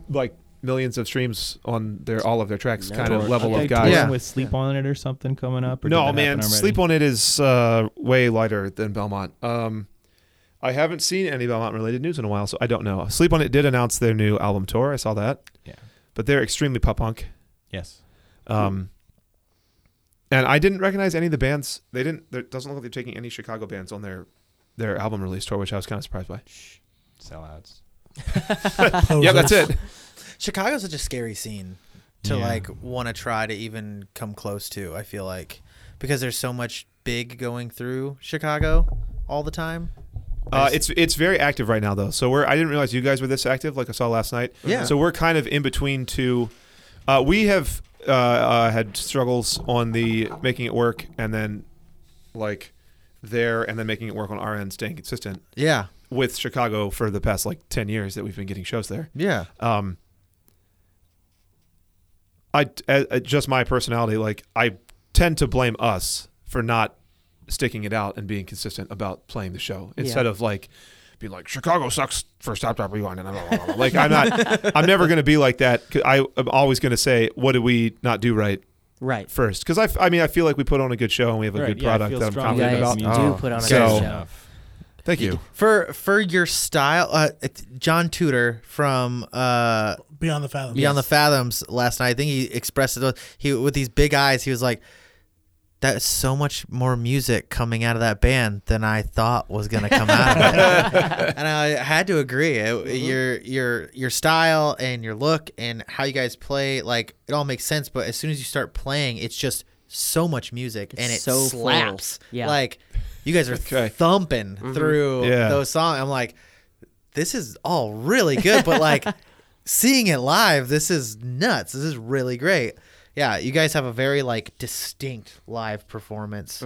[SPEAKER 5] like millions of streams on their all of their tracks.
[SPEAKER 2] No.
[SPEAKER 5] Kind
[SPEAKER 2] Tour-
[SPEAKER 5] of level
[SPEAKER 4] Aren't
[SPEAKER 5] of
[SPEAKER 4] they
[SPEAKER 5] guys.
[SPEAKER 4] touring
[SPEAKER 3] Yeah.
[SPEAKER 4] With Sleep on It or something coming up? Or did
[SPEAKER 5] No,
[SPEAKER 4] that happen
[SPEAKER 5] man,
[SPEAKER 4] already?
[SPEAKER 5] Sleep on It is uh, way lighter than Belmont. Um, I haven't seen any Belmont related news in a while, so I don't know. Sleep on It did announce their new album tour. I saw that.
[SPEAKER 4] Yeah.
[SPEAKER 5] But they're extremely pop punk.
[SPEAKER 4] Yes.
[SPEAKER 5] Um, and I didn't recognize any of the bands. They didn't. There it doesn't look like they're taking any Chicago bands on their their album release tour, which I was kind of surprised by.
[SPEAKER 4] Sellouts.
[SPEAKER 5] Yeah, that's it.
[SPEAKER 3] Chicago's such a scary scene to
[SPEAKER 4] Yeah.
[SPEAKER 3] like want to try to even come close to. I feel like because there's so much big going through Chicago all the time.
[SPEAKER 5] Uh, it's it's very active right now though. So we're I didn't realize you guys were this active. Like I saw last night.
[SPEAKER 3] Yeah.
[SPEAKER 5] So we're kind of in between two. Uh, we have uh, uh, had struggles on the making it work, and then like there, and then making it work on our end, staying consistent
[SPEAKER 3] yeah,
[SPEAKER 5] with Chicago for the past like ten years that we've been getting shows there.
[SPEAKER 3] yeah,
[SPEAKER 5] um I a- a- just my personality like I tend to blame us for not sticking it out and being consistent about playing the show instead of like being like Chicago sucks for stop stop rewind and blah, blah, blah, blah. like I'm not I'm never going to be like that 'cause I am always going to say what did we not do right
[SPEAKER 2] Right.
[SPEAKER 5] first cuz I f- I mean I feel like we put on a good show and we have a good product that I'm
[SPEAKER 2] about
[SPEAKER 5] confident
[SPEAKER 2] the
[SPEAKER 5] about Oh,
[SPEAKER 2] music. You do put on a
[SPEAKER 5] good show.
[SPEAKER 4] enough.
[SPEAKER 5] thank you
[SPEAKER 3] for for your style, uh, it's John Tudor from uh,
[SPEAKER 1] Beyond the Fathom.
[SPEAKER 3] Beyond the Fathoms last night. I think he expressed it. He with these big eyes. He was like, "That's so much more music coming out of that band than I thought was gonna come out." of it. And I had to agree. It-
[SPEAKER 2] Mm-hmm.
[SPEAKER 3] Your your your style and your look and how you guys play, like it all makes sense. But as soon as you start playing, it's just so much music and it
[SPEAKER 2] so full.
[SPEAKER 3] slaps.
[SPEAKER 2] Yeah. Mm-hmm.
[SPEAKER 3] like you guys are
[SPEAKER 5] Okay.
[SPEAKER 3] thumping through
[SPEAKER 5] Yeah.
[SPEAKER 3] those songs. I'm like this is all really good, but like seeing it live, this is nuts. This is really great. Yeah, you guys have a very like distinct live performance.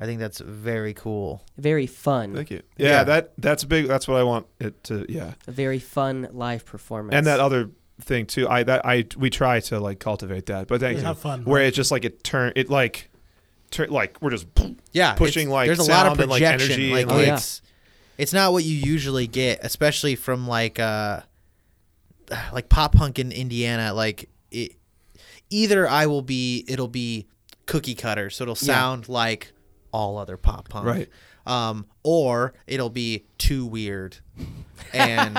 [SPEAKER 3] I think that's very cool.
[SPEAKER 2] Very fun.
[SPEAKER 5] thank you yeah,
[SPEAKER 3] Yeah.
[SPEAKER 5] that that's big that's what I want it to yeah
[SPEAKER 2] A very fun live performance.
[SPEAKER 5] and that other thing too i that i we try to like cultivate that but thank
[SPEAKER 1] Yeah.
[SPEAKER 5] you
[SPEAKER 1] Have fun.
[SPEAKER 5] where it's just like it turn it like turn like we're just
[SPEAKER 3] Yeah,
[SPEAKER 5] Pushing,
[SPEAKER 3] it's-
[SPEAKER 5] like,
[SPEAKER 3] there's a lot of
[SPEAKER 5] sound and, like,
[SPEAKER 3] projection.
[SPEAKER 5] energy
[SPEAKER 3] like,
[SPEAKER 5] and,
[SPEAKER 2] like-
[SPEAKER 3] it's it's not what you usually get, especially from like uh like pop punk in Indiana. Like it, either I will be it'll be cookie cutter, so it'll sound like all other pop punk,
[SPEAKER 5] Right.
[SPEAKER 3] Um, or it'll be too weird, and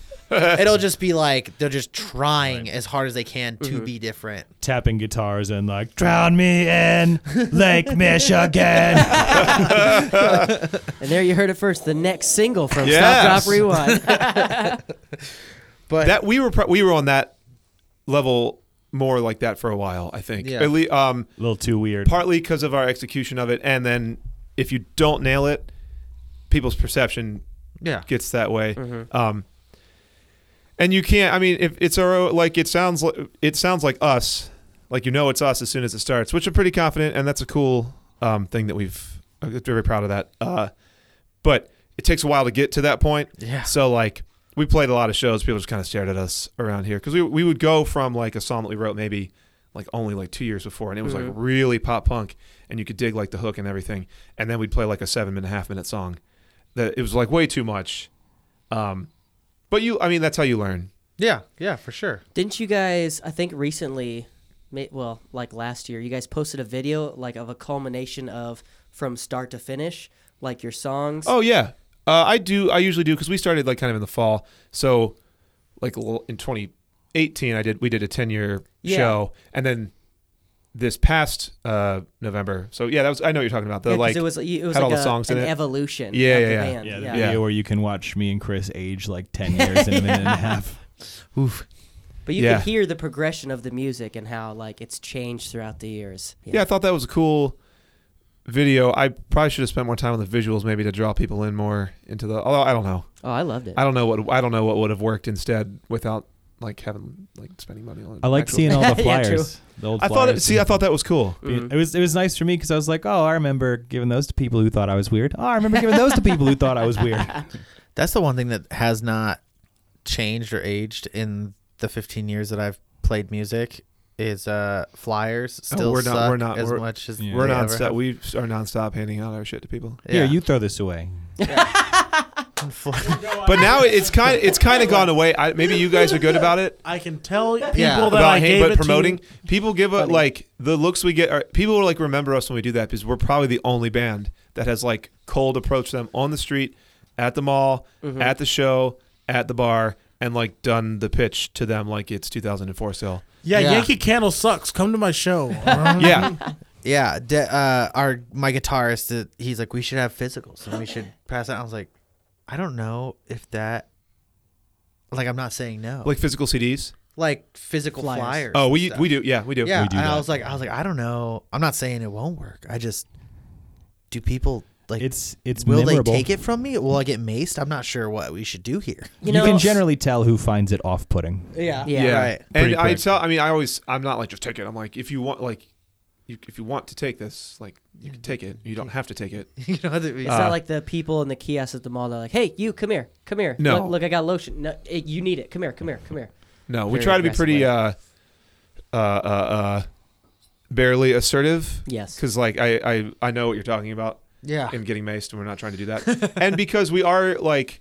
[SPEAKER 3] it'll just be like they're just trying as hard as they can to
[SPEAKER 5] Mm-hmm.
[SPEAKER 3] be different.
[SPEAKER 4] Tapping guitars and like, drown me in Lake Michigan.
[SPEAKER 2] And there you heard it first. The next single from
[SPEAKER 5] Yes.
[SPEAKER 2] Stop Drop Rewind.
[SPEAKER 3] But
[SPEAKER 5] that we were pro- we were on that level more like that for a while i think
[SPEAKER 3] Yeah.
[SPEAKER 5] at least um
[SPEAKER 4] a little too weird.
[SPEAKER 5] partly because of our execution of it and then if you don't nail it people's perception
[SPEAKER 3] yeah,
[SPEAKER 5] gets that way um and you can't i mean if it's our own- like it sounds like it sounds like us like you know it's us as soon as it starts which i'm pretty confident and that's a cool um thing that we've i'm very proud of that uh but it takes a while to get to that point
[SPEAKER 3] Yeah.
[SPEAKER 5] so like we played a lot of shows people just kind of stared at us around here because we, we would go from like a song that we wrote maybe like only like two years before and it was like really pop punk and you could dig like the hook and everything and then we'd play like a seven and a half minute song that it was like way too much um but you i mean that's how you learn
[SPEAKER 3] yeah, yeah, for sure.
[SPEAKER 2] Didn't you guys? I think recently, ma- well, like last year, you guys posted a video like of a culmination of from start to finish, like your songs.
[SPEAKER 5] oh yeah uh, i do i usually do because we started like kind of in the fall so like l- in 2018 i did we did a 10 year
[SPEAKER 2] Yeah.
[SPEAKER 5] show and then this past uh november so yeah that was i know what you're talking about the
[SPEAKER 2] Yeah, 'cause
[SPEAKER 5] like
[SPEAKER 2] it was it was like
[SPEAKER 5] had all the
[SPEAKER 2] a-
[SPEAKER 5] songs in
[SPEAKER 2] an
[SPEAKER 5] it.
[SPEAKER 2] evolution.
[SPEAKER 5] Yeah,
[SPEAKER 2] of
[SPEAKER 5] yeah,
[SPEAKER 2] the
[SPEAKER 5] yeah.
[SPEAKER 2] band.
[SPEAKER 4] yeah, the
[SPEAKER 2] yeah.
[SPEAKER 5] Yeah.
[SPEAKER 4] video where you can watch me and Chris age like 10 years in a minute and a half.
[SPEAKER 3] Oof.
[SPEAKER 2] But you
[SPEAKER 5] Yeah.
[SPEAKER 2] can hear the progression of the music and how like it's changed throughout the years.
[SPEAKER 5] yeah. I thought that was a cool video, I probably should have spent more time on the visuals, maybe to draw people in more into the. Although I don't know,
[SPEAKER 2] Oh, I loved it.
[SPEAKER 5] I don't know what I don't know what would have worked instead without like having like spending money on.
[SPEAKER 4] I like
[SPEAKER 5] actual-
[SPEAKER 4] seeing all
[SPEAKER 2] Yeah,
[SPEAKER 4] the
[SPEAKER 2] true.
[SPEAKER 4] flyers. the old
[SPEAKER 5] I thought it,
[SPEAKER 4] flyers
[SPEAKER 5] see,
[SPEAKER 4] and-
[SPEAKER 5] I thought that was cool.
[SPEAKER 2] Mhm.
[SPEAKER 4] It was it was nice for me because I was like, oh, I remember giving those to people who thought I was weird. Oh, I remember giving those to people who thought I was weird.
[SPEAKER 3] That's the one thing that has not changed or aged in the 15 years that I've played music is uh flyers
[SPEAKER 5] Oh,
[SPEAKER 3] still
[SPEAKER 5] we're not-
[SPEAKER 3] suck
[SPEAKER 5] we're not-
[SPEAKER 3] as
[SPEAKER 5] we're-
[SPEAKER 3] much as
[SPEAKER 4] Yeah.
[SPEAKER 5] We're
[SPEAKER 3] they
[SPEAKER 5] not
[SPEAKER 3] ever
[SPEAKER 5] stop.
[SPEAKER 3] have.
[SPEAKER 5] We are nonstop handing out our shit to people.
[SPEAKER 4] Here,
[SPEAKER 3] Yeah.
[SPEAKER 4] you throw this away.
[SPEAKER 3] Fly-
[SPEAKER 5] But now it's kind it's kind of gone away. I, maybe you guys are good about it.
[SPEAKER 1] I can tell people
[SPEAKER 3] About
[SPEAKER 1] that I
[SPEAKER 5] about hate,
[SPEAKER 1] gave
[SPEAKER 5] but
[SPEAKER 1] it
[SPEAKER 5] promoting
[SPEAKER 1] to.
[SPEAKER 5] people give a, like the looks we get. Are, people will like remember us when we do that because we're probably the only band that has like cold approached them on the street, at the mall, at the show, at the bar, and like done the pitch to them like it's 2004 still.
[SPEAKER 1] Yeah,
[SPEAKER 3] Yeah.
[SPEAKER 1] Yankee Candle sucks. Come to my show.
[SPEAKER 5] Yeah,
[SPEAKER 3] yeah, de- uh, our my guitarist, uh, he's like, we should have physicals and we should pass out. I was like, I don't know if that, like, I'm not saying no, like,
[SPEAKER 5] like physical CDs.
[SPEAKER 3] physical
[SPEAKER 2] Flyers.
[SPEAKER 3] flyers.
[SPEAKER 5] Oh,
[SPEAKER 3] and
[SPEAKER 5] we
[SPEAKER 3] stuff.
[SPEAKER 5] we do. Yeah, we do.
[SPEAKER 3] yeah.
[SPEAKER 4] we do
[SPEAKER 3] and I
[SPEAKER 4] that.
[SPEAKER 3] was like, I was like, I don't know. I'm not saying it won't work. I just, do people like
[SPEAKER 4] It's it's
[SPEAKER 3] Will
[SPEAKER 4] memorable.
[SPEAKER 3] they take it from me? Will I get maced? I'm not sure what we should do here.
[SPEAKER 4] You, can generally tell who finds it off-putting.
[SPEAKER 3] Yeah.
[SPEAKER 2] Yeah.
[SPEAKER 3] Right.
[SPEAKER 5] And
[SPEAKER 4] Pretty
[SPEAKER 5] I
[SPEAKER 4] quick.
[SPEAKER 5] tell, I mean, I always, I'm not like just take it. I'm like, if you want, like, you, if you want to take this, like, you can take it. You don't have to take it.
[SPEAKER 3] you know, that we-
[SPEAKER 2] It's
[SPEAKER 5] Uh,
[SPEAKER 2] not like the people in the kiosks at the mall. They're like, "Hey, you, come here, come here.
[SPEAKER 5] No.
[SPEAKER 2] look, look, I got lotion. No, it, you need it. Come here, come here, come here."
[SPEAKER 5] No, we
[SPEAKER 2] Very
[SPEAKER 5] try to be
[SPEAKER 2] aggressive way.
[SPEAKER 5] pretty, uh, uh, uh, uh, barely assertive.
[SPEAKER 2] Yes. Ah.
[SPEAKER 5] Because like I, I, I know what you're talking about
[SPEAKER 3] yeah.
[SPEAKER 5] in getting maced, and we're not trying to do that. and because we are like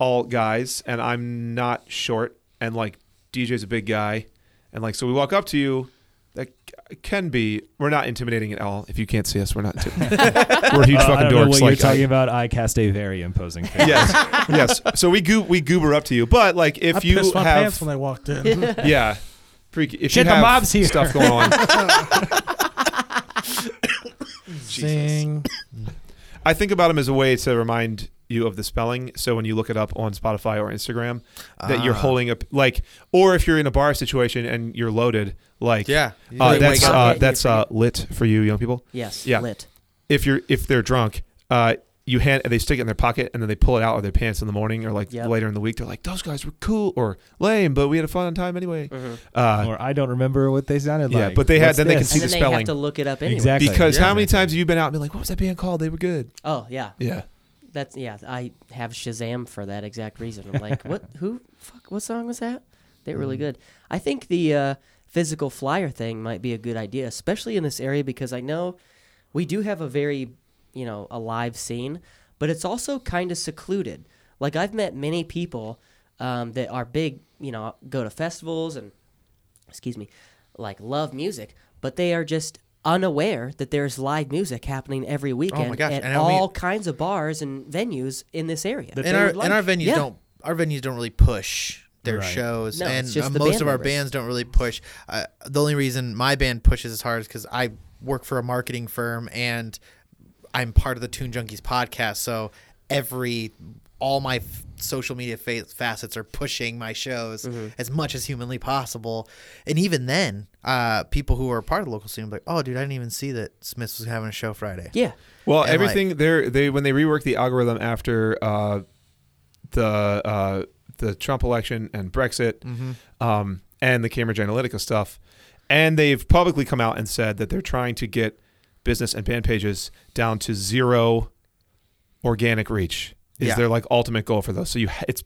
[SPEAKER 5] all guys, and I'm not short, and like DJ's a big guy, and like so we walk up to you. That c- can be. We're not intimidating at all. If you can't see us, we're not. intimidating. we're huge
[SPEAKER 4] Uh, I
[SPEAKER 5] fucking
[SPEAKER 4] don't know
[SPEAKER 5] dorks.
[SPEAKER 4] what
[SPEAKER 5] like
[SPEAKER 4] you're talking
[SPEAKER 5] I-
[SPEAKER 4] about. I cast a very imposing face.
[SPEAKER 5] yes, yes. So we goo- we goober up to you, but like if
[SPEAKER 1] I
[SPEAKER 5] you
[SPEAKER 1] pissed my
[SPEAKER 5] have
[SPEAKER 1] pants when I walked in.
[SPEAKER 5] yeah, freaky. If
[SPEAKER 4] Shit,
[SPEAKER 5] you
[SPEAKER 4] the
[SPEAKER 5] have
[SPEAKER 4] mob's here.
[SPEAKER 5] Stuff going on.
[SPEAKER 1] Sing.
[SPEAKER 5] I think about them as a way to remind you of the spelling. So when you look it up on Spotify or Instagram, that you're
[SPEAKER 3] Ah.
[SPEAKER 5] holding up like, or if you're in a bar situation and you're loaded, like
[SPEAKER 3] Yeah.
[SPEAKER 5] uh,
[SPEAKER 3] You
[SPEAKER 5] that's
[SPEAKER 3] wake up.
[SPEAKER 5] uh,
[SPEAKER 2] Yeah,
[SPEAKER 5] that's
[SPEAKER 2] you
[SPEAKER 5] uh,
[SPEAKER 2] forget.
[SPEAKER 5] lit for you young people.
[SPEAKER 2] Yes.
[SPEAKER 5] Yeah.
[SPEAKER 2] Lit.
[SPEAKER 5] If you're if they're drunk, uh, you hand they stick it in their pocket and then they pull it out of their pants in the morning or like
[SPEAKER 2] Yep.
[SPEAKER 5] later in the week. They're like, those guys were cool or lame, but we had a fun time anyway. Uh,
[SPEAKER 4] Or I don't remember what they sounded
[SPEAKER 5] Yeah,
[SPEAKER 4] like.
[SPEAKER 5] but they had-
[SPEAKER 4] What's
[SPEAKER 5] then they can
[SPEAKER 4] this?
[SPEAKER 5] See
[SPEAKER 2] and
[SPEAKER 5] the
[SPEAKER 2] then they
[SPEAKER 5] spelling.
[SPEAKER 2] have to look it up anyway.
[SPEAKER 4] Exactly.
[SPEAKER 5] because
[SPEAKER 3] Yeah.
[SPEAKER 5] how many times have you been out and been like, what was that band called? They were good.
[SPEAKER 2] Oh yeah,
[SPEAKER 5] Yeah.
[SPEAKER 2] that's yeah. I have Shazam for that exact reason. I'm like, what? Who? Fuck. What song was that? They're really good. I think the uh, physical flyer thing might be a good idea, especially in this area because I know we do have a very you know alive scene, but it's also kind of secluded. Like I've met many people um, that are big, you know, go to festivals and excuse me, like love music, but they are just unaware that there's live music happening every weekend
[SPEAKER 3] Oh gosh,
[SPEAKER 2] at
[SPEAKER 3] and I
[SPEAKER 2] all
[SPEAKER 3] mean-
[SPEAKER 2] kinds of bars and venues in this area.
[SPEAKER 4] That
[SPEAKER 3] and
[SPEAKER 4] they
[SPEAKER 3] our
[SPEAKER 4] would like.
[SPEAKER 3] and our venues
[SPEAKER 2] Yeah.
[SPEAKER 3] don't our venues don't really push their
[SPEAKER 4] Right.
[SPEAKER 3] shows,
[SPEAKER 2] No,
[SPEAKER 3] and
[SPEAKER 2] it's just
[SPEAKER 3] uh,
[SPEAKER 2] the
[SPEAKER 3] most
[SPEAKER 2] band
[SPEAKER 3] of our
[SPEAKER 2] members.
[SPEAKER 3] bands don't really push. Uh, the only reason my band pushes as hard is because I work for a marketing firm, and I'm part of the Tune Junkies podcast. So every all my f- social media fa- facets are pushing my shows
[SPEAKER 4] Mm-hmm.
[SPEAKER 3] as much as humanly possible. And even then, uh, people who are part of the local scene are like, "Oh, dude, I didn't even see that Smiths was having a show Friday."
[SPEAKER 2] yeah.
[SPEAKER 5] Well,
[SPEAKER 3] And, like-
[SPEAKER 5] everything there they when they reworked the algorithm after uh, the uh, the Trump election and Brexit, um, and the Cambridge Analytica stuff, and they've publicly come out and said that they're trying to get business and band pages down to zero organic reach is
[SPEAKER 3] Yeah.
[SPEAKER 5] their like ultimate goal for those. So you ha- it's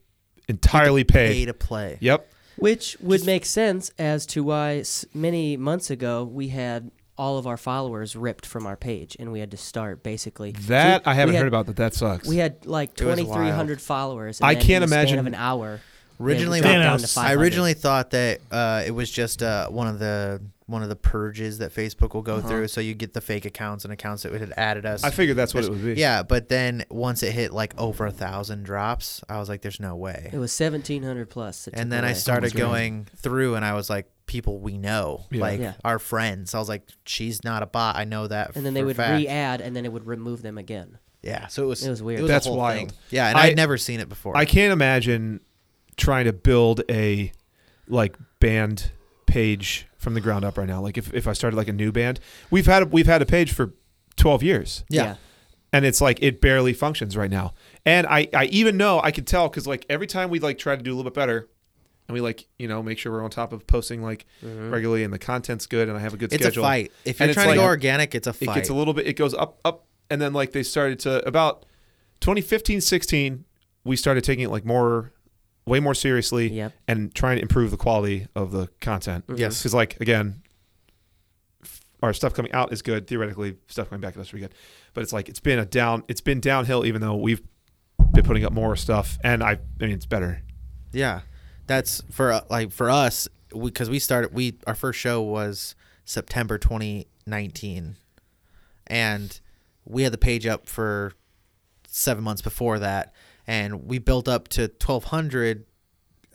[SPEAKER 5] entirely paid.
[SPEAKER 3] Pay to play.
[SPEAKER 5] Yep.
[SPEAKER 2] Which would make sense as to why s- many months ago we had all of our followers ripped from our page and we had to start basically. so
[SPEAKER 5] That
[SPEAKER 2] we-
[SPEAKER 5] I haven't
[SPEAKER 2] we had-
[SPEAKER 5] heard about. That that sucks.
[SPEAKER 2] We had like
[SPEAKER 3] was
[SPEAKER 2] 2,300 followers. And
[SPEAKER 5] I
[SPEAKER 2] then in
[SPEAKER 5] can't
[SPEAKER 2] the span
[SPEAKER 5] imagine-
[SPEAKER 2] of an hour. we
[SPEAKER 3] Originally,
[SPEAKER 2] dropped
[SPEAKER 1] Thanos.
[SPEAKER 2] down to
[SPEAKER 3] I
[SPEAKER 2] 500.
[SPEAKER 3] originally thought that uh, it was just uh, one of the one of the purges that Facebook will go through, so you get the fake accounts and accounts that had added us.
[SPEAKER 5] Uh-huh. I figured that's what it would be.
[SPEAKER 3] yeah, but then once it hit like over a thousand drops, I was like, "There's no way."
[SPEAKER 2] it was 1,700 plus. it took
[SPEAKER 3] And then I
[SPEAKER 2] away.
[SPEAKER 3] started
[SPEAKER 5] Almost right.
[SPEAKER 3] going through, and I was like, "People we know,
[SPEAKER 5] Yeah.
[SPEAKER 3] like
[SPEAKER 2] Yeah.
[SPEAKER 3] our friends." I was like, "She's not a bot. I know that."
[SPEAKER 2] and then they
[SPEAKER 3] for a
[SPEAKER 2] would
[SPEAKER 3] fact.
[SPEAKER 2] re-add, and then it would remove them again.
[SPEAKER 3] Yeah, so it was
[SPEAKER 2] It was weird.
[SPEAKER 3] a
[SPEAKER 5] That's
[SPEAKER 3] whole
[SPEAKER 5] wild.
[SPEAKER 3] thing. Yeah, and
[SPEAKER 5] I-
[SPEAKER 3] I'd never seen it before.
[SPEAKER 5] I can't imagine trying to build a like band page from the ground up right now. Like if, if I started like a new band, we've had we've had a page for 12 years
[SPEAKER 3] Yeah.
[SPEAKER 5] and it's like it barely functions right now. And I, I even know I could tell because like every time we like try to do a little bit better, and we like you know make sure we're on top of posting like regularly and the content's good and I have a good
[SPEAKER 3] Mm-hmm. It's
[SPEAKER 5] schedule.
[SPEAKER 3] a fight. If you're
[SPEAKER 5] And it's
[SPEAKER 3] trying to go
[SPEAKER 5] like-
[SPEAKER 3] organic, it's a
[SPEAKER 5] it
[SPEAKER 3] fight.
[SPEAKER 5] gets a little bit. It goes up up and then like they started to about 2015 16 we started taking it like more way more seriously
[SPEAKER 2] Yep.
[SPEAKER 5] and trying to improve the quality of the content.
[SPEAKER 3] Yes.
[SPEAKER 5] because like again. f- Our stuff coming out is good. Theoretically, stuff coming back at us is pretty good, but it's like it's been a down. It's been downhill, even though we've been putting up more stuff, and I, I mean, it's better.
[SPEAKER 3] Yeah, that's for uh, like for us because we, started we our first show was September 2019, and we had the page up for seven months before that, and we built up to 1,200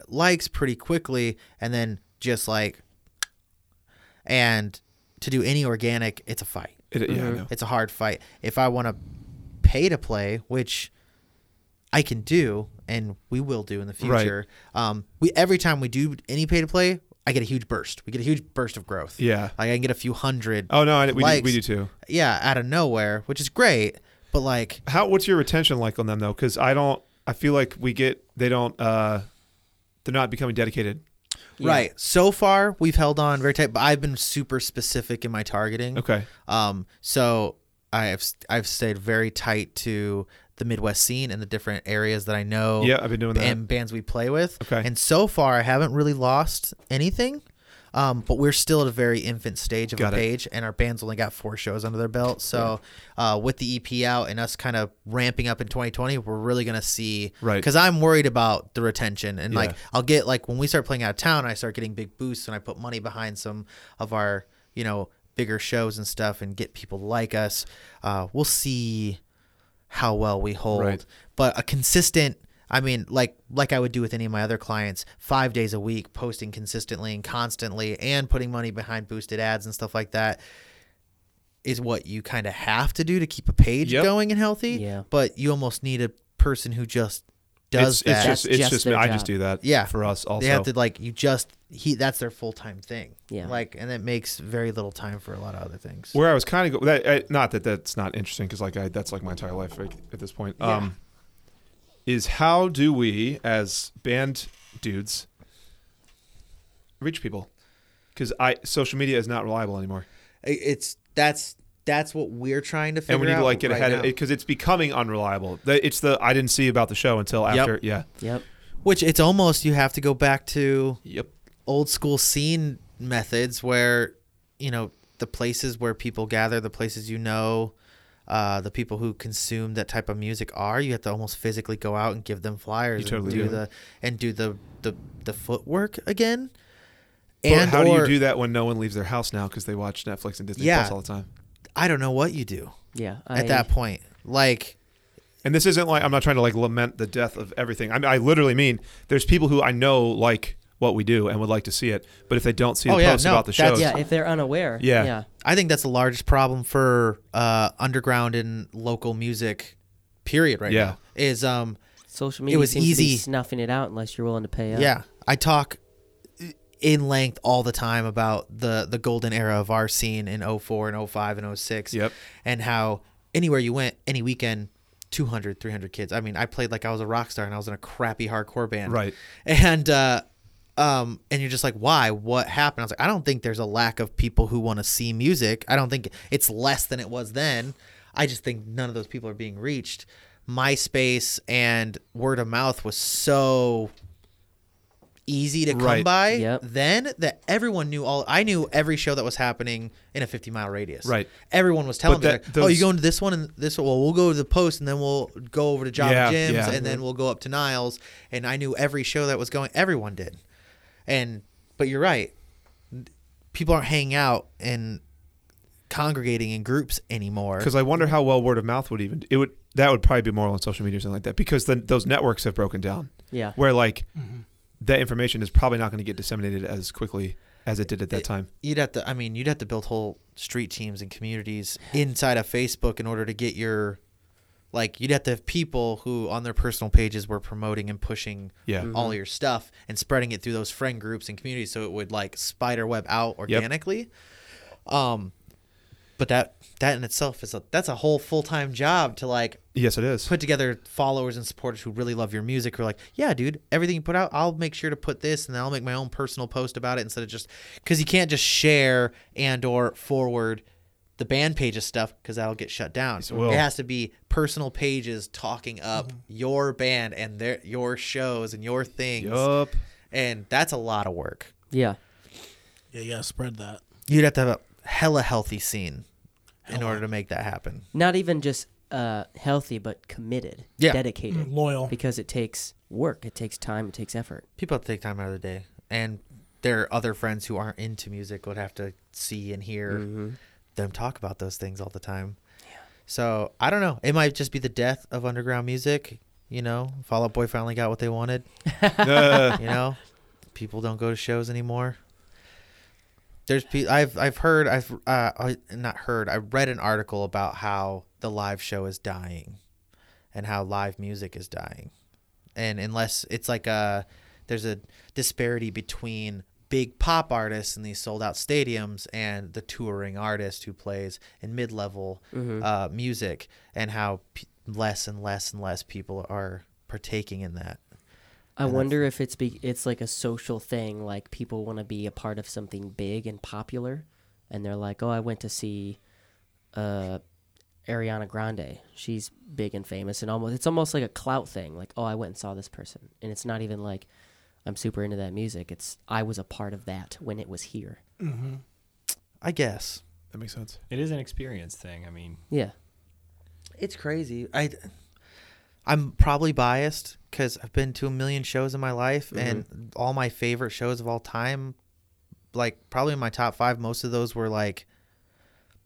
[SPEAKER 3] likes pretty quickly, and then just like, and to do any organic, it's a fight.
[SPEAKER 5] It, Yeah, I know.
[SPEAKER 3] It's a hard fight. If I want to pay to play, which I can do and we will do in the
[SPEAKER 5] Right.
[SPEAKER 3] future, um, we every time we do any pay to play, I get a huge burst. We get a huge burst of growth.
[SPEAKER 5] Yeah.
[SPEAKER 3] like I can get a few hundred.
[SPEAKER 5] Oh no, I, we, do,
[SPEAKER 3] likes,
[SPEAKER 5] we do too.
[SPEAKER 3] Yeah, out of nowhere, which is great. But like,
[SPEAKER 5] how what's your retention like on them though because i don't i feel like we get they don't uh they're not becoming dedicated
[SPEAKER 3] right so far, we've held on very tight. But I've been super specific in my targeting.
[SPEAKER 5] okay
[SPEAKER 3] Um, so I've I've stayed very tight to the Midwest scene and the different areas that I know.
[SPEAKER 5] Yeah, I've been doing that.
[SPEAKER 3] And bands we play with.
[SPEAKER 5] Okay.
[SPEAKER 3] And so far, I haven't really lost anything. Um, but we're still at a very infant stage of
[SPEAKER 5] Got
[SPEAKER 3] a
[SPEAKER 5] it.
[SPEAKER 3] page, and our band's only got four shows under their belt. So, uh, with the EP out and us kind of ramping up in 2020, we're really gonna see.
[SPEAKER 5] Right.
[SPEAKER 3] Because I'm worried about the retention, and like
[SPEAKER 5] Yeah.
[SPEAKER 3] I'll get like when we start playing out of town, I start getting big boosts, and I put money behind some of our you know bigger shows and stuff, and get people to like us. Uh, we'll see how well we hold,
[SPEAKER 5] Right.
[SPEAKER 3] but a consistent. I mean, like like I would do with any of my other clients, five days a week, posting consistently and constantly, and putting money behind boosted ads and stuff like that is what you kind of have to do to keep a page
[SPEAKER 5] Yep.
[SPEAKER 3] going and healthy.
[SPEAKER 2] Yeah.
[SPEAKER 3] But you almost need a person who just does
[SPEAKER 5] it's,
[SPEAKER 3] that.
[SPEAKER 5] it's just
[SPEAKER 2] That's
[SPEAKER 5] it's
[SPEAKER 2] just
[SPEAKER 5] just,
[SPEAKER 2] their
[SPEAKER 5] i
[SPEAKER 2] job.
[SPEAKER 5] just do that
[SPEAKER 3] Yeah.
[SPEAKER 5] for us also
[SPEAKER 3] they have to like you just he that's their full time thing.
[SPEAKER 2] Yeah.
[SPEAKER 3] Like and it makes very little time for a lot of other things.
[SPEAKER 5] where i was kind of go- that, I, not that that's not interesting because like I, that's like my entire life like, at this point um is how do we as band dudes reach people because i social media is not reliable anymore
[SPEAKER 3] I- It's that's that's what we're trying to figure out.
[SPEAKER 5] and we need to like get
[SPEAKER 3] right
[SPEAKER 5] ahead of
[SPEAKER 3] now.
[SPEAKER 5] it because it's becoming unreliable The- it's the i didn't see about the show until
[SPEAKER 3] Yep.
[SPEAKER 5] after yeah
[SPEAKER 2] Yep.
[SPEAKER 3] Which it's almost you have to go back to
[SPEAKER 5] yep
[SPEAKER 3] old school scene methods where you know the places where people gather the places you know uh, the people who consume that type of music are you have to almost physically go out and give them flyers
[SPEAKER 5] You totally
[SPEAKER 3] and do
[SPEAKER 5] do.
[SPEAKER 3] the and do the the, the footwork again
[SPEAKER 5] But how do
[SPEAKER 3] or-
[SPEAKER 5] you do that when no one leaves their house now because they watch Netflix and Disney
[SPEAKER 3] Yeah.
[SPEAKER 5] Plus all the time?
[SPEAKER 3] i don't know what you do
[SPEAKER 2] Yeah. I-
[SPEAKER 3] at that point like
[SPEAKER 5] And this isn't like I'm not trying to like lament the death of everything. I mean, I literally mean there's people who I know like what we do and would like to see it, but if they don't see
[SPEAKER 3] Oh,
[SPEAKER 5] the
[SPEAKER 3] yeah,
[SPEAKER 5] posts
[SPEAKER 3] no,
[SPEAKER 5] about the
[SPEAKER 3] that's-
[SPEAKER 5] shows,
[SPEAKER 2] Yeah, if they're unaware.
[SPEAKER 5] Yeah.
[SPEAKER 2] Yeah.
[SPEAKER 3] I think that's the largest problem for uh, underground and local music, period. Right
[SPEAKER 5] Yeah.
[SPEAKER 3] now is um
[SPEAKER 2] Social media
[SPEAKER 3] was
[SPEAKER 2] seems to be
[SPEAKER 3] easy.
[SPEAKER 2] snuffing it out unless you're willing to pay up.
[SPEAKER 3] yeah I talk in length all the time about the the golden era of our scene in 04 and 05 and 06
[SPEAKER 5] Yep.
[SPEAKER 3] and how anywhere you went any weekend 200 300 kids i mean i played like i was a rock star and i was in a crappy hardcore band
[SPEAKER 5] Right.
[SPEAKER 3] and uh um and you're just like why what happened i was like i don't think there's a lack of people who want to see music i don't think it's less than it was then i just think none of those people are being reached myspace and word of mouth was so easy to come
[SPEAKER 5] Right.
[SPEAKER 3] by
[SPEAKER 2] Yep.
[SPEAKER 3] then that everyone knew all i knew every show that was happening in a 50 mile radius
[SPEAKER 5] Right.
[SPEAKER 3] everyone was telling
[SPEAKER 5] But
[SPEAKER 3] me
[SPEAKER 5] that-
[SPEAKER 3] like, oh you
[SPEAKER 5] those-
[SPEAKER 3] going to this one and this one well we'll go to the post and then we'll go over to Java
[SPEAKER 5] Yeah,
[SPEAKER 3] Jim's
[SPEAKER 5] yeah.
[SPEAKER 3] and then we'll go up to Niles and I knew every show that was going everyone did and but you're right people aren't hanging out and congregating in groups anymore
[SPEAKER 5] because I wonder how well word of mouth would even it would that would probably be more on social media or something like that because then those networks have broken down.
[SPEAKER 2] Yeah.
[SPEAKER 5] where like
[SPEAKER 3] Mm-hmm.
[SPEAKER 5] that information is probably not going to get disseminated as quickly as it did at that
[SPEAKER 3] It-
[SPEAKER 5] time.
[SPEAKER 3] you'd have to i mean you'd have to build whole street teams and communities inside of facebook in order to get your like you'd have to have people who on their personal pages were promoting and pushing
[SPEAKER 5] Yeah.
[SPEAKER 3] all your stuff and spreading it through those friend groups and communities so it would like spider web out organically um but but that that in itself is a that's a whole full time job to like
[SPEAKER 5] Yes, it is.
[SPEAKER 3] put together followers and supporters who really love your music who are like, yeah, dude, everything you put out, I'll make sure to put this and then I'll make my own personal post about it instead of just because you can't just share and or forward the band pages stuff because that'll get shut down.
[SPEAKER 5] it will.
[SPEAKER 3] It has to be personal pages talking up your band and their your shows and your things.
[SPEAKER 5] Yup.
[SPEAKER 3] And that's a lot of work.
[SPEAKER 2] Yeah.
[SPEAKER 1] Yeah, you gotta spread that.
[SPEAKER 3] You'd have to have a hella healthy scene in order to make that happen.
[SPEAKER 2] Not even just uh, healthy, but committed,
[SPEAKER 3] Yeah. Mm-hmm.
[SPEAKER 2] dedicated,
[SPEAKER 1] Mm, Loyal.
[SPEAKER 2] because it takes work, it takes time, it takes effort.
[SPEAKER 3] people have to take time out of the day and their other friends who aren't into music would have to see and hear
[SPEAKER 5] Mm.
[SPEAKER 3] them talk about those things all the time so i don't know it might just be the death of underground music you know fall out boy finally got what they wanted
[SPEAKER 5] Uh,
[SPEAKER 3] you know people don't go to shows anymore there's pe- I've I've heard I've uh I, not heard I read an article about how the live show is dying and how live music is dying and unless it's like a there's a disparity between big pop artists in these sold out stadiums and the touring artist who plays in mid level uh, music and how p- less and less and less people are partaking in that
[SPEAKER 2] I wonder if it's be it's like a social thing, like people want to be a part of something big and popular, and they're like, "Oh, I went to see uh, Ariana Grande. She's big and famous, and almost it's almost like a clout thing. Like, oh, I went and saw this person, and it's not even like I'm super into that music. It's I was a part of that when it was here.
[SPEAKER 1] Mm-hmm.
[SPEAKER 3] I guess
[SPEAKER 5] that makes sense.
[SPEAKER 4] It is an experience thing. I mean,
[SPEAKER 2] Yeah,
[SPEAKER 3] it's crazy. I I'm probably biased because I've been to a million shows in my life, and all my favorite shows of all time, like probably in my top five, most of those were like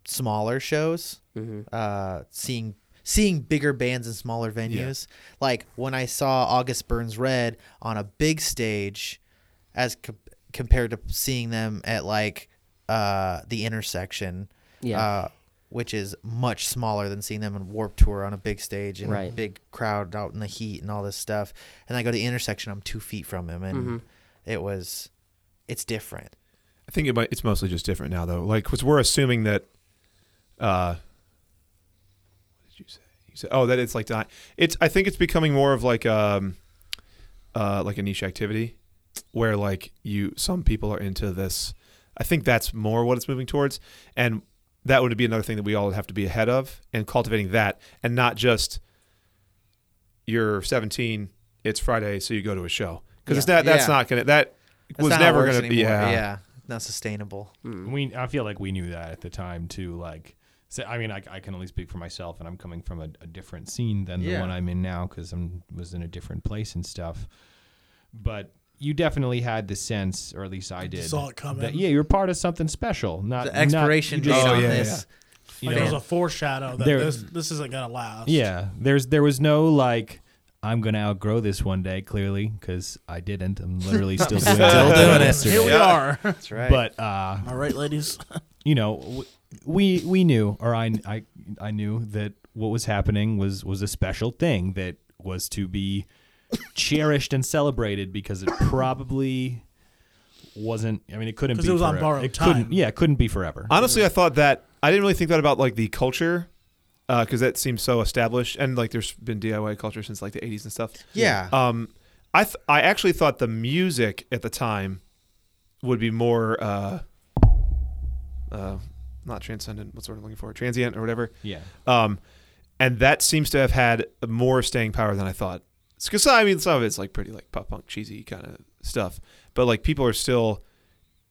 [SPEAKER 3] smaller shows. Uh, seeing seeing bigger bands in smaller venues, like when I saw August Burns Red on a big stage, as com- compared to seeing them at like uh, the intersection
[SPEAKER 2] yeah,
[SPEAKER 3] uh, which is much smaller than seeing them in Warp Tour on a big stage and a
[SPEAKER 2] Right.
[SPEAKER 3] big crowd out in the heat and all this stuff. And I go to the intersection, I'm two feet from him, and it was, it's different.
[SPEAKER 5] I think it might, it's mostly just different now, though. Like, because we're assuming that. Uh, what did you say? You said, oh, that it's like dying. It's. I think it's becoming more of like um, uh, like a niche activity, where like you some people are into this. I think that's more what it's moving towards, and that would be another thing that we all have to be ahead of and cultivating that, and not just. You're 17. It's Friday, so you go to a show because it's
[SPEAKER 3] Yeah.
[SPEAKER 5] not. That's
[SPEAKER 3] Yeah.
[SPEAKER 5] not gonna. That
[SPEAKER 3] That's
[SPEAKER 5] was
[SPEAKER 3] not how it
[SPEAKER 5] never
[SPEAKER 3] works
[SPEAKER 5] gonna be.
[SPEAKER 3] anymore.
[SPEAKER 5] Yeah.
[SPEAKER 3] yeah, not sustainable.
[SPEAKER 4] we I feel like we knew that at the time too. Like, so, I mean, I, I can only speak for myself, and I'm coming from a, a different scene than the
[SPEAKER 3] Yeah.
[SPEAKER 4] one I'm in now because I'm was in a different place and stuff. But you definitely had the sense, or at least I did,
[SPEAKER 1] saw it coming.
[SPEAKER 4] That, yeah, you're part of something special. Not
[SPEAKER 3] The expiration
[SPEAKER 4] not, you just-
[SPEAKER 3] date
[SPEAKER 5] Oh,
[SPEAKER 3] on
[SPEAKER 5] yeah,
[SPEAKER 3] this.
[SPEAKER 4] you
[SPEAKER 1] like
[SPEAKER 4] know,
[SPEAKER 1] it was a foreshadow that
[SPEAKER 4] There-
[SPEAKER 1] this this isn't gonna last.
[SPEAKER 4] Yeah, there's there was no like I'm gonna outgrow this one day. Clearly, because I didn't. I'm literally still doing it.
[SPEAKER 3] Still doing it.
[SPEAKER 4] Yesterday.
[SPEAKER 1] Here we are.
[SPEAKER 3] That's right.
[SPEAKER 4] But uh,
[SPEAKER 1] All right, ladies.
[SPEAKER 4] you know, w- we we knew, or I I I knew that what was happening was was a special thing that was to be cherished and celebrated because it probably wasn't. I mean, it couldn't
[SPEAKER 1] 'Cause
[SPEAKER 4] be
[SPEAKER 1] it was on
[SPEAKER 4] forever.
[SPEAKER 1] borrowed
[SPEAKER 4] it
[SPEAKER 1] time.
[SPEAKER 4] Couldn't, yeah, it couldn't be forever.
[SPEAKER 5] Honestly, I thought that I didn't really think that about like the culture because that seems so established, and like there's been DIY culture since like the 80s and stuff.
[SPEAKER 3] yeah.
[SPEAKER 5] Um, I th- I actually thought the music at the time would be more uh, uh, not transcendent. What's the word I'm looking for? Transient or whatever.
[SPEAKER 4] yeah,
[SPEAKER 5] Um, and that seems to have had more staying power than I thought. Because I mean, some of it's like pretty like pop punk cheesy kind of stuff, but like people are still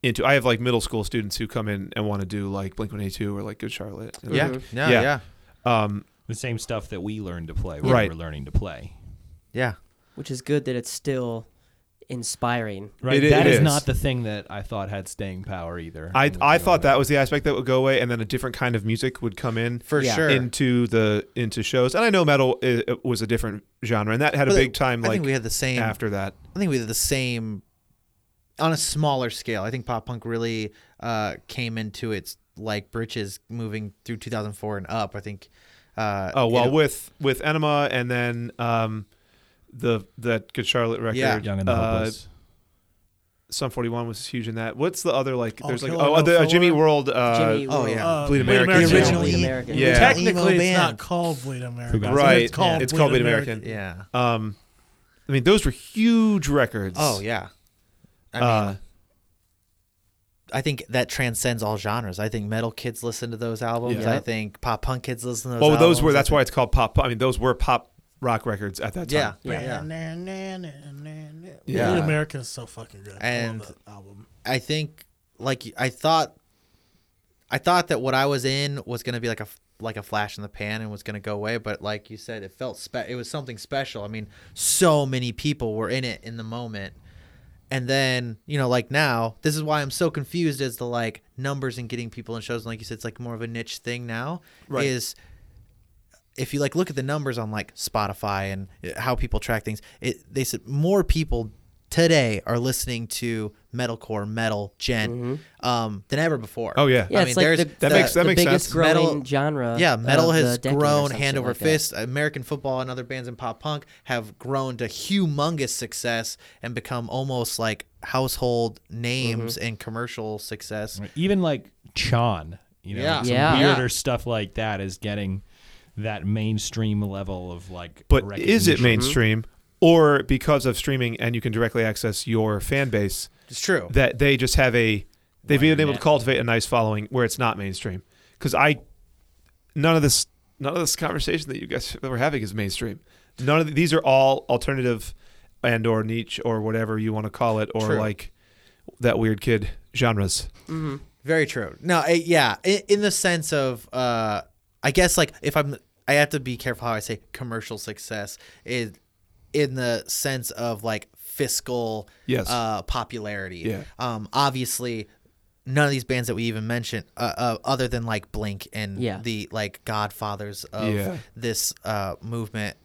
[SPEAKER 5] into. I have like middle school students who come in and want to do like Blink One Eighty Two or like Good Charlotte. And,
[SPEAKER 3] yeah.
[SPEAKER 5] like,
[SPEAKER 3] No,
[SPEAKER 5] Yeah.
[SPEAKER 3] yeah. Yeah.
[SPEAKER 5] Um,
[SPEAKER 4] the same stuff that we learned to play. When
[SPEAKER 5] Right.
[SPEAKER 4] we were learning to play.
[SPEAKER 2] which is good that it's still inspiring.
[SPEAKER 4] Right,
[SPEAKER 5] It-
[SPEAKER 4] that
[SPEAKER 5] it
[SPEAKER 4] is
[SPEAKER 5] is.
[SPEAKER 4] not the thing that I thought had staying power either.
[SPEAKER 5] I
[SPEAKER 4] And,
[SPEAKER 5] I
[SPEAKER 4] you know,
[SPEAKER 5] thought that was the aspect that would go away, and then a different kind of music would come in
[SPEAKER 3] For
[SPEAKER 2] Yeah.
[SPEAKER 3] sure.
[SPEAKER 5] into the into shows. And I know metal i it was a different genre, and that had a
[SPEAKER 3] But
[SPEAKER 5] big time
[SPEAKER 3] I
[SPEAKER 5] like
[SPEAKER 3] think we had the same
[SPEAKER 5] after that.
[SPEAKER 3] I think we did the same on a smaller scale. I think pop punk really uh, came into its like britches moving through 2004 and up. I think. Uh,
[SPEAKER 5] Oh well,
[SPEAKER 3] it-
[SPEAKER 5] with with Enema, and then um, the that Good Charlotte record.
[SPEAKER 3] Yeah.
[SPEAKER 4] Young and the
[SPEAKER 5] uh,
[SPEAKER 4] Hopeless.
[SPEAKER 5] Sum 41 was huge in that. What's the other like?
[SPEAKER 1] Oh,
[SPEAKER 5] there's like
[SPEAKER 1] Killer
[SPEAKER 5] oh, the, uh,
[SPEAKER 1] 104?
[SPEAKER 5] Jimmy World. Uh,
[SPEAKER 2] Jimmy
[SPEAKER 3] oh,
[SPEAKER 2] World.
[SPEAKER 3] yeah.
[SPEAKER 1] Uh,
[SPEAKER 5] Bleed
[SPEAKER 1] Bleed
[SPEAKER 5] American.
[SPEAKER 1] American.
[SPEAKER 2] Originally-
[SPEAKER 3] E.
[SPEAKER 5] Yeah.
[SPEAKER 3] It's an emo
[SPEAKER 1] Technically, it's
[SPEAKER 3] band.
[SPEAKER 1] not called Bleed American.
[SPEAKER 4] got it?
[SPEAKER 5] Right.
[SPEAKER 1] It's called,
[SPEAKER 5] It's
[SPEAKER 1] Bleed,
[SPEAKER 5] called Bleed
[SPEAKER 1] American.
[SPEAKER 5] American.
[SPEAKER 3] Yeah.
[SPEAKER 5] Um, I mean, those were huge records.
[SPEAKER 3] Oh yeah. I mean,
[SPEAKER 5] Uh,
[SPEAKER 3] I think that transcends all genres. I think metal kids listen to those albums.
[SPEAKER 2] Yeah.
[SPEAKER 3] I think pop punk kids listen to those.
[SPEAKER 5] well, those
[SPEAKER 3] albums.
[SPEAKER 5] were.
[SPEAKER 3] I
[SPEAKER 5] That's
[SPEAKER 3] think-
[SPEAKER 5] why it's called pop. I mean, those were pop rock records at that time.
[SPEAKER 3] Yeah. Yeah. yeah.
[SPEAKER 5] Yeah.
[SPEAKER 1] Bleed American is so fucking good.
[SPEAKER 3] And-
[SPEAKER 1] I love that album.
[SPEAKER 3] I think like I thought I thought that what I was in was going to be like a like a flash in the pan and was going to go away but like you said it felt spe- it was something special. I mean, so many people were in it in the moment. And then, you know, like now, this is why I'm so confused as to like numbers and getting people in shows and like you said it's like more of a niche thing now
[SPEAKER 5] Right.
[SPEAKER 3] is if you like look at the numbers on like Spotify and uh, how people track things, it they said more people today are listening to metalcore, metal, gent um, than ever before.
[SPEAKER 5] Oh yeah.
[SPEAKER 2] Mm-hmm. Yeah,
[SPEAKER 3] I mean,
[SPEAKER 2] it's like
[SPEAKER 3] there's-
[SPEAKER 2] the,
[SPEAKER 5] That
[SPEAKER 2] the-
[SPEAKER 5] makes- that
[SPEAKER 2] the
[SPEAKER 5] makes
[SPEAKER 2] biggest
[SPEAKER 5] sense.
[SPEAKER 2] growing
[SPEAKER 3] Metal-
[SPEAKER 2] genre.
[SPEAKER 3] yeah, metal
[SPEAKER 2] of
[SPEAKER 3] has
[SPEAKER 2] the decade or
[SPEAKER 3] grown
[SPEAKER 2] some
[SPEAKER 3] hand
[SPEAKER 2] shit
[SPEAKER 3] over
[SPEAKER 2] like that.
[SPEAKER 3] fist. American football and other bands in pop punk have grown to humongous success and become almost like household names
[SPEAKER 2] Mm-hmm.
[SPEAKER 3] and commercial success.
[SPEAKER 4] Even like Chan, you know,
[SPEAKER 3] Yeah.
[SPEAKER 4] some
[SPEAKER 2] Yeah.
[SPEAKER 4] weirder stuff like that is getting that mainstream level of like.
[SPEAKER 5] But is it
[SPEAKER 4] recognition.
[SPEAKER 5] mainstream, or because of streaming and you can directly access your fan base,
[SPEAKER 3] It's true.
[SPEAKER 5] that they just have a they've been able to
[SPEAKER 4] net.
[SPEAKER 5] cultivate a nice following where it's not mainstream? Because I none of this none of this conversation that you guys that we're having is mainstream. None of the, these are all alternative and or niche or whatever you want to call it or
[SPEAKER 3] True.
[SPEAKER 5] like that weird kid genres.
[SPEAKER 3] Very true. No, i yeah, in, in the sense of, uh, I guess like if I'm, I have to be careful how I say commercial success is in the sense of like fiscal
[SPEAKER 5] Yes.
[SPEAKER 3] uh, popularity.
[SPEAKER 5] Yeah.
[SPEAKER 3] Um, obviously, none of these bands that we even mentioned, uh, uh, other than like Blink and
[SPEAKER 2] Yeah.
[SPEAKER 3] the like Godfathers of
[SPEAKER 5] Yeah.
[SPEAKER 3] this uh, movement,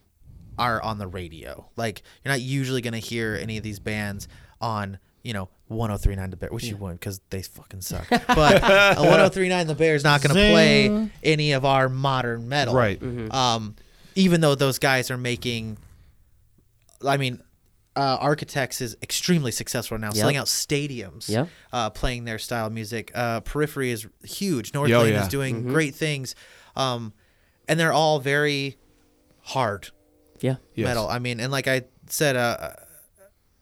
[SPEAKER 3] are on the radio. Like you're not usually gonna hear any of these bands on you know 1039 the bear which you wouldn't because they fucking suck but uh, 1039 the bear is not going to play any of our modern metal
[SPEAKER 5] Right.
[SPEAKER 3] um, even though those guys are making i mean uh, architects is extremely successful now selling out stadiums
[SPEAKER 2] Yep.
[SPEAKER 3] uh, playing their style of music uh, periphery is huge north
[SPEAKER 5] Yeah, oh
[SPEAKER 3] lane
[SPEAKER 5] yeah.
[SPEAKER 3] is doing great things um, and they're all very hard
[SPEAKER 2] Yeah.
[SPEAKER 5] Yes.
[SPEAKER 3] metal i mean and like i said uh,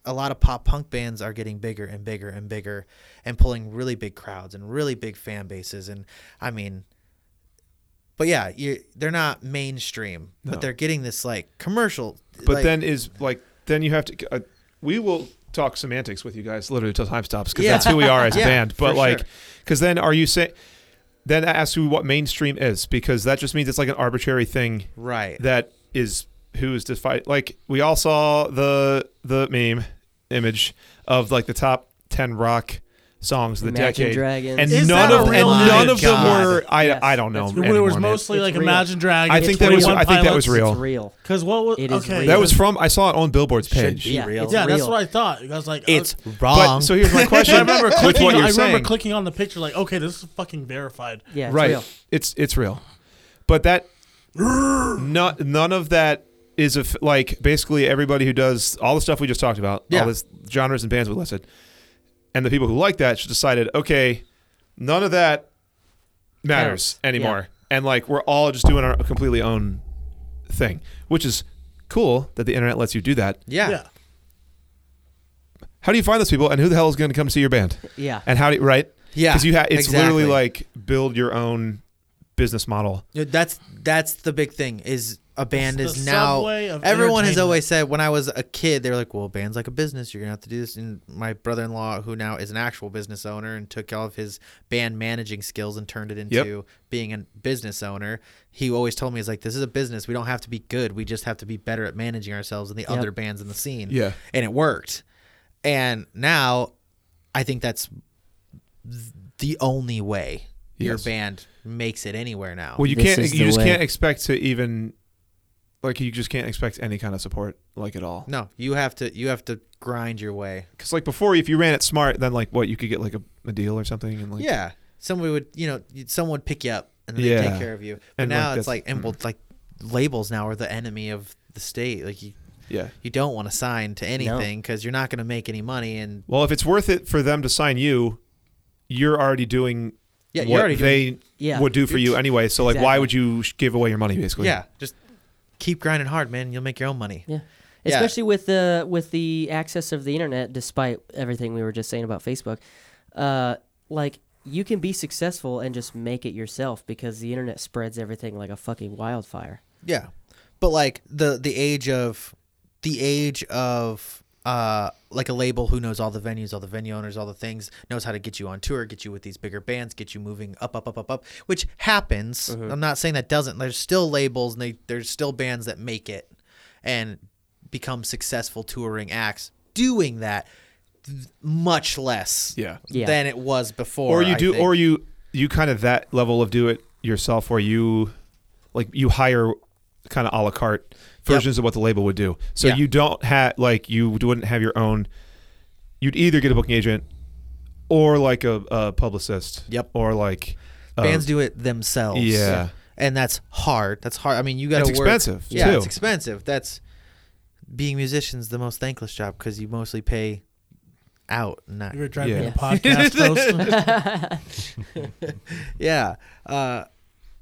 [SPEAKER 3] a lot of pop punk bands are getting bigger and bigger and bigger and pulling really big crowds and really big fan bases and i mean but yeah you they're not mainstream
[SPEAKER 5] No.
[SPEAKER 3] but they're getting this like commercial
[SPEAKER 5] But
[SPEAKER 3] like-
[SPEAKER 5] then is like then you have to. Uh, we will talk semantics with you guys literally till time stops because
[SPEAKER 3] Yeah.
[SPEAKER 5] that's who we are as a
[SPEAKER 3] Yeah,
[SPEAKER 5] band. But
[SPEAKER 3] for
[SPEAKER 5] like,
[SPEAKER 3] sure.
[SPEAKER 5] because then are you saying? Then I ask you what mainstream is because that just means it's like an arbitrary thing
[SPEAKER 3] right
[SPEAKER 5] that is who is defined. Like we all saw the the meme image of like the top ten rock songs of the
[SPEAKER 2] Imagine
[SPEAKER 5] decade,
[SPEAKER 2] Dragons.
[SPEAKER 5] and
[SPEAKER 1] Is
[SPEAKER 5] none
[SPEAKER 1] that
[SPEAKER 5] of
[SPEAKER 1] a
[SPEAKER 5] and
[SPEAKER 1] real
[SPEAKER 5] none
[SPEAKER 1] image?
[SPEAKER 5] of them
[SPEAKER 3] God.
[SPEAKER 5] were. I
[SPEAKER 2] Yes.
[SPEAKER 5] I don't know.
[SPEAKER 2] That's
[SPEAKER 1] It was
[SPEAKER 5] anymore, man.
[SPEAKER 1] mostly like
[SPEAKER 2] real.
[SPEAKER 1] Imagine Dragons.
[SPEAKER 5] I think that was- I think that was real.
[SPEAKER 2] It's real.
[SPEAKER 1] Because what was
[SPEAKER 2] It is
[SPEAKER 1] okay?
[SPEAKER 2] real.
[SPEAKER 5] That was from I saw it on Billboard's
[SPEAKER 3] Should
[SPEAKER 5] page.
[SPEAKER 3] be
[SPEAKER 2] Yeah,
[SPEAKER 3] real.
[SPEAKER 2] it's
[SPEAKER 1] yeah, that's
[SPEAKER 2] real.
[SPEAKER 1] what I thought. I was like,
[SPEAKER 3] it's
[SPEAKER 1] okay.
[SPEAKER 3] wrong
[SPEAKER 5] But so here's my question.
[SPEAKER 1] I remember
[SPEAKER 5] Um. with
[SPEAKER 1] clicking.
[SPEAKER 5] what
[SPEAKER 1] on-
[SPEAKER 5] you're
[SPEAKER 1] I remember
[SPEAKER 5] saying.
[SPEAKER 1] clicking on the picture, like, okay, this is fucking verified.
[SPEAKER 2] Yeah, it's
[SPEAKER 5] right.
[SPEAKER 2] real.
[SPEAKER 5] It's it's real, but that not none of that is a f- like basically everybody who does all the stuff we just talked about,
[SPEAKER 3] Yeah.
[SPEAKER 5] all this genres and bands we listed, and the people who like that just decided, okay, none of that matters
[SPEAKER 2] Counts. Yeah.
[SPEAKER 5] anymore, and like we're all just doing our completely own thing, which is cool that the internet lets you do that.
[SPEAKER 3] yeah,
[SPEAKER 1] yeah.
[SPEAKER 5] How do you find those people, and who the hell is going to come see your band?
[SPEAKER 2] Yeah.
[SPEAKER 5] And how do you, right?
[SPEAKER 3] Yeah,
[SPEAKER 5] because you have it's literally
[SPEAKER 3] exactly.
[SPEAKER 5] like build your own business model.
[SPEAKER 3] Yeah, That's that's the big thing is a band
[SPEAKER 1] It's
[SPEAKER 3] is
[SPEAKER 1] the
[SPEAKER 3] now
[SPEAKER 1] subway of
[SPEAKER 3] everyone has
[SPEAKER 1] entertainment.
[SPEAKER 3] always said when I was a kid they were like well a band's like a business you're gonna have to do this and my brother-in-law who now is an actual business owner and took all of his band managing skills and turned it into being a business owner he always told me he's like this is a business we don't have to be good we just have to be better at managing ourselves than the other bands in the scene
[SPEAKER 5] Yeah.
[SPEAKER 3] and it worked and now I think that's th- the only way your
[SPEAKER 5] Yes.
[SPEAKER 3] band makes it anywhere now
[SPEAKER 5] Well, you
[SPEAKER 2] This
[SPEAKER 5] can't.
[SPEAKER 2] is
[SPEAKER 5] You
[SPEAKER 2] the
[SPEAKER 5] just
[SPEAKER 2] way.
[SPEAKER 5] can't expect to even like you just can't expect any kind of support like at all.
[SPEAKER 3] No, you have to you have to grind your way.
[SPEAKER 5] Because like before, if you ran it smart, then like what you could get like a, a deal or something, and like
[SPEAKER 3] Yeah, somebody would you know you'd- someone would pick you up and they
[SPEAKER 5] Yeah.
[SPEAKER 3] take care of you. But
[SPEAKER 5] And, like,
[SPEAKER 3] now
[SPEAKER 5] that's- mm-hmm.
[SPEAKER 3] it's like and well like labels now are the enemy of the state. Like you,
[SPEAKER 5] Yeah.
[SPEAKER 3] you don't want to sign to anything because you're not going to make any money. And
[SPEAKER 5] Well, if it's worth it for them to sign you, you're already doing
[SPEAKER 3] Yeah,
[SPEAKER 5] what
[SPEAKER 3] you're already
[SPEAKER 5] they
[SPEAKER 2] Yeah.
[SPEAKER 5] would do for you anyway. So, like, why
[SPEAKER 2] Exactly.
[SPEAKER 5] would you sh- give away your money, basically?
[SPEAKER 3] yeah, just keep grinding hard, man. You'll make your own money.
[SPEAKER 2] Yeah.
[SPEAKER 3] Yeah.
[SPEAKER 2] Especially with the with the access of the internet, despite everything we were just saying about Facebook, uh, like you can be successful and just make it yourself because the internet spreads everything like a fucking wildfire.
[SPEAKER 3] Yeah. But like the the age of the age of uh like a label who knows all the venues, all the venue owners, all the things, knows how to get you on tour, get you with these bigger bands, get you moving up up up up up, which happens.
[SPEAKER 5] Mm-hmm.
[SPEAKER 3] I'm not saying that doesn't. There's still labels and they there's still bands that make it and become successful touring acts doing that th- much less
[SPEAKER 5] Yeah.
[SPEAKER 2] Yeah.
[SPEAKER 3] than it was before.
[SPEAKER 5] Or you
[SPEAKER 3] I
[SPEAKER 5] do,
[SPEAKER 3] think.
[SPEAKER 5] or you, you kind of that level of do it yourself where you, like, you hire kind of a la carte versions of what the label would do. So
[SPEAKER 3] Yeah.
[SPEAKER 5] you don't have, like, you wouldn't have your own, you'd either get a booking agent or like a, a publicist.
[SPEAKER 3] Yep.
[SPEAKER 5] Or like, a-
[SPEAKER 3] bands do it themselves.
[SPEAKER 5] Yeah.
[SPEAKER 3] And that's hard. That's hard. I mean, you got to
[SPEAKER 5] It's
[SPEAKER 3] work.
[SPEAKER 5] expensive,
[SPEAKER 3] Yeah,
[SPEAKER 5] too.
[SPEAKER 3] it's expensive. That's being musicians the most thankless job because you mostly pay out, not
[SPEAKER 1] You were trying to
[SPEAKER 5] Yeah.
[SPEAKER 1] make a podcast host.
[SPEAKER 3] yeah uh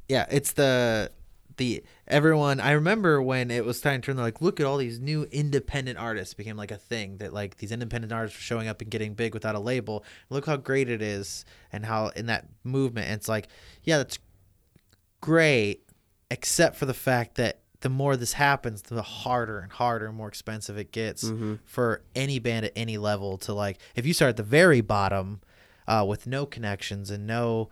[SPEAKER 3] yeah it's the the everyone i remember when it was time to turn they're like look at all these new independent artists became like a thing that like these independent artists were showing up and getting big without a label look how great it is and how in that movement it's like yeah that's great except for the fact that the more this happens the harder and harder and more expensive it gets for any band at any level to like if you start at the very bottom uh, with no connections and no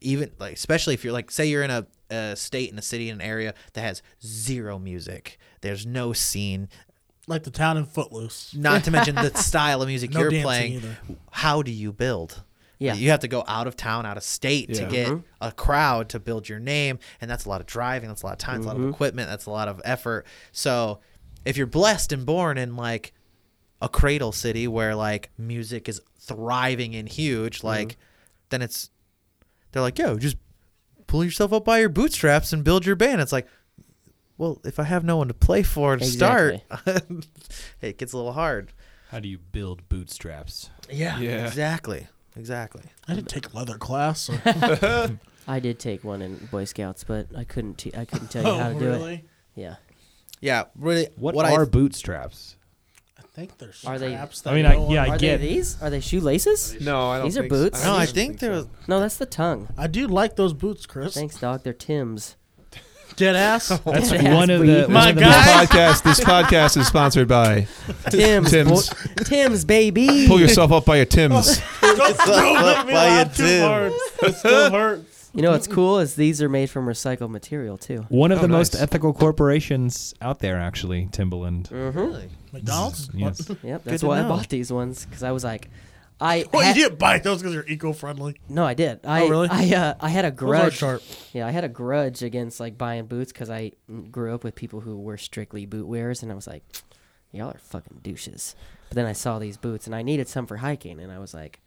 [SPEAKER 3] even like especially if you're like say you're in a, a state in a city in an area that has zero music there's no scene
[SPEAKER 1] like the town in Footloose.
[SPEAKER 3] not to mention the style of music
[SPEAKER 1] No
[SPEAKER 3] you're
[SPEAKER 1] dancing
[SPEAKER 3] playing
[SPEAKER 1] either.
[SPEAKER 3] how do you build
[SPEAKER 2] Yeah.
[SPEAKER 3] you have to go out of town out of state to
[SPEAKER 5] Yeah.
[SPEAKER 3] get a crowd to build your name and that's a lot of driving that's a lot of time that's a lot of equipment that's a lot of effort so if you're blessed and born in like a cradle city where like music is thriving and huge like then it's they're like yo just pull yourself up by your bootstraps and build your band it's like well if i have no one to play for to start it gets a little hard
[SPEAKER 4] How do you build bootstraps?
[SPEAKER 3] yeah,
[SPEAKER 5] Yeah.
[SPEAKER 3] exactly exactly
[SPEAKER 1] I didn't take leather class. So.
[SPEAKER 2] I did take one in Boy Scouts, but I couldn't te- I couldn't tell you how
[SPEAKER 1] oh,
[SPEAKER 2] to do it.
[SPEAKER 1] really?
[SPEAKER 2] Yeah.
[SPEAKER 3] yeah really
[SPEAKER 4] What,
[SPEAKER 3] I
[SPEAKER 4] are bootstraps?
[SPEAKER 1] I think there's
[SPEAKER 2] Are they-
[SPEAKER 1] straps
[SPEAKER 4] I
[SPEAKER 1] that
[SPEAKER 4] mean, I-
[SPEAKER 1] go on-
[SPEAKER 4] yeah,
[SPEAKER 2] Are
[SPEAKER 4] get-
[SPEAKER 2] they these? Are they shoelaces?
[SPEAKER 5] No, I don't.
[SPEAKER 2] These are
[SPEAKER 5] think so.
[SPEAKER 2] boots?
[SPEAKER 5] don't
[SPEAKER 3] No, I
[SPEAKER 5] even
[SPEAKER 3] think there
[SPEAKER 5] so.
[SPEAKER 3] was.
[SPEAKER 2] No, that's the tongue.
[SPEAKER 1] I do like those boots, Chris.
[SPEAKER 2] Thanks, dog. They're Tim's.
[SPEAKER 1] Dead ass.
[SPEAKER 4] That's
[SPEAKER 2] It has
[SPEAKER 4] one of
[SPEAKER 2] weed.
[SPEAKER 4] the.
[SPEAKER 1] My
[SPEAKER 4] one of the-
[SPEAKER 5] This
[SPEAKER 1] God. Guys.
[SPEAKER 5] podcast, this podcast is sponsored by
[SPEAKER 2] Tim's.
[SPEAKER 5] Tim's.
[SPEAKER 2] boy- Tim's, baby.
[SPEAKER 5] Pull Yourself Up by Your Tims.
[SPEAKER 1] don't don't let me
[SPEAKER 3] Why you
[SPEAKER 1] laugh too
[SPEAKER 3] do?
[SPEAKER 1] hard. It still hurts.
[SPEAKER 2] You know what's cool is these are made from recycled material too.
[SPEAKER 4] One of
[SPEAKER 5] Oh,
[SPEAKER 4] the most
[SPEAKER 5] nice.
[SPEAKER 4] ethical corporations out there, actually, Timbaland.
[SPEAKER 3] Really?
[SPEAKER 1] McDonald's?
[SPEAKER 4] Yes.
[SPEAKER 1] What?
[SPEAKER 2] Yep, that's
[SPEAKER 3] to
[SPEAKER 2] why I
[SPEAKER 3] know.
[SPEAKER 2] bought these ones because I was like, I
[SPEAKER 1] Well,
[SPEAKER 2] had-
[SPEAKER 1] you didn't buy those because they're eco-friendly.
[SPEAKER 2] no, I did. I,
[SPEAKER 1] really?
[SPEAKER 2] I uh, I had a
[SPEAKER 1] Those are
[SPEAKER 2] grudge.
[SPEAKER 1] sharp.
[SPEAKER 2] Yeah, I had a grudge against like buying boots because I mm, grew up with people who were strictly boot wearers, and I was like, y'all are fucking douches. But then I saw these boots, and I needed some for hiking, and I was like,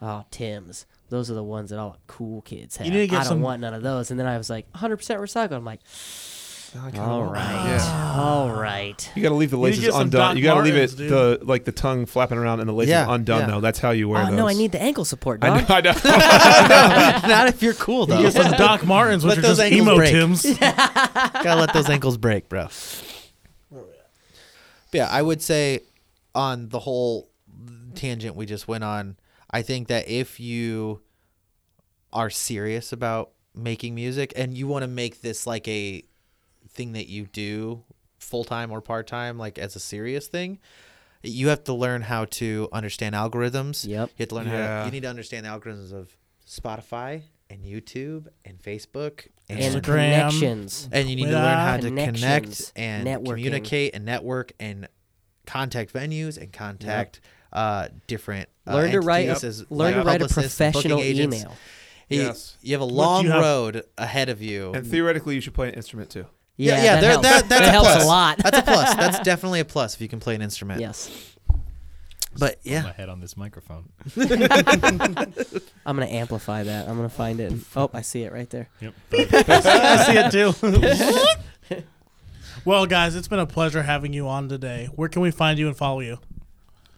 [SPEAKER 2] oh, Tim's. Those are the ones that all the cool kids have.
[SPEAKER 1] need to get
[SPEAKER 2] I don't
[SPEAKER 1] some-
[SPEAKER 2] want none of those. And then I was like, 100% recycled. I'm like, all right,
[SPEAKER 5] Yeah.
[SPEAKER 2] all right.
[SPEAKER 5] You gotta leave the
[SPEAKER 1] need to
[SPEAKER 5] laces
[SPEAKER 1] get some
[SPEAKER 5] undone.
[SPEAKER 1] Doc
[SPEAKER 5] You gotta leave it
[SPEAKER 1] Martens,
[SPEAKER 5] the like the tongue flapping around and the laces
[SPEAKER 3] Yeah,
[SPEAKER 5] undone
[SPEAKER 3] yeah.
[SPEAKER 5] though. That's how you wear
[SPEAKER 2] Oh
[SPEAKER 5] those.
[SPEAKER 2] no, I need the ankle support,
[SPEAKER 5] I
[SPEAKER 2] dog.
[SPEAKER 5] know. I know.
[SPEAKER 3] Not if you're cool though.
[SPEAKER 1] You get some Doc Martens, which
[SPEAKER 3] Let
[SPEAKER 1] are
[SPEAKER 3] Uh, those
[SPEAKER 1] just
[SPEAKER 3] ankles
[SPEAKER 1] emo
[SPEAKER 3] break.
[SPEAKER 1] Tims.
[SPEAKER 3] Gotta let those ankles break, bro. Yeah, I would say on the whole tangent we just went on, I think that if you are serious about making music and you want to make this like a thing that you do full time or part time, like as a serious thing, you have to learn how to understand algorithms.
[SPEAKER 2] Yep.
[SPEAKER 3] You have to learn how
[SPEAKER 5] Yeah.
[SPEAKER 3] to, you need to understand the algorithms of Spotify and YouTube and Facebook
[SPEAKER 2] and
[SPEAKER 1] Instagram.
[SPEAKER 2] connections.
[SPEAKER 3] and you need to learn how to
[SPEAKER 2] Connections,
[SPEAKER 3] connect and
[SPEAKER 2] networking.
[SPEAKER 3] communicate and network and contact venues and contact uh, different uh,
[SPEAKER 2] Learn to write
[SPEAKER 3] entities
[SPEAKER 2] a,
[SPEAKER 3] as,
[SPEAKER 2] learn
[SPEAKER 3] like,
[SPEAKER 2] to write a
[SPEAKER 3] publicists and booking
[SPEAKER 2] professional
[SPEAKER 3] agents.
[SPEAKER 2] email.
[SPEAKER 3] You,
[SPEAKER 5] Yes.
[SPEAKER 3] you have a
[SPEAKER 1] you
[SPEAKER 3] long
[SPEAKER 1] have-
[SPEAKER 3] road ahead of you.
[SPEAKER 5] and theoretically, you should play an instrument too.
[SPEAKER 3] yeah,
[SPEAKER 2] Yeah, that
[SPEAKER 3] there-
[SPEAKER 2] helps.
[SPEAKER 3] that- that's
[SPEAKER 2] That
[SPEAKER 3] a
[SPEAKER 2] helps
[SPEAKER 3] plus.
[SPEAKER 2] a lot.
[SPEAKER 3] That's a plus. That's definitely a plus if you can play an instrument.
[SPEAKER 2] yes,
[SPEAKER 3] But
[SPEAKER 4] My
[SPEAKER 3] yeah,
[SPEAKER 4] head on this microphone.
[SPEAKER 2] I'm gonna amplify that. I'm gonna find it. Oh, I see it right there.
[SPEAKER 4] Yep.
[SPEAKER 1] I see it too. Well, guys, it's been a pleasure having you on today. Where can we find you and follow you?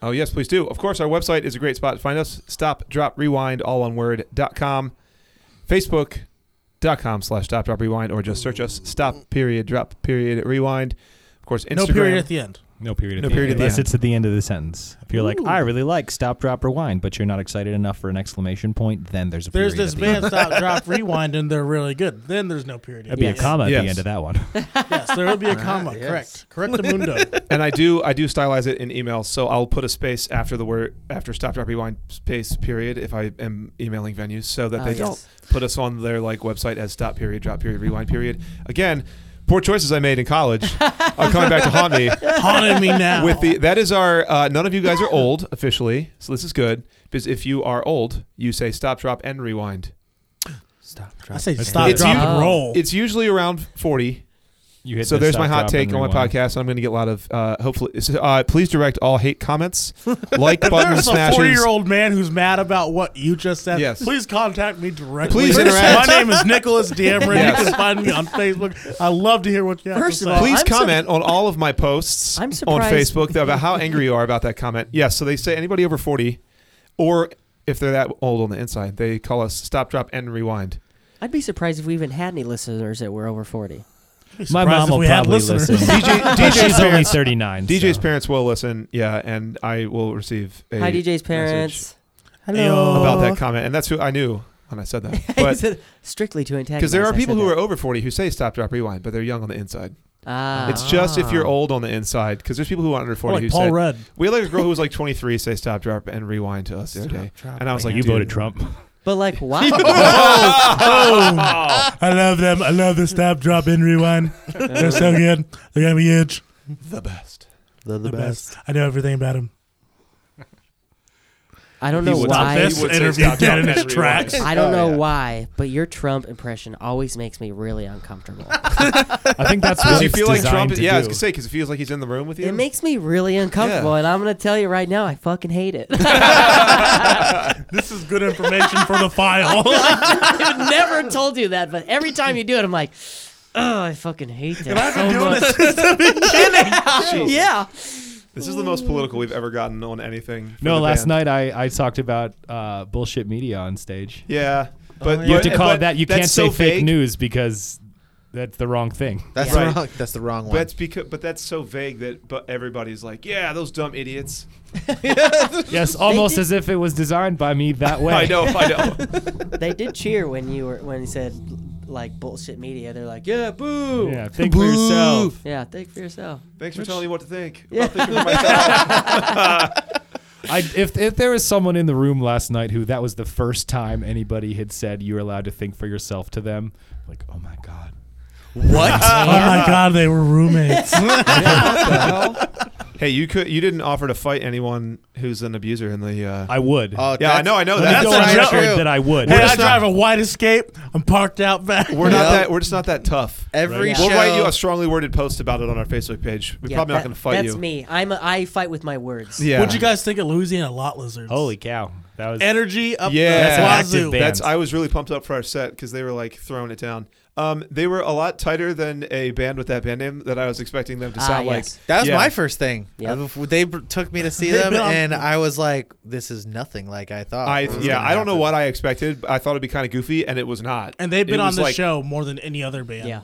[SPEAKER 5] Oh, yes, please do. Of course, our website is a great spot to find us. Stop, drop, rewind, all one word, dot com, Facebook, dot com slash stop, drop, rewind, or just search us. Stop, period, drop, period, rewind. Of course, Instagram.
[SPEAKER 1] No period at the end.
[SPEAKER 4] No period. At
[SPEAKER 5] No
[SPEAKER 4] the end,
[SPEAKER 5] period at the
[SPEAKER 4] unless
[SPEAKER 5] end.
[SPEAKER 4] it's at the end of the sentence. If you're like, I really like stop, drop, rewind, but you're not excited enough for an exclamation point, then there's a
[SPEAKER 1] There's
[SPEAKER 4] period
[SPEAKER 1] this
[SPEAKER 4] at the end.
[SPEAKER 1] band stop, drop, rewind, and they're really good. Then there's no period. at
[SPEAKER 4] That'd be
[SPEAKER 1] the
[SPEAKER 4] a
[SPEAKER 1] end.
[SPEAKER 4] comma at the
[SPEAKER 5] Yes.
[SPEAKER 4] end of that one.
[SPEAKER 1] Yes, there will be a
[SPEAKER 5] Ah,
[SPEAKER 1] comma.
[SPEAKER 3] yes.
[SPEAKER 1] Correct. Correct the mundo.
[SPEAKER 5] and I do I do stylize it in email, so I'll put a space after the word after stop drop rewind space period if I am emailing venues, so that
[SPEAKER 1] Ah,
[SPEAKER 2] Oh,
[SPEAKER 5] they
[SPEAKER 2] yes.
[SPEAKER 5] don't put us on their like website as stop period drop period rewind period. Again, poor choices I made in college are coming back to haunt me.
[SPEAKER 1] Haunted me now.
[SPEAKER 5] With the that is our uh, none of you guys are old officially, so this is good because if you are old, you say stop drop and rewind.
[SPEAKER 3] Stop.
[SPEAKER 1] I
[SPEAKER 3] Drop.
[SPEAKER 1] say
[SPEAKER 4] It's
[SPEAKER 1] stop,
[SPEAKER 5] you-
[SPEAKER 1] Uh, drop,
[SPEAKER 2] Oh.
[SPEAKER 1] and roll.
[SPEAKER 5] It's usually around forty.
[SPEAKER 4] You hit
[SPEAKER 5] So
[SPEAKER 4] the
[SPEAKER 5] there's
[SPEAKER 4] stop,
[SPEAKER 5] my hot
[SPEAKER 4] drop,
[SPEAKER 5] take
[SPEAKER 4] and
[SPEAKER 5] on my
[SPEAKER 4] rewind.
[SPEAKER 5] podcast. and I'm going to get a lot of uh, hopefully. so, Uh, please direct all hate comments, like button
[SPEAKER 1] There's a
[SPEAKER 5] smashes.
[SPEAKER 1] four-year-old man who's mad about what you just said.
[SPEAKER 5] Yes.
[SPEAKER 1] Please contact me directly.
[SPEAKER 5] Please interact.
[SPEAKER 1] My name is Nicholas Dameron.
[SPEAKER 5] Yes.
[SPEAKER 1] You can find me on Facebook. I love to hear what you have
[SPEAKER 2] First
[SPEAKER 1] to
[SPEAKER 2] of
[SPEAKER 1] say.
[SPEAKER 2] all,
[SPEAKER 5] Please
[SPEAKER 2] I'm sur-
[SPEAKER 5] comment on all of my posts
[SPEAKER 2] I'm
[SPEAKER 5] on
[SPEAKER 2] surprised-
[SPEAKER 5] Facebook about how angry you are about that comment. Yes, so they say anybody over 40, or if they're that old on the inside, they call us stop, drop, and rewind.
[SPEAKER 2] I'd be surprised if we even had any listeners that were over forty.
[SPEAKER 1] Please,
[SPEAKER 4] My mom will probably listen.
[SPEAKER 5] DJ, DJ's,
[SPEAKER 4] She's only
[SPEAKER 5] parents,
[SPEAKER 4] 39.
[SPEAKER 5] DJ's
[SPEAKER 4] so.
[SPEAKER 5] parents will listen, yeah, and I will receive a
[SPEAKER 2] Hi, DJ's
[SPEAKER 5] message
[SPEAKER 2] parents.
[SPEAKER 1] Hello.
[SPEAKER 5] about that comment, and that's who I knew when I said that. But
[SPEAKER 2] Strictly to antagonize.
[SPEAKER 5] because there are
[SPEAKER 2] I
[SPEAKER 5] people
[SPEAKER 2] said
[SPEAKER 5] who
[SPEAKER 2] that.
[SPEAKER 5] are over 40 who say stop, drop, rewind, but they're young on the inside.
[SPEAKER 2] Ah.
[SPEAKER 5] It's just if you're old on the inside, because there's people who are under 40
[SPEAKER 1] Or
[SPEAKER 5] who
[SPEAKER 1] like Paul
[SPEAKER 5] said,
[SPEAKER 1] Rudd.
[SPEAKER 5] we had like a girl who was like 23 say stop, drop, and rewind to us the other day. And I was like,
[SPEAKER 4] you
[SPEAKER 5] dude,
[SPEAKER 4] voted Trump.
[SPEAKER 2] But like,
[SPEAKER 1] Oh.
[SPEAKER 2] wow.
[SPEAKER 1] I love them. I love the stop, drop, and rewind. They're so good. They're gonna be huge.
[SPEAKER 5] The best.
[SPEAKER 3] They're the, best.
[SPEAKER 1] I know everything about them.
[SPEAKER 2] I don't
[SPEAKER 5] He
[SPEAKER 2] know
[SPEAKER 5] would-
[SPEAKER 2] why.
[SPEAKER 5] He
[SPEAKER 1] This
[SPEAKER 5] would say
[SPEAKER 1] interview
[SPEAKER 5] stop,
[SPEAKER 1] dead
[SPEAKER 5] drop,
[SPEAKER 1] in its
[SPEAKER 5] and rewind.
[SPEAKER 1] tracks.
[SPEAKER 2] I don't
[SPEAKER 5] Oh,
[SPEAKER 2] know
[SPEAKER 5] yeah.
[SPEAKER 2] why, but your Trump impression always makes me really uncomfortable.
[SPEAKER 4] I think that's
[SPEAKER 5] Does
[SPEAKER 4] what
[SPEAKER 5] he
[SPEAKER 4] it's
[SPEAKER 5] feel like
[SPEAKER 4] designed
[SPEAKER 5] Trump?
[SPEAKER 4] to
[SPEAKER 5] Yeah, I was
[SPEAKER 4] do.
[SPEAKER 5] gonna say because it feels like he's in the room with you.
[SPEAKER 2] it makes me really uncomfortable,
[SPEAKER 5] Yeah.
[SPEAKER 2] and I'm gonna tell you right now, I fucking hate it.
[SPEAKER 1] This is good information for the file.
[SPEAKER 2] I've never told you that, but every time you do it, I'm like, oh, I fucking hate that.
[SPEAKER 1] I've been
[SPEAKER 2] so
[SPEAKER 1] doing
[SPEAKER 2] much."
[SPEAKER 1] this since the beginning.
[SPEAKER 5] Jesus.
[SPEAKER 2] Yeah.
[SPEAKER 5] This is the most political we've ever gotten on anything. for
[SPEAKER 4] No,
[SPEAKER 5] the
[SPEAKER 4] last
[SPEAKER 5] band.
[SPEAKER 4] night I, I talked about uh, bullshit media on stage.
[SPEAKER 5] Yeah,
[SPEAKER 2] Oh,
[SPEAKER 5] but
[SPEAKER 4] You have to
[SPEAKER 5] but-
[SPEAKER 4] call
[SPEAKER 5] but
[SPEAKER 4] it that. You
[SPEAKER 5] that's
[SPEAKER 4] can't
[SPEAKER 5] so
[SPEAKER 4] say fake
[SPEAKER 5] vague.
[SPEAKER 4] news because that's the wrong thing.
[SPEAKER 3] That's
[SPEAKER 5] Right.
[SPEAKER 3] the wrong. That's the wrong one.
[SPEAKER 5] That's because, but that's so vague that but everybody's like, yeah, those dumb idiots.
[SPEAKER 4] Yes, almost as if it was designed by me that way.
[SPEAKER 5] I know, I know.
[SPEAKER 2] They did cheer when you were when you said like bullshit media. They're like, yeah, boo.
[SPEAKER 4] Yeah, think for yourself.
[SPEAKER 2] Yeah, think for yourself.
[SPEAKER 5] Thanks for
[SPEAKER 2] Which-
[SPEAKER 5] telling me what to think.
[SPEAKER 2] Yeah.
[SPEAKER 5] About thinking for myself.
[SPEAKER 4] I, if if there was someone in the room last night who that was the first time anybody had said you're allowed to think for yourself to them, like oh my god,
[SPEAKER 1] Oh my god, they were roommates.
[SPEAKER 5] hey, you could you didn't offer to fight anyone who's an abuser in the. Uh,
[SPEAKER 4] I would.
[SPEAKER 3] Oh,
[SPEAKER 5] yeah, I
[SPEAKER 3] that's-
[SPEAKER 5] know, I know
[SPEAKER 4] Let
[SPEAKER 5] that.
[SPEAKER 4] me
[SPEAKER 1] that's
[SPEAKER 4] go on
[SPEAKER 1] a joke.
[SPEAKER 4] record that I would.
[SPEAKER 1] Hey,
[SPEAKER 5] just
[SPEAKER 1] I
[SPEAKER 5] not-
[SPEAKER 1] drive a white escape. I'm parked out back.
[SPEAKER 5] We're not
[SPEAKER 3] Yeah.
[SPEAKER 5] that. We're just not that tough.
[SPEAKER 3] Every
[SPEAKER 2] Right.
[SPEAKER 3] show.
[SPEAKER 5] We'll write you a strongly worded post about it on our Facebook page. We're
[SPEAKER 2] Yeah,
[SPEAKER 5] probably not
[SPEAKER 2] that-
[SPEAKER 5] going to fight
[SPEAKER 2] That's
[SPEAKER 5] you.
[SPEAKER 2] me. I'm a, I fight with my words.
[SPEAKER 5] Yeah.
[SPEAKER 1] What'd you guys think of Louisiana lot lizards?
[SPEAKER 4] Holy cow, that was
[SPEAKER 1] energy up
[SPEAKER 5] Yeah. That's an
[SPEAKER 1] the
[SPEAKER 5] active
[SPEAKER 1] wazoo.
[SPEAKER 4] band.
[SPEAKER 5] That's I was really pumped up for our set because they were like throwing it down. Um, they were a lot tighter than a band with that band name that I was expecting them to
[SPEAKER 2] Ah,
[SPEAKER 5] sound
[SPEAKER 2] yes.
[SPEAKER 5] like.
[SPEAKER 3] That was
[SPEAKER 5] Yeah.
[SPEAKER 3] my first thing.
[SPEAKER 2] Yep.
[SPEAKER 3] Uh, f- They br- took me to see
[SPEAKER 1] They've
[SPEAKER 3] them,
[SPEAKER 1] been on-
[SPEAKER 3] and I was like, "This is nothing like I thought."
[SPEAKER 5] I
[SPEAKER 3] was
[SPEAKER 5] yeah
[SPEAKER 3] gonna
[SPEAKER 5] I don't know
[SPEAKER 3] happen.
[SPEAKER 5] what I expected. But I thought it'd be kind of goofy, and it was not.
[SPEAKER 1] And they've been
[SPEAKER 5] It
[SPEAKER 1] on
[SPEAKER 5] was
[SPEAKER 1] the
[SPEAKER 5] like-
[SPEAKER 1] show more than any other band.
[SPEAKER 2] Yeah.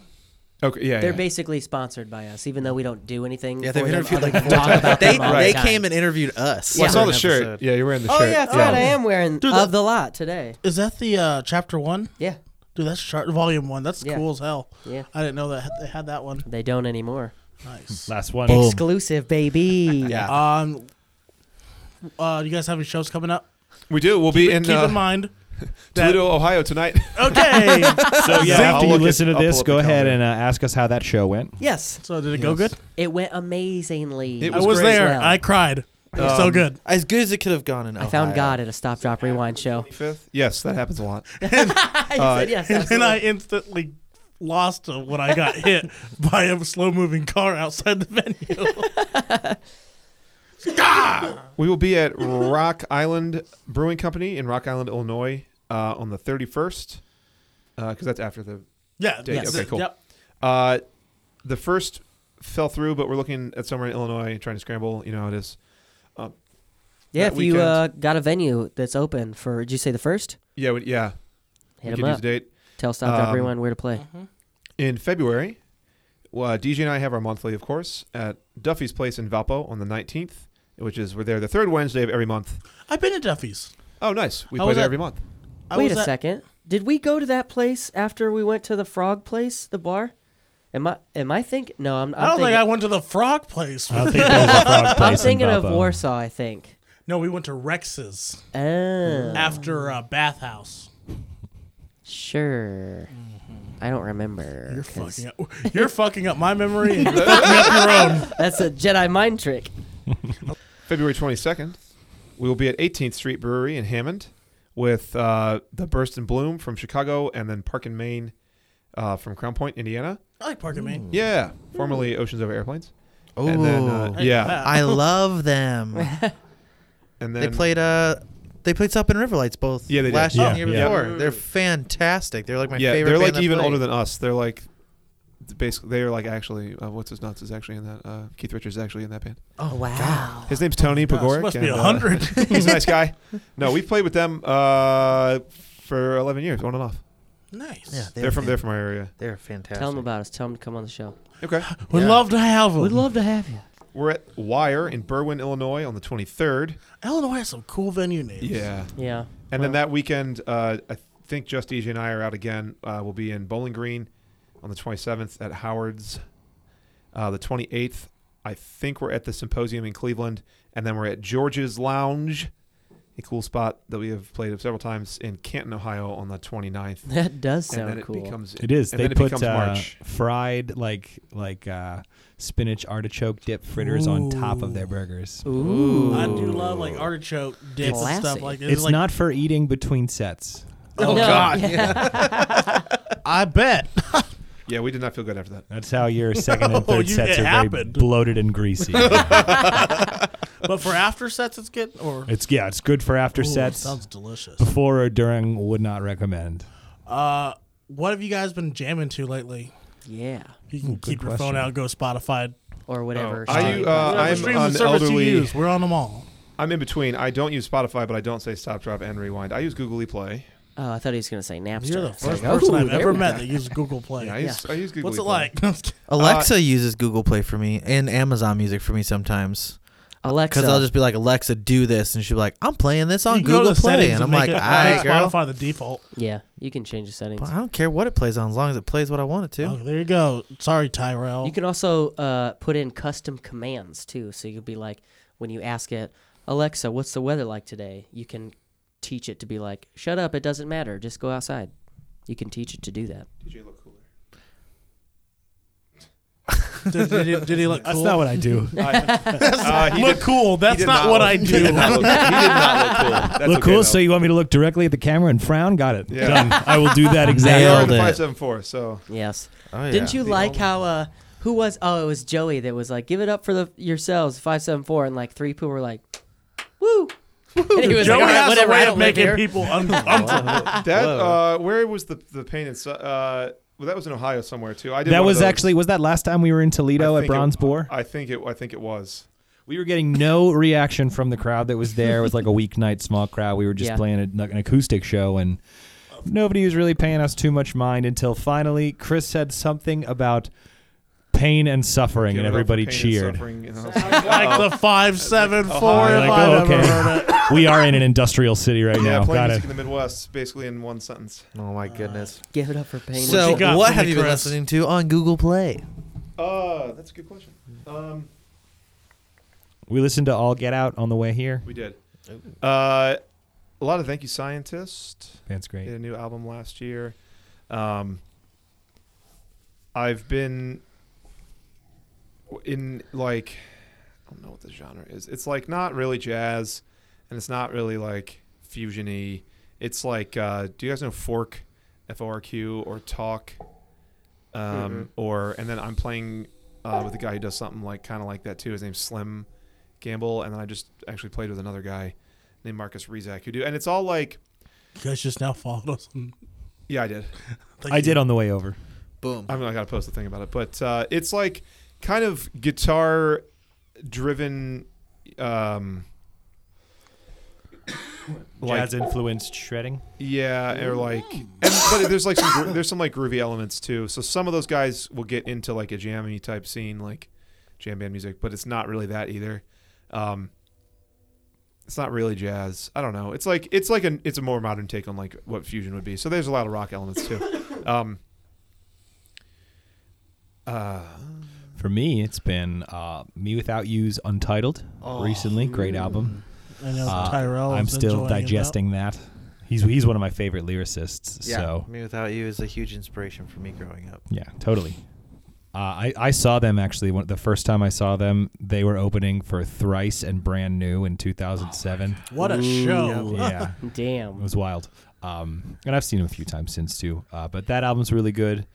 [SPEAKER 5] Okay, yeah,
[SPEAKER 2] They're
[SPEAKER 5] yeah.
[SPEAKER 2] basically sponsored by us, even though we don't do anything.
[SPEAKER 3] Yeah,
[SPEAKER 2] for
[SPEAKER 3] they've
[SPEAKER 2] them
[SPEAKER 3] interviewed
[SPEAKER 2] other
[SPEAKER 3] like
[SPEAKER 2] than talk about
[SPEAKER 3] they,
[SPEAKER 2] them all
[SPEAKER 3] they
[SPEAKER 2] the time.
[SPEAKER 3] came and interviewed us.
[SPEAKER 5] Well, I
[SPEAKER 2] Yeah.
[SPEAKER 5] saw
[SPEAKER 3] for
[SPEAKER 5] the
[SPEAKER 3] an
[SPEAKER 5] shirt.
[SPEAKER 3] episode.
[SPEAKER 5] Yeah, you're wearing the
[SPEAKER 2] Oh
[SPEAKER 5] shirt.
[SPEAKER 2] yeah, that's right. I am wearing
[SPEAKER 1] Dude,
[SPEAKER 2] of
[SPEAKER 1] the-
[SPEAKER 2] the lot today.
[SPEAKER 1] Is that the uh, chapter one?
[SPEAKER 2] Yeah,
[SPEAKER 1] Dude, that's chart volume one. That's
[SPEAKER 2] Yeah.
[SPEAKER 1] cool as hell.
[SPEAKER 2] yeah.
[SPEAKER 1] I didn't know that they had that one.
[SPEAKER 2] They don't anymore.
[SPEAKER 1] Nice.
[SPEAKER 4] last one.
[SPEAKER 2] Exclusive, baby.
[SPEAKER 3] Yeah.
[SPEAKER 1] Um, uh, you guys have any shows coming up?
[SPEAKER 5] We do. We'll be in
[SPEAKER 1] Keep
[SPEAKER 5] uh,
[SPEAKER 1] in mind. that-
[SPEAKER 5] Toledo, Ohio tonight.
[SPEAKER 1] Okay.
[SPEAKER 4] So yeah,
[SPEAKER 5] I'll
[SPEAKER 4] after you
[SPEAKER 5] look at-
[SPEAKER 4] listen to
[SPEAKER 5] I'll pull
[SPEAKER 4] this,
[SPEAKER 5] up the
[SPEAKER 4] go ahead
[SPEAKER 5] calendar.
[SPEAKER 4] and uh, ask us how that show went.
[SPEAKER 2] Yes,
[SPEAKER 1] so did it go
[SPEAKER 5] Yes.
[SPEAKER 1] good?
[SPEAKER 2] it went amazingly.
[SPEAKER 5] It
[SPEAKER 1] I was
[SPEAKER 5] great.
[SPEAKER 1] there.
[SPEAKER 2] Well.
[SPEAKER 1] I cried. It was so
[SPEAKER 5] Um,
[SPEAKER 1] good.
[SPEAKER 3] As good as it could have gone in
[SPEAKER 2] I found
[SPEAKER 1] Oh,
[SPEAKER 3] Ohio.
[SPEAKER 2] God at a stop, drop, rewind show.
[SPEAKER 5] Fifth. Yes, that happens a lot.
[SPEAKER 2] I said yes.
[SPEAKER 1] Uh, And then
[SPEAKER 2] absolutely.
[SPEAKER 1] I instantly lost him when I got hit by a slow moving car outside the venue.
[SPEAKER 5] We will be at Rock Island Brewing Company in Rock Island, Illinois, uh, on the 31st, because that's after the
[SPEAKER 1] Yeah.
[SPEAKER 5] Date,
[SPEAKER 1] yes.
[SPEAKER 5] okay, cool.
[SPEAKER 1] Yep.
[SPEAKER 5] Uh, the first fell through, but we're looking at somewhere in Illinois, trying to scramble. You know how it is.
[SPEAKER 2] Yeah,
[SPEAKER 5] That
[SPEAKER 2] if you
[SPEAKER 5] weekend.
[SPEAKER 2] uh, got a venue that's open for, did you say the first?
[SPEAKER 5] Yeah, we, yeah.
[SPEAKER 2] Hit
[SPEAKER 5] we
[SPEAKER 2] them
[SPEAKER 5] could use
[SPEAKER 2] up.
[SPEAKER 5] a date
[SPEAKER 2] Tell Stop Drop
[SPEAKER 5] Um,
[SPEAKER 2] Rewind where to play.
[SPEAKER 1] mm-hmm.
[SPEAKER 5] in February. Well, DJ and I have our monthly, of course, at Duffy's Place in Valpo on the 19th, which is we're there the third Wednesday of every month.
[SPEAKER 1] I've been to Duffy's.
[SPEAKER 5] Oh, nice. We
[SPEAKER 1] How
[SPEAKER 5] play
[SPEAKER 1] was
[SPEAKER 5] there
[SPEAKER 1] that?
[SPEAKER 5] every month.
[SPEAKER 1] I
[SPEAKER 2] Wait
[SPEAKER 1] was
[SPEAKER 2] a
[SPEAKER 1] at-
[SPEAKER 2] second. Did we go to that place after we went to the frog place, the bar? Am I am I thinking? No, I'm. I'm
[SPEAKER 1] I don't
[SPEAKER 2] thinking,
[SPEAKER 1] think I went to the frog place.
[SPEAKER 4] I don't think that was a frog
[SPEAKER 2] I'm
[SPEAKER 4] place in
[SPEAKER 2] thinking of
[SPEAKER 4] Valpo.
[SPEAKER 2] Warsaw. I think.
[SPEAKER 1] no, we went to Rex's
[SPEAKER 2] Oh,
[SPEAKER 1] after uh, bathhouse.
[SPEAKER 2] sure. I don't remember.
[SPEAKER 1] Mm-hmm. You're
[SPEAKER 2] 'cause-
[SPEAKER 1] fucking up. You're fucking up my memory and fucking up your own.
[SPEAKER 2] That's a Jedi mind trick.
[SPEAKER 5] February 22nd, we will be at 18th Street Brewery in Hammond with uh, the Burst and Bloom from Chicago and then Park and Maine uh, from Crown Point, Indiana.
[SPEAKER 1] I like Parker Maine.
[SPEAKER 5] Yeah, formerly Oceans Over Airplanes.
[SPEAKER 3] Oh,
[SPEAKER 5] And then, uh, yeah.
[SPEAKER 1] I,
[SPEAKER 3] I love them.
[SPEAKER 5] And
[SPEAKER 3] they
[SPEAKER 5] then
[SPEAKER 3] played uh, they played Sup and Riverlights both.
[SPEAKER 5] Yeah, they did.
[SPEAKER 3] last year and the
[SPEAKER 4] Yeah,
[SPEAKER 3] year
[SPEAKER 4] yeah.
[SPEAKER 3] before. They're fantastic. They're like my
[SPEAKER 5] yeah,
[SPEAKER 3] favorite.
[SPEAKER 5] they're
[SPEAKER 3] band
[SPEAKER 5] like
[SPEAKER 3] that
[SPEAKER 5] even
[SPEAKER 3] played.
[SPEAKER 5] older than us. They're like basically they are like actually uh, what's his nuts is actually in that uh, Keith Richards is actually in that band.
[SPEAKER 2] Oh wow.
[SPEAKER 5] His name's Tony Pagoric.
[SPEAKER 1] must
[SPEAKER 5] and,
[SPEAKER 1] be a
[SPEAKER 5] uh,
[SPEAKER 1] hundred.
[SPEAKER 5] he's a nice guy. No, we've played with them uh, for 11 years, on and off.
[SPEAKER 1] nice.
[SPEAKER 3] Yeah,
[SPEAKER 5] They're, from they're from our area.
[SPEAKER 3] They're fantastic.
[SPEAKER 2] Tell them about us. Tell them to come on the show.
[SPEAKER 5] Okay.
[SPEAKER 1] We'd
[SPEAKER 3] Yeah.
[SPEAKER 1] love to have them.
[SPEAKER 2] We'd love to have you.
[SPEAKER 5] We're at Wire in Berwyn, Illinois on the 23rd.
[SPEAKER 1] Illinois has some cool venue names.
[SPEAKER 2] Yeah.
[SPEAKER 5] And then
[SPEAKER 2] Well-
[SPEAKER 5] that weekend, uh, I think Just DJ and I are out again. Uh, we'll be in Bowling Green on the 27th at Howard's. Uh, the 28th, I think we're at the symposium in Cleveland. And then we're at George's Lounge, a cool spot that we have played several times in Canton, Ohio on the 29th.
[SPEAKER 2] That does
[SPEAKER 5] and then
[SPEAKER 2] sound cool.
[SPEAKER 5] it becomes
[SPEAKER 4] It is.
[SPEAKER 5] And
[SPEAKER 4] they
[SPEAKER 5] then it
[SPEAKER 4] put
[SPEAKER 5] becomes
[SPEAKER 4] uh,
[SPEAKER 5] March.
[SPEAKER 4] fried like like uh, spinach artichoke dip fritters on top of their burgers.
[SPEAKER 2] Ooh.
[SPEAKER 1] I do love like artichoke dips and
[SPEAKER 2] Classy.
[SPEAKER 1] stuff like this.
[SPEAKER 4] It's
[SPEAKER 1] like,
[SPEAKER 4] not for eating between sets.
[SPEAKER 5] Oh,
[SPEAKER 2] No.
[SPEAKER 5] God.
[SPEAKER 1] I bet.
[SPEAKER 5] Yeah, we did not feel good after that.
[SPEAKER 4] That's how your second and
[SPEAKER 1] Oh,
[SPEAKER 4] third
[SPEAKER 1] you-
[SPEAKER 4] sets
[SPEAKER 1] it
[SPEAKER 4] are very
[SPEAKER 1] happened.
[SPEAKER 4] bloated and greasy.
[SPEAKER 1] But for after sets, it's good. Or
[SPEAKER 4] it's yeah, it's good for after
[SPEAKER 1] Ooh,
[SPEAKER 4] sets.
[SPEAKER 1] sounds delicious.
[SPEAKER 4] Before or during would not recommend.
[SPEAKER 1] Uh, what have you guys been jamming to lately?
[SPEAKER 2] Yeah.
[SPEAKER 1] You can keep your
[SPEAKER 4] question.
[SPEAKER 1] phone out, go Spotify.
[SPEAKER 2] Or whatever.
[SPEAKER 5] Oh, Are
[SPEAKER 2] streaming
[SPEAKER 5] you, uh,
[SPEAKER 2] platform.
[SPEAKER 1] Whatever
[SPEAKER 5] I'm
[SPEAKER 1] streaming
[SPEAKER 5] on
[SPEAKER 1] service
[SPEAKER 5] elderly-
[SPEAKER 1] you use, we're on them all.
[SPEAKER 5] I'm in between. I don't use Spotify, but I don't say stop, drop, and rewind. I use Google ePlay.
[SPEAKER 2] Oh, I thought he was gonna say Napster.
[SPEAKER 1] You're the
[SPEAKER 2] It's like,
[SPEAKER 1] first person
[SPEAKER 2] ooh,
[SPEAKER 1] I've
[SPEAKER 2] there
[SPEAKER 1] ever
[SPEAKER 2] we
[SPEAKER 1] met
[SPEAKER 2] go.
[SPEAKER 1] that uses Google Play.
[SPEAKER 5] Yeah, I use, I use Google
[SPEAKER 1] What's it
[SPEAKER 5] ePlay.
[SPEAKER 1] like?
[SPEAKER 3] Alexa uses Google Play for me and Amazon Music for me sometimes.
[SPEAKER 2] Alexa.
[SPEAKER 3] Because I'll just be like, Alexa, do this. And she'll be like, I'm playing this on
[SPEAKER 1] You can go to
[SPEAKER 3] Google
[SPEAKER 1] the
[SPEAKER 3] Play.
[SPEAKER 1] settings
[SPEAKER 3] And I'm like, all
[SPEAKER 1] make it- I
[SPEAKER 3] right,
[SPEAKER 1] think
[SPEAKER 3] girl.
[SPEAKER 1] Spotify the default.
[SPEAKER 2] yeah, you can change the settings.
[SPEAKER 3] But I don't care what it plays on as long as it plays what I want it to.
[SPEAKER 1] Oh, there you go. Sorry, Tyrell.
[SPEAKER 2] You can also uh, put in custom commands too. So you'll be like, when you ask it, Alexa, what's the weather like today? You can teach it to be like, shut up, it doesn't matter, just go outside. You can teach it to do that.
[SPEAKER 5] DJ look cooler.
[SPEAKER 1] did, did he, did he look cool?
[SPEAKER 4] That's not what I do.
[SPEAKER 5] Uh, he
[SPEAKER 1] look
[SPEAKER 5] did-
[SPEAKER 1] cool.
[SPEAKER 5] he
[SPEAKER 1] That's
[SPEAKER 5] did
[SPEAKER 1] not, what
[SPEAKER 5] look-
[SPEAKER 1] I
[SPEAKER 5] He did
[SPEAKER 1] do.
[SPEAKER 5] not look, he did not look cool. That's
[SPEAKER 4] look
[SPEAKER 5] okay,
[SPEAKER 4] cool.
[SPEAKER 5] though.
[SPEAKER 4] So you want me to look directly at the camera and frown? Got it.
[SPEAKER 5] Yeah.
[SPEAKER 4] Done. I will do that
[SPEAKER 5] We are
[SPEAKER 4] exactly.
[SPEAKER 5] in the
[SPEAKER 3] Nailed it.
[SPEAKER 5] 574, so
[SPEAKER 2] Yes.
[SPEAKER 3] Oh, yeah.
[SPEAKER 2] Didn't you
[SPEAKER 5] The
[SPEAKER 2] like
[SPEAKER 5] only-
[SPEAKER 2] how uh who was oh it was Joey that was like give it up for the yourselves five seven four and like three people were like woo and he was
[SPEAKER 1] Joey
[SPEAKER 2] like, "All right,
[SPEAKER 1] has
[SPEAKER 2] whatever,
[SPEAKER 1] a
[SPEAKER 2] I
[SPEAKER 1] way
[SPEAKER 2] don't live
[SPEAKER 1] of making
[SPEAKER 2] here."
[SPEAKER 1] people uncomfortable.
[SPEAKER 5] that uh, where was the the pain in? so- Uh, well, that was in Ohio somewhere too. I did.
[SPEAKER 4] That
[SPEAKER 5] one of
[SPEAKER 4] was
[SPEAKER 5] those.
[SPEAKER 4] actually was that last time we were in Toledo
[SPEAKER 5] I
[SPEAKER 4] at
[SPEAKER 5] think it-
[SPEAKER 4] Bronze Boar.
[SPEAKER 5] I think it. I think it was.
[SPEAKER 4] We were getting no reaction from the crowd that was there. It was like a weeknight small crowd. We were just
[SPEAKER 2] Yeah.
[SPEAKER 4] playing a, like an acoustic show, and nobody was really paying us too much mind until finally Chris said something about pain and suffering,
[SPEAKER 5] Give
[SPEAKER 4] and
[SPEAKER 5] it up for
[SPEAKER 4] everybody
[SPEAKER 5] pain and
[SPEAKER 4] cheered.
[SPEAKER 5] suffering, you know. Uh,
[SPEAKER 1] like
[SPEAKER 5] Oh.
[SPEAKER 1] the five seven four.
[SPEAKER 5] Ohio.
[SPEAKER 1] if
[SPEAKER 4] Like,
[SPEAKER 1] I'd
[SPEAKER 4] oh,
[SPEAKER 1] ever
[SPEAKER 4] okay.
[SPEAKER 1] heard it.
[SPEAKER 4] we are in an industrial city right
[SPEAKER 5] yeah,
[SPEAKER 4] now.
[SPEAKER 5] playing
[SPEAKER 4] Got
[SPEAKER 5] music
[SPEAKER 4] it.
[SPEAKER 5] in the Midwest, basically in one sentence.
[SPEAKER 3] Oh, my goodness.
[SPEAKER 2] give it up for pain
[SPEAKER 3] So,
[SPEAKER 1] you got
[SPEAKER 3] what,
[SPEAKER 1] for
[SPEAKER 3] have
[SPEAKER 1] me,
[SPEAKER 3] you been
[SPEAKER 1] Chris?
[SPEAKER 3] listening to on Google Play?
[SPEAKER 5] Uh, that's a good question. Um,
[SPEAKER 4] We listened to All Get Out on the way here.
[SPEAKER 5] we did. Uh, a lot of thank you, scientist.
[SPEAKER 4] That's
[SPEAKER 5] They
[SPEAKER 4] great.
[SPEAKER 5] had a new album last year. Um, I've been in like I don't know what the genre is. It's like not really jazz, and it's not really like fusiony. It's like uh, do you guys know fork, F O R Q, or talk, um, or and then I'm playing uh, with a guy who does something like kind of like that too. His name's Slim Gamble, and then I just actually played with another guy named Marcus Rizak who do, and it's all like
[SPEAKER 1] You guys just now followed us. on-
[SPEAKER 5] yeah, I did.
[SPEAKER 1] Thank
[SPEAKER 4] I
[SPEAKER 1] you.
[SPEAKER 4] did on the way over.
[SPEAKER 3] Boom.
[SPEAKER 5] I'm not gonna post a thing about it, but uh, it's like kind of guitar driven um like
[SPEAKER 4] Jazz influenced shredding.
[SPEAKER 5] yeah or like and, but there's like some gro- there's some like groovy elements too so some of those guys will get into like a jammy type scene like jam band music but it's not really that either um it's not really jazz i don't know it's like it's like an it's a more modern take on like what fusion would be so there's a lot of rock elements too um uh
[SPEAKER 4] For me, it's been uh, Me Without You's Untitled recently. Great album.
[SPEAKER 1] I know
[SPEAKER 4] Uh,
[SPEAKER 1] Tyrell.
[SPEAKER 4] I'm
[SPEAKER 1] is
[SPEAKER 4] still
[SPEAKER 1] enjoying it now.
[SPEAKER 4] digesting that. He's he's one of my favorite lyricists.
[SPEAKER 3] Yeah,
[SPEAKER 4] So
[SPEAKER 3] me without you is a huge inspiration for me growing up.
[SPEAKER 4] yeah, totally. Uh, I I saw them actually one, the first time I saw them. They were opening for Thrice and Brand New in 2007.
[SPEAKER 1] What a show!
[SPEAKER 4] yeah, it
[SPEAKER 2] Damn.
[SPEAKER 4] was wild. Um, and I've seen him a few times since too. Uh, but that album's really good.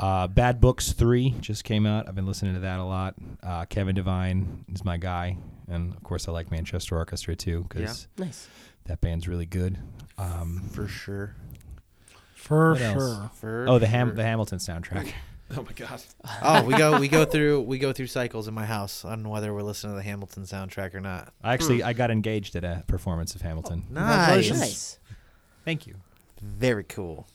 [SPEAKER 4] Uh, Bad Books Three just came out. I've been listening to that a lot. Uh, Kevin Devine is my guy, and of course I like Manchester Orchestra too because
[SPEAKER 2] Nice.
[SPEAKER 4] that band's really good. Um,
[SPEAKER 3] For sure.
[SPEAKER 1] For
[SPEAKER 4] What else?
[SPEAKER 1] sure.
[SPEAKER 3] For
[SPEAKER 4] oh, the Ham
[SPEAKER 3] sure.
[SPEAKER 4] the Hamilton soundtrack.
[SPEAKER 5] oh my god
[SPEAKER 3] oh, we go we go through we go through cycles in my house on whether we're listening to the Hamilton soundtrack or not.
[SPEAKER 4] I actually
[SPEAKER 1] Hmm.
[SPEAKER 4] I got engaged at a performance of Hamilton.
[SPEAKER 1] Oh,
[SPEAKER 3] Nice.
[SPEAKER 2] Nice.
[SPEAKER 4] Thank you.
[SPEAKER 3] Very cool.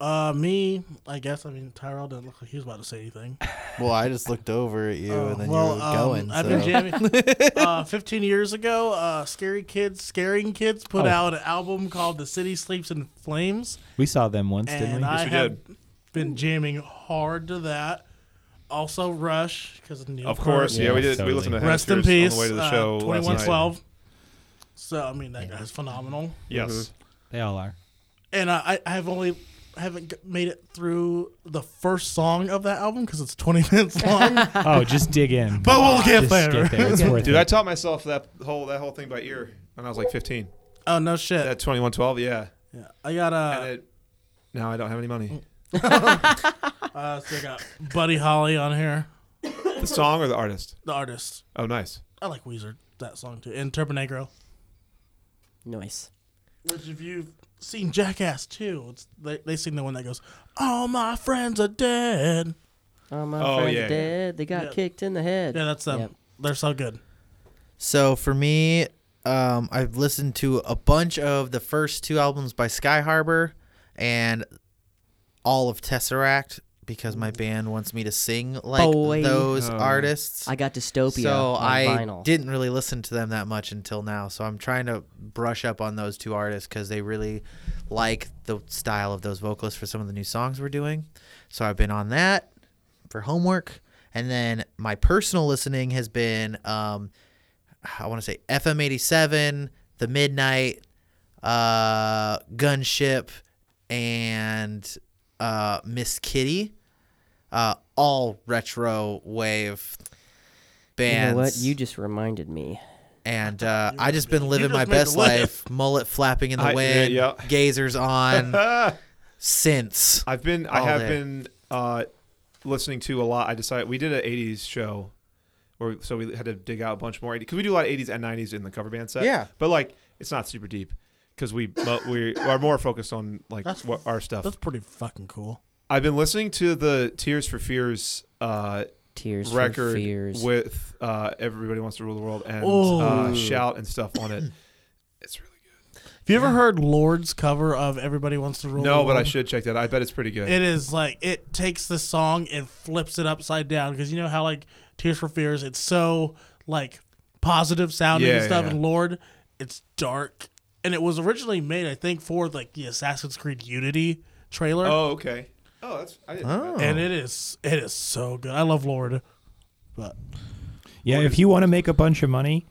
[SPEAKER 1] Uh, me, I guess. I mean, Tyrell didn't look like he was about to say anything.
[SPEAKER 3] Well, I just looked over at you
[SPEAKER 1] Uh,
[SPEAKER 3] and then
[SPEAKER 1] well,
[SPEAKER 3] you were
[SPEAKER 1] um,
[SPEAKER 3] going.
[SPEAKER 1] I've
[SPEAKER 3] so-
[SPEAKER 1] been jamming. uh, 15 years ago, uh, Scary Kids, Scaring Kids put
[SPEAKER 4] Oh.
[SPEAKER 1] out an album called "The City Sleeps in Flames,"
[SPEAKER 4] We saw them once, didn't we?
[SPEAKER 1] and I
[SPEAKER 5] we
[SPEAKER 1] have been jamming hard to that. Also, Rush, because of, Neil
[SPEAKER 5] Of course,
[SPEAKER 1] Peart.
[SPEAKER 5] yeah, we
[SPEAKER 4] Yeah,
[SPEAKER 5] did. We listened to
[SPEAKER 1] Rest in
[SPEAKER 5] Hemispheres
[SPEAKER 1] peace.
[SPEAKER 5] on the way to the
[SPEAKER 1] uh,
[SPEAKER 5] show. last night.
[SPEAKER 1] 2112. So I mean, that guy's phenomenal.
[SPEAKER 5] Yes.
[SPEAKER 4] Mm-hmm.
[SPEAKER 3] Mm-hmm.
[SPEAKER 4] they all are.
[SPEAKER 1] and uh, I, I have only I haven't g- made it through the first song of that album because it's 20 minutes long.
[SPEAKER 4] Oh, just dig in.
[SPEAKER 1] But we'll get
[SPEAKER 4] Just
[SPEAKER 1] there.
[SPEAKER 4] Get there. It's worth
[SPEAKER 5] Dude,
[SPEAKER 4] it.
[SPEAKER 5] I taught myself that whole that whole thing by ear when I was like 15.
[SPEAKER 1] oh no shit!
[SPEAKER 5] That 2112, yeah.
[SPEAKER 1] yeah. I got
[SPEAKER 5] And
[SPEAKER 1] uh, Mm.
[SPEAKER 5] it, now I don't have any money.
[SPEAKER 1] uh so I got Buddy Holly on here,
[SPEAKER 5] The song or the artist?
[SPEAKER 1] the artist.
[SPEAKER 5] Oh, nice.
[SPEAKER 1] I like Weezer that song too, and Turbanegro.
[SPEAKER 2] Nice.
[SPEAKER 1] Which if you've seen Jackass too, it's, they they sing the one that goes, "All my friends are dead."
[SPEAKER 2] Oh, my
[SPEAKER 5] Oh,
[SPEAKER 2] friend's
[SPEAKER 5] yeah, yeah.
[SPEAKER 2] dead. They got
[SPEAKER 1] Yeah.
[SPEAKER 2] kicked in the head.
[SPEAKER 1] Yeah, that's um, them.
[SPEAKER 2] Yep.
[SPEAKER 1] They're so good.
[SPEAKER 3] So for me, um, I've listened to a bunch of the first two albums by Sky Harbor and all of Tesseract because my band wants me to sing like
[SPEAKER 2] Boy.
[SPEAKER 3] those
[SPEAKER 5] Oh.
[SPEAKER 3] artists.
[SPEAKER 2] I got dystopia
[SPEAKER 3] so
[SPEAKER 2] on
[SPEAKER 3] I
[SPEAKER 2] vinyl.
[SPEAKER 3] didn't really listen to them that much until now. So I'm trying to brush up on those two artists because they really like the style of those vocalists for some of the new songs we're doing. So I've been on that for homework, and then my personal listening has been, um, I want to say FM87, The Midnight, uh, Gunship, and uh, Miss Kitty. Uh, all retro wave
[SPEAKER 2] You
[SPEAKER 3] bands
[SPEAKER 2] know what? You just reminded me.
[SPEAKER 3] and uh, I just been
[SPEAKER 1] you
[SPEAKER 3] living
[SPEAKER 1] just
[SPEAKER 3] my
[SPEAKER 1] made the
[SPEAKER 3] best
[SPEAKER 1] list.
[SPEAKER 3] life, mullet flapping in the
[SPEAKER 5] I- yeah,
[SPEAKER 3] wind,
[SPEAKER 5] yeah.
[SPEAKER 3] gazers on
[SPEAKER 5] Ah,
[SPEAKER 1] Mm.
[SPEAKER 3] since.
[SPEAKER 5] I've been. I
[SPEAKER 3] All
[SPEAKER 5] have
[SPEAKER 3] day.
[SPEAKER 5] been uh, listening to a lot. I decided we did an 80s show, where so we had to dig out a bunch more 80s because we do a lot of 80s and 90s in the cover band set.
[SPEAKER 3] Yeah.
[SPEAKER 5] But like, it's not super deep because we but we are more focused on like
[SPEAKER 1] That's-
[SPEAKER 5] what our stuff.
[SPEAKER 1] That's pretty fucking cool.
[SPEAKER 5] I've been listening to the Tears for Fears uh,
[SPEAKER 2] Tears for
[SPEAKER 5] record
[SPEAKER 2] fears.
[SPEAKER 5] with uh, "Everybody Wants to Rule the World" and
[SPEAKER 1] Oh.
[SPEAKER 5] uh, "Shout" and stuff on it. It's really
[SPEAKER 1] Have you ever heard Lord's cover of "Everybody Wants to Rule"?
[SPEAKER 5] good.
[SPEAKER 1] the
[SPEAKER 5] No, but I
[SPEAKER 2] Oh.
[SPEAKER 1] World?
[SPEAKER 5] should check that. I bet it's pretty good.
[SPEAKER 1] It is like it takes the song and flips it upside down because you know how like Tears for Fears, it's so like positive sounding and
[SPEAKER 5] Yeah,
[SPEAKER 1] stuff,
[SPEAKER 5] yeah.
[SPEAKER 1] and Lord, it's dark. And it was originally made, I think, for like the Assassin's Creed Unity trailer,
[SPEAKER 5] oh, okay. Oh, that's. I didn't know that.
[SPEAKER 1] and it is it is so good. I love Lord, but
[SPEAKER 4] Yeah, if you want to make a bunch of money,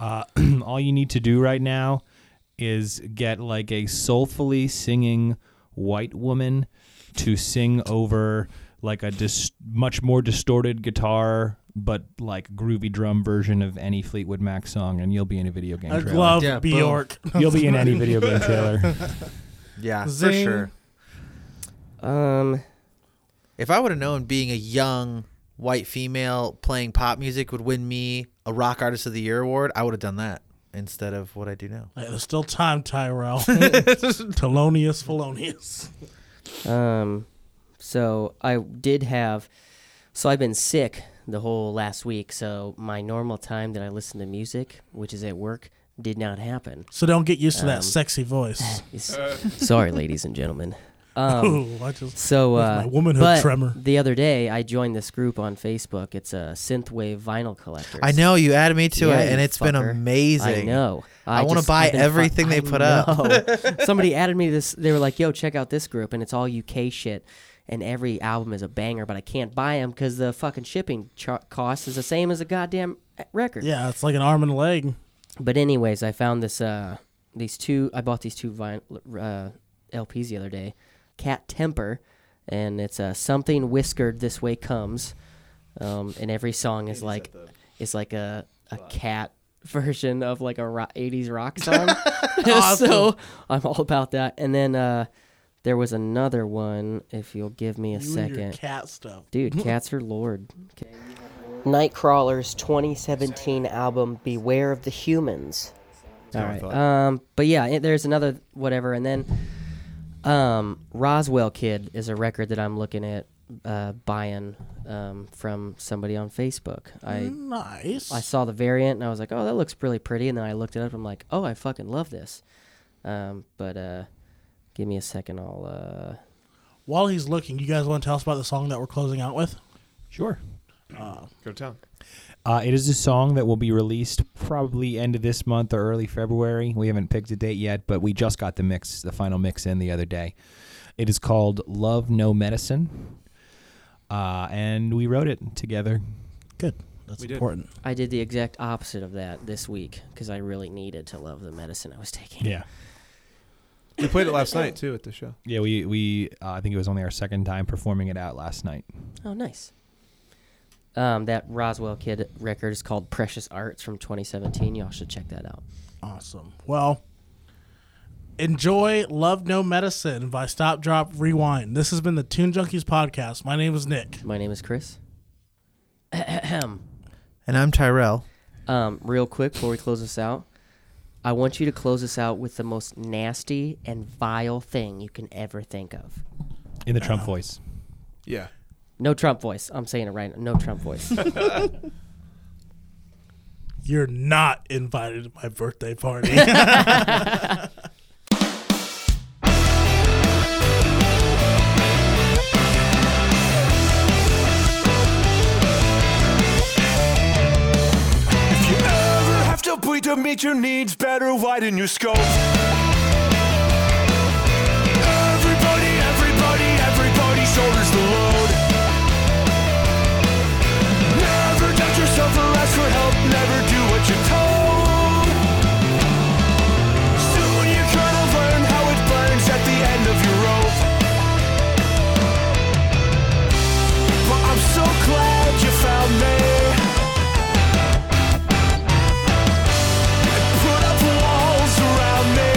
[SPEAKER 4] uh, all you need to do right now is get like a soulfully singing white woman to sing over like a dis- much more distorted guitar, but like groovy drum version of any Fleetwood Mac song, and you'll be in a video game
[SPEAKER 1] I
[SPEAKER 4] trailer.
[SPEAKER 1] love
[SPEAKER 3] Yeah, boom.
[SPEAKER 1] Bjork.
[SPEAKER 4] you'll be in any video game trailer.
[SPEAKER 3] Yeah, for
[SPEAKER 1] Zing.
[SPEAKER 3] sure.
[SPEAKER 2] um,
[SPEAKER 3] If I would have known being a young white female playing pop music would win me a Rock Artist of the Year award, I would have done that instead of what I do now.
[SPEAKER 1] Hey, there's still time, Tyrell. Thelonious Felonious.
[SPEAKER 2] um, so I did have So I've been sick the whole last week, so my normal time that I listen to music, which is at work, did not happen.
[SPEAKER 1] So don't get used to
[SPEAKER 2] Um,
[SPEAKER 1] that sexy voice.
[SPEAKER 2] It's- sorry, ladies and gentlemen. Um,
[SPEAKER 1] Ooh, I just
[SPEAKER 2] so
[SPEAKER 1] with
[SPEAKER 2] uh,
[SPEAKER 1] my womanhood
[SPEAKER 2] but
[SPEAKER 1] tremor.
[SPEAKER 2] The other day, I joined this group on Facebook. It's a synthwave vinyl collector.
[SPEAKER 3] I know you added me to
[SPEAKER 2] Yeah,
[SPEAKER 3] it, and
[SPEAKER 2] you
[SPEAKER 3] it's been
[SPEAKER 2] fucker.
[SPEAKER 3] amazing.
[SPEAKER 2] I know.
[SPEAKER 3] I wanna
[SPEAKER 2] just-
[SPEAKER 3] buy
[SPEAKER 2] I've been fu-
[SPEAKER 3] everything they
[SPEAKER 2] I
[SPEAKER 3] put up.
[SPEAKER 2] know. Somebody added me to this. They were like, "Yo, check out this group," and it's all UK shit. And every album is a banger, but I can't buy them because the fucking shipping char- cost is the same as a goddamn eh, record.
[SPEAKER 1] yeah, it's like an arm and a leg.
[SPEAKER 2] But anyways, I found this. Uh, these two. I bought these two vin- uh, LPs the other day. Cat Temper, and it's uh, something whiskered this way comes, um, and every song is like, is like a a cat version of like a ro- 80s rock song. so I'm all about that. And then uh, there was another one. If you'll give me a
[SPEAKER 1] You and your
[SPEAKER 2] second.
[SPEAKER 1] cat stuff.
[SPEAKER 2] Dude, cats are lord. Nightcrawler's 2017 album Beware of the Humans. All right. Um, but yeah, it, there's another whatever, and then um, Roswell Kid is a record that I'm looking at uh, buying um, from somebody on Facebook. I
[SPEAKER 1] Nice.
[SPEAKER 2] I saw the variant and I was like, oh, that looks really pretty, and then I looked it up. I'm like, oh, I fucking love this. Um, but uh, give me a second. I'll. Uh,
[SPEAKER 1] While he's looking, you guys want to tell us about the song that we're closing out with?
[SPEAKER 4] Sure.
[SPEAKER 2] Oh.
[SPEAKER 5] Go to town.
[SPEAKER 4] Uh, it is a song that will be released probably end of this month or early February. We haven't picked a date yet, but we just got the mix, the final mix in the other day. It is called Love No Medicine, uh, and we wrote it together.
[SPEAKER 1] Good. That's
[SPEAKER 5] We did.
[SPEAKER 1] important.
[SPEAKER 2] I did the exact opposite of that this week because I really needed to love the medicine I was taking.
[SPEAKER 5] We played it last night too at the show.
[SPEAKER 4] yeah. We we uh, I think it was only our second time performing it out last night.
[SPEAKER 2] Oh, nice. Um, that Roswell Kid record is called Precious Arts from 2017. Y'all should check that out.
[SPEAKER 1] Awesome. Well, enjoy Love No Medicine by Stop Drop Rewind. This has been the Tune Junkies podcast. My name is Nick.
[SPEAKER 2] My name is Chris.
[SPEAKER 3] And I'm Tyrell.
[SPEAKER 2] Um, real quick before we close this out, I want you to close this out with the most nasty and vile thing you can ever think of.
[SPEAKER 4] In the Trump voice.
[SPEAKER 5] Yeah.
[SPEAKER 2] No Trump voice. I'm saying it right now. No Trump voice.
[SPEAKER 1] You're not invited to my birthday party.
[SPEAKER 6] If you ever have to bleed to meet your needs, better widen your scope. Everybody, everybody, everybody shoulders the load. Never doubt yourself or ask for help, never do what you're told. Soon you're gonna learn how it burns at the end of your rope. But I'm so glad you found me. Put up walls around me.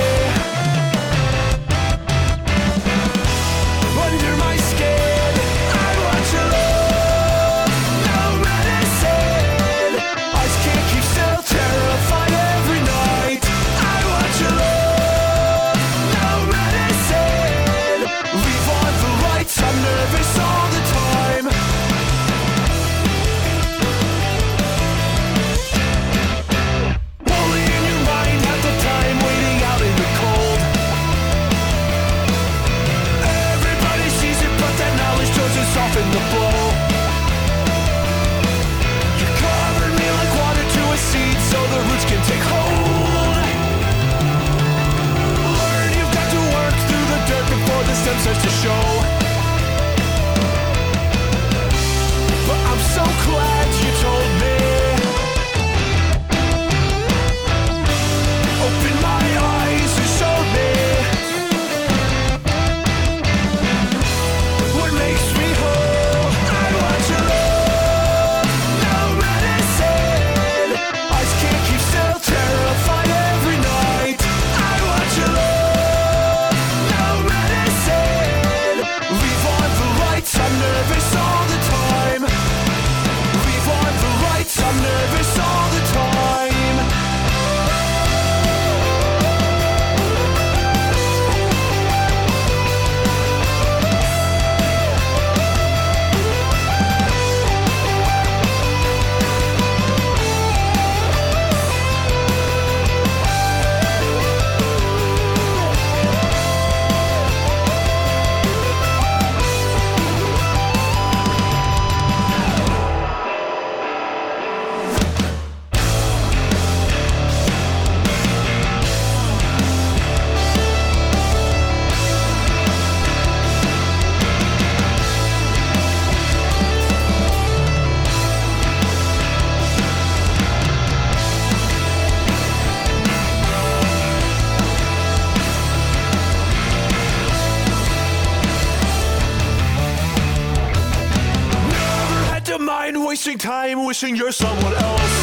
[SPEAKER 1] wasting time wishing you're someone else.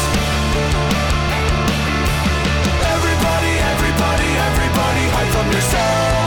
[SPEAKER 1] Everybody, everybody, everybody, hide from yourself.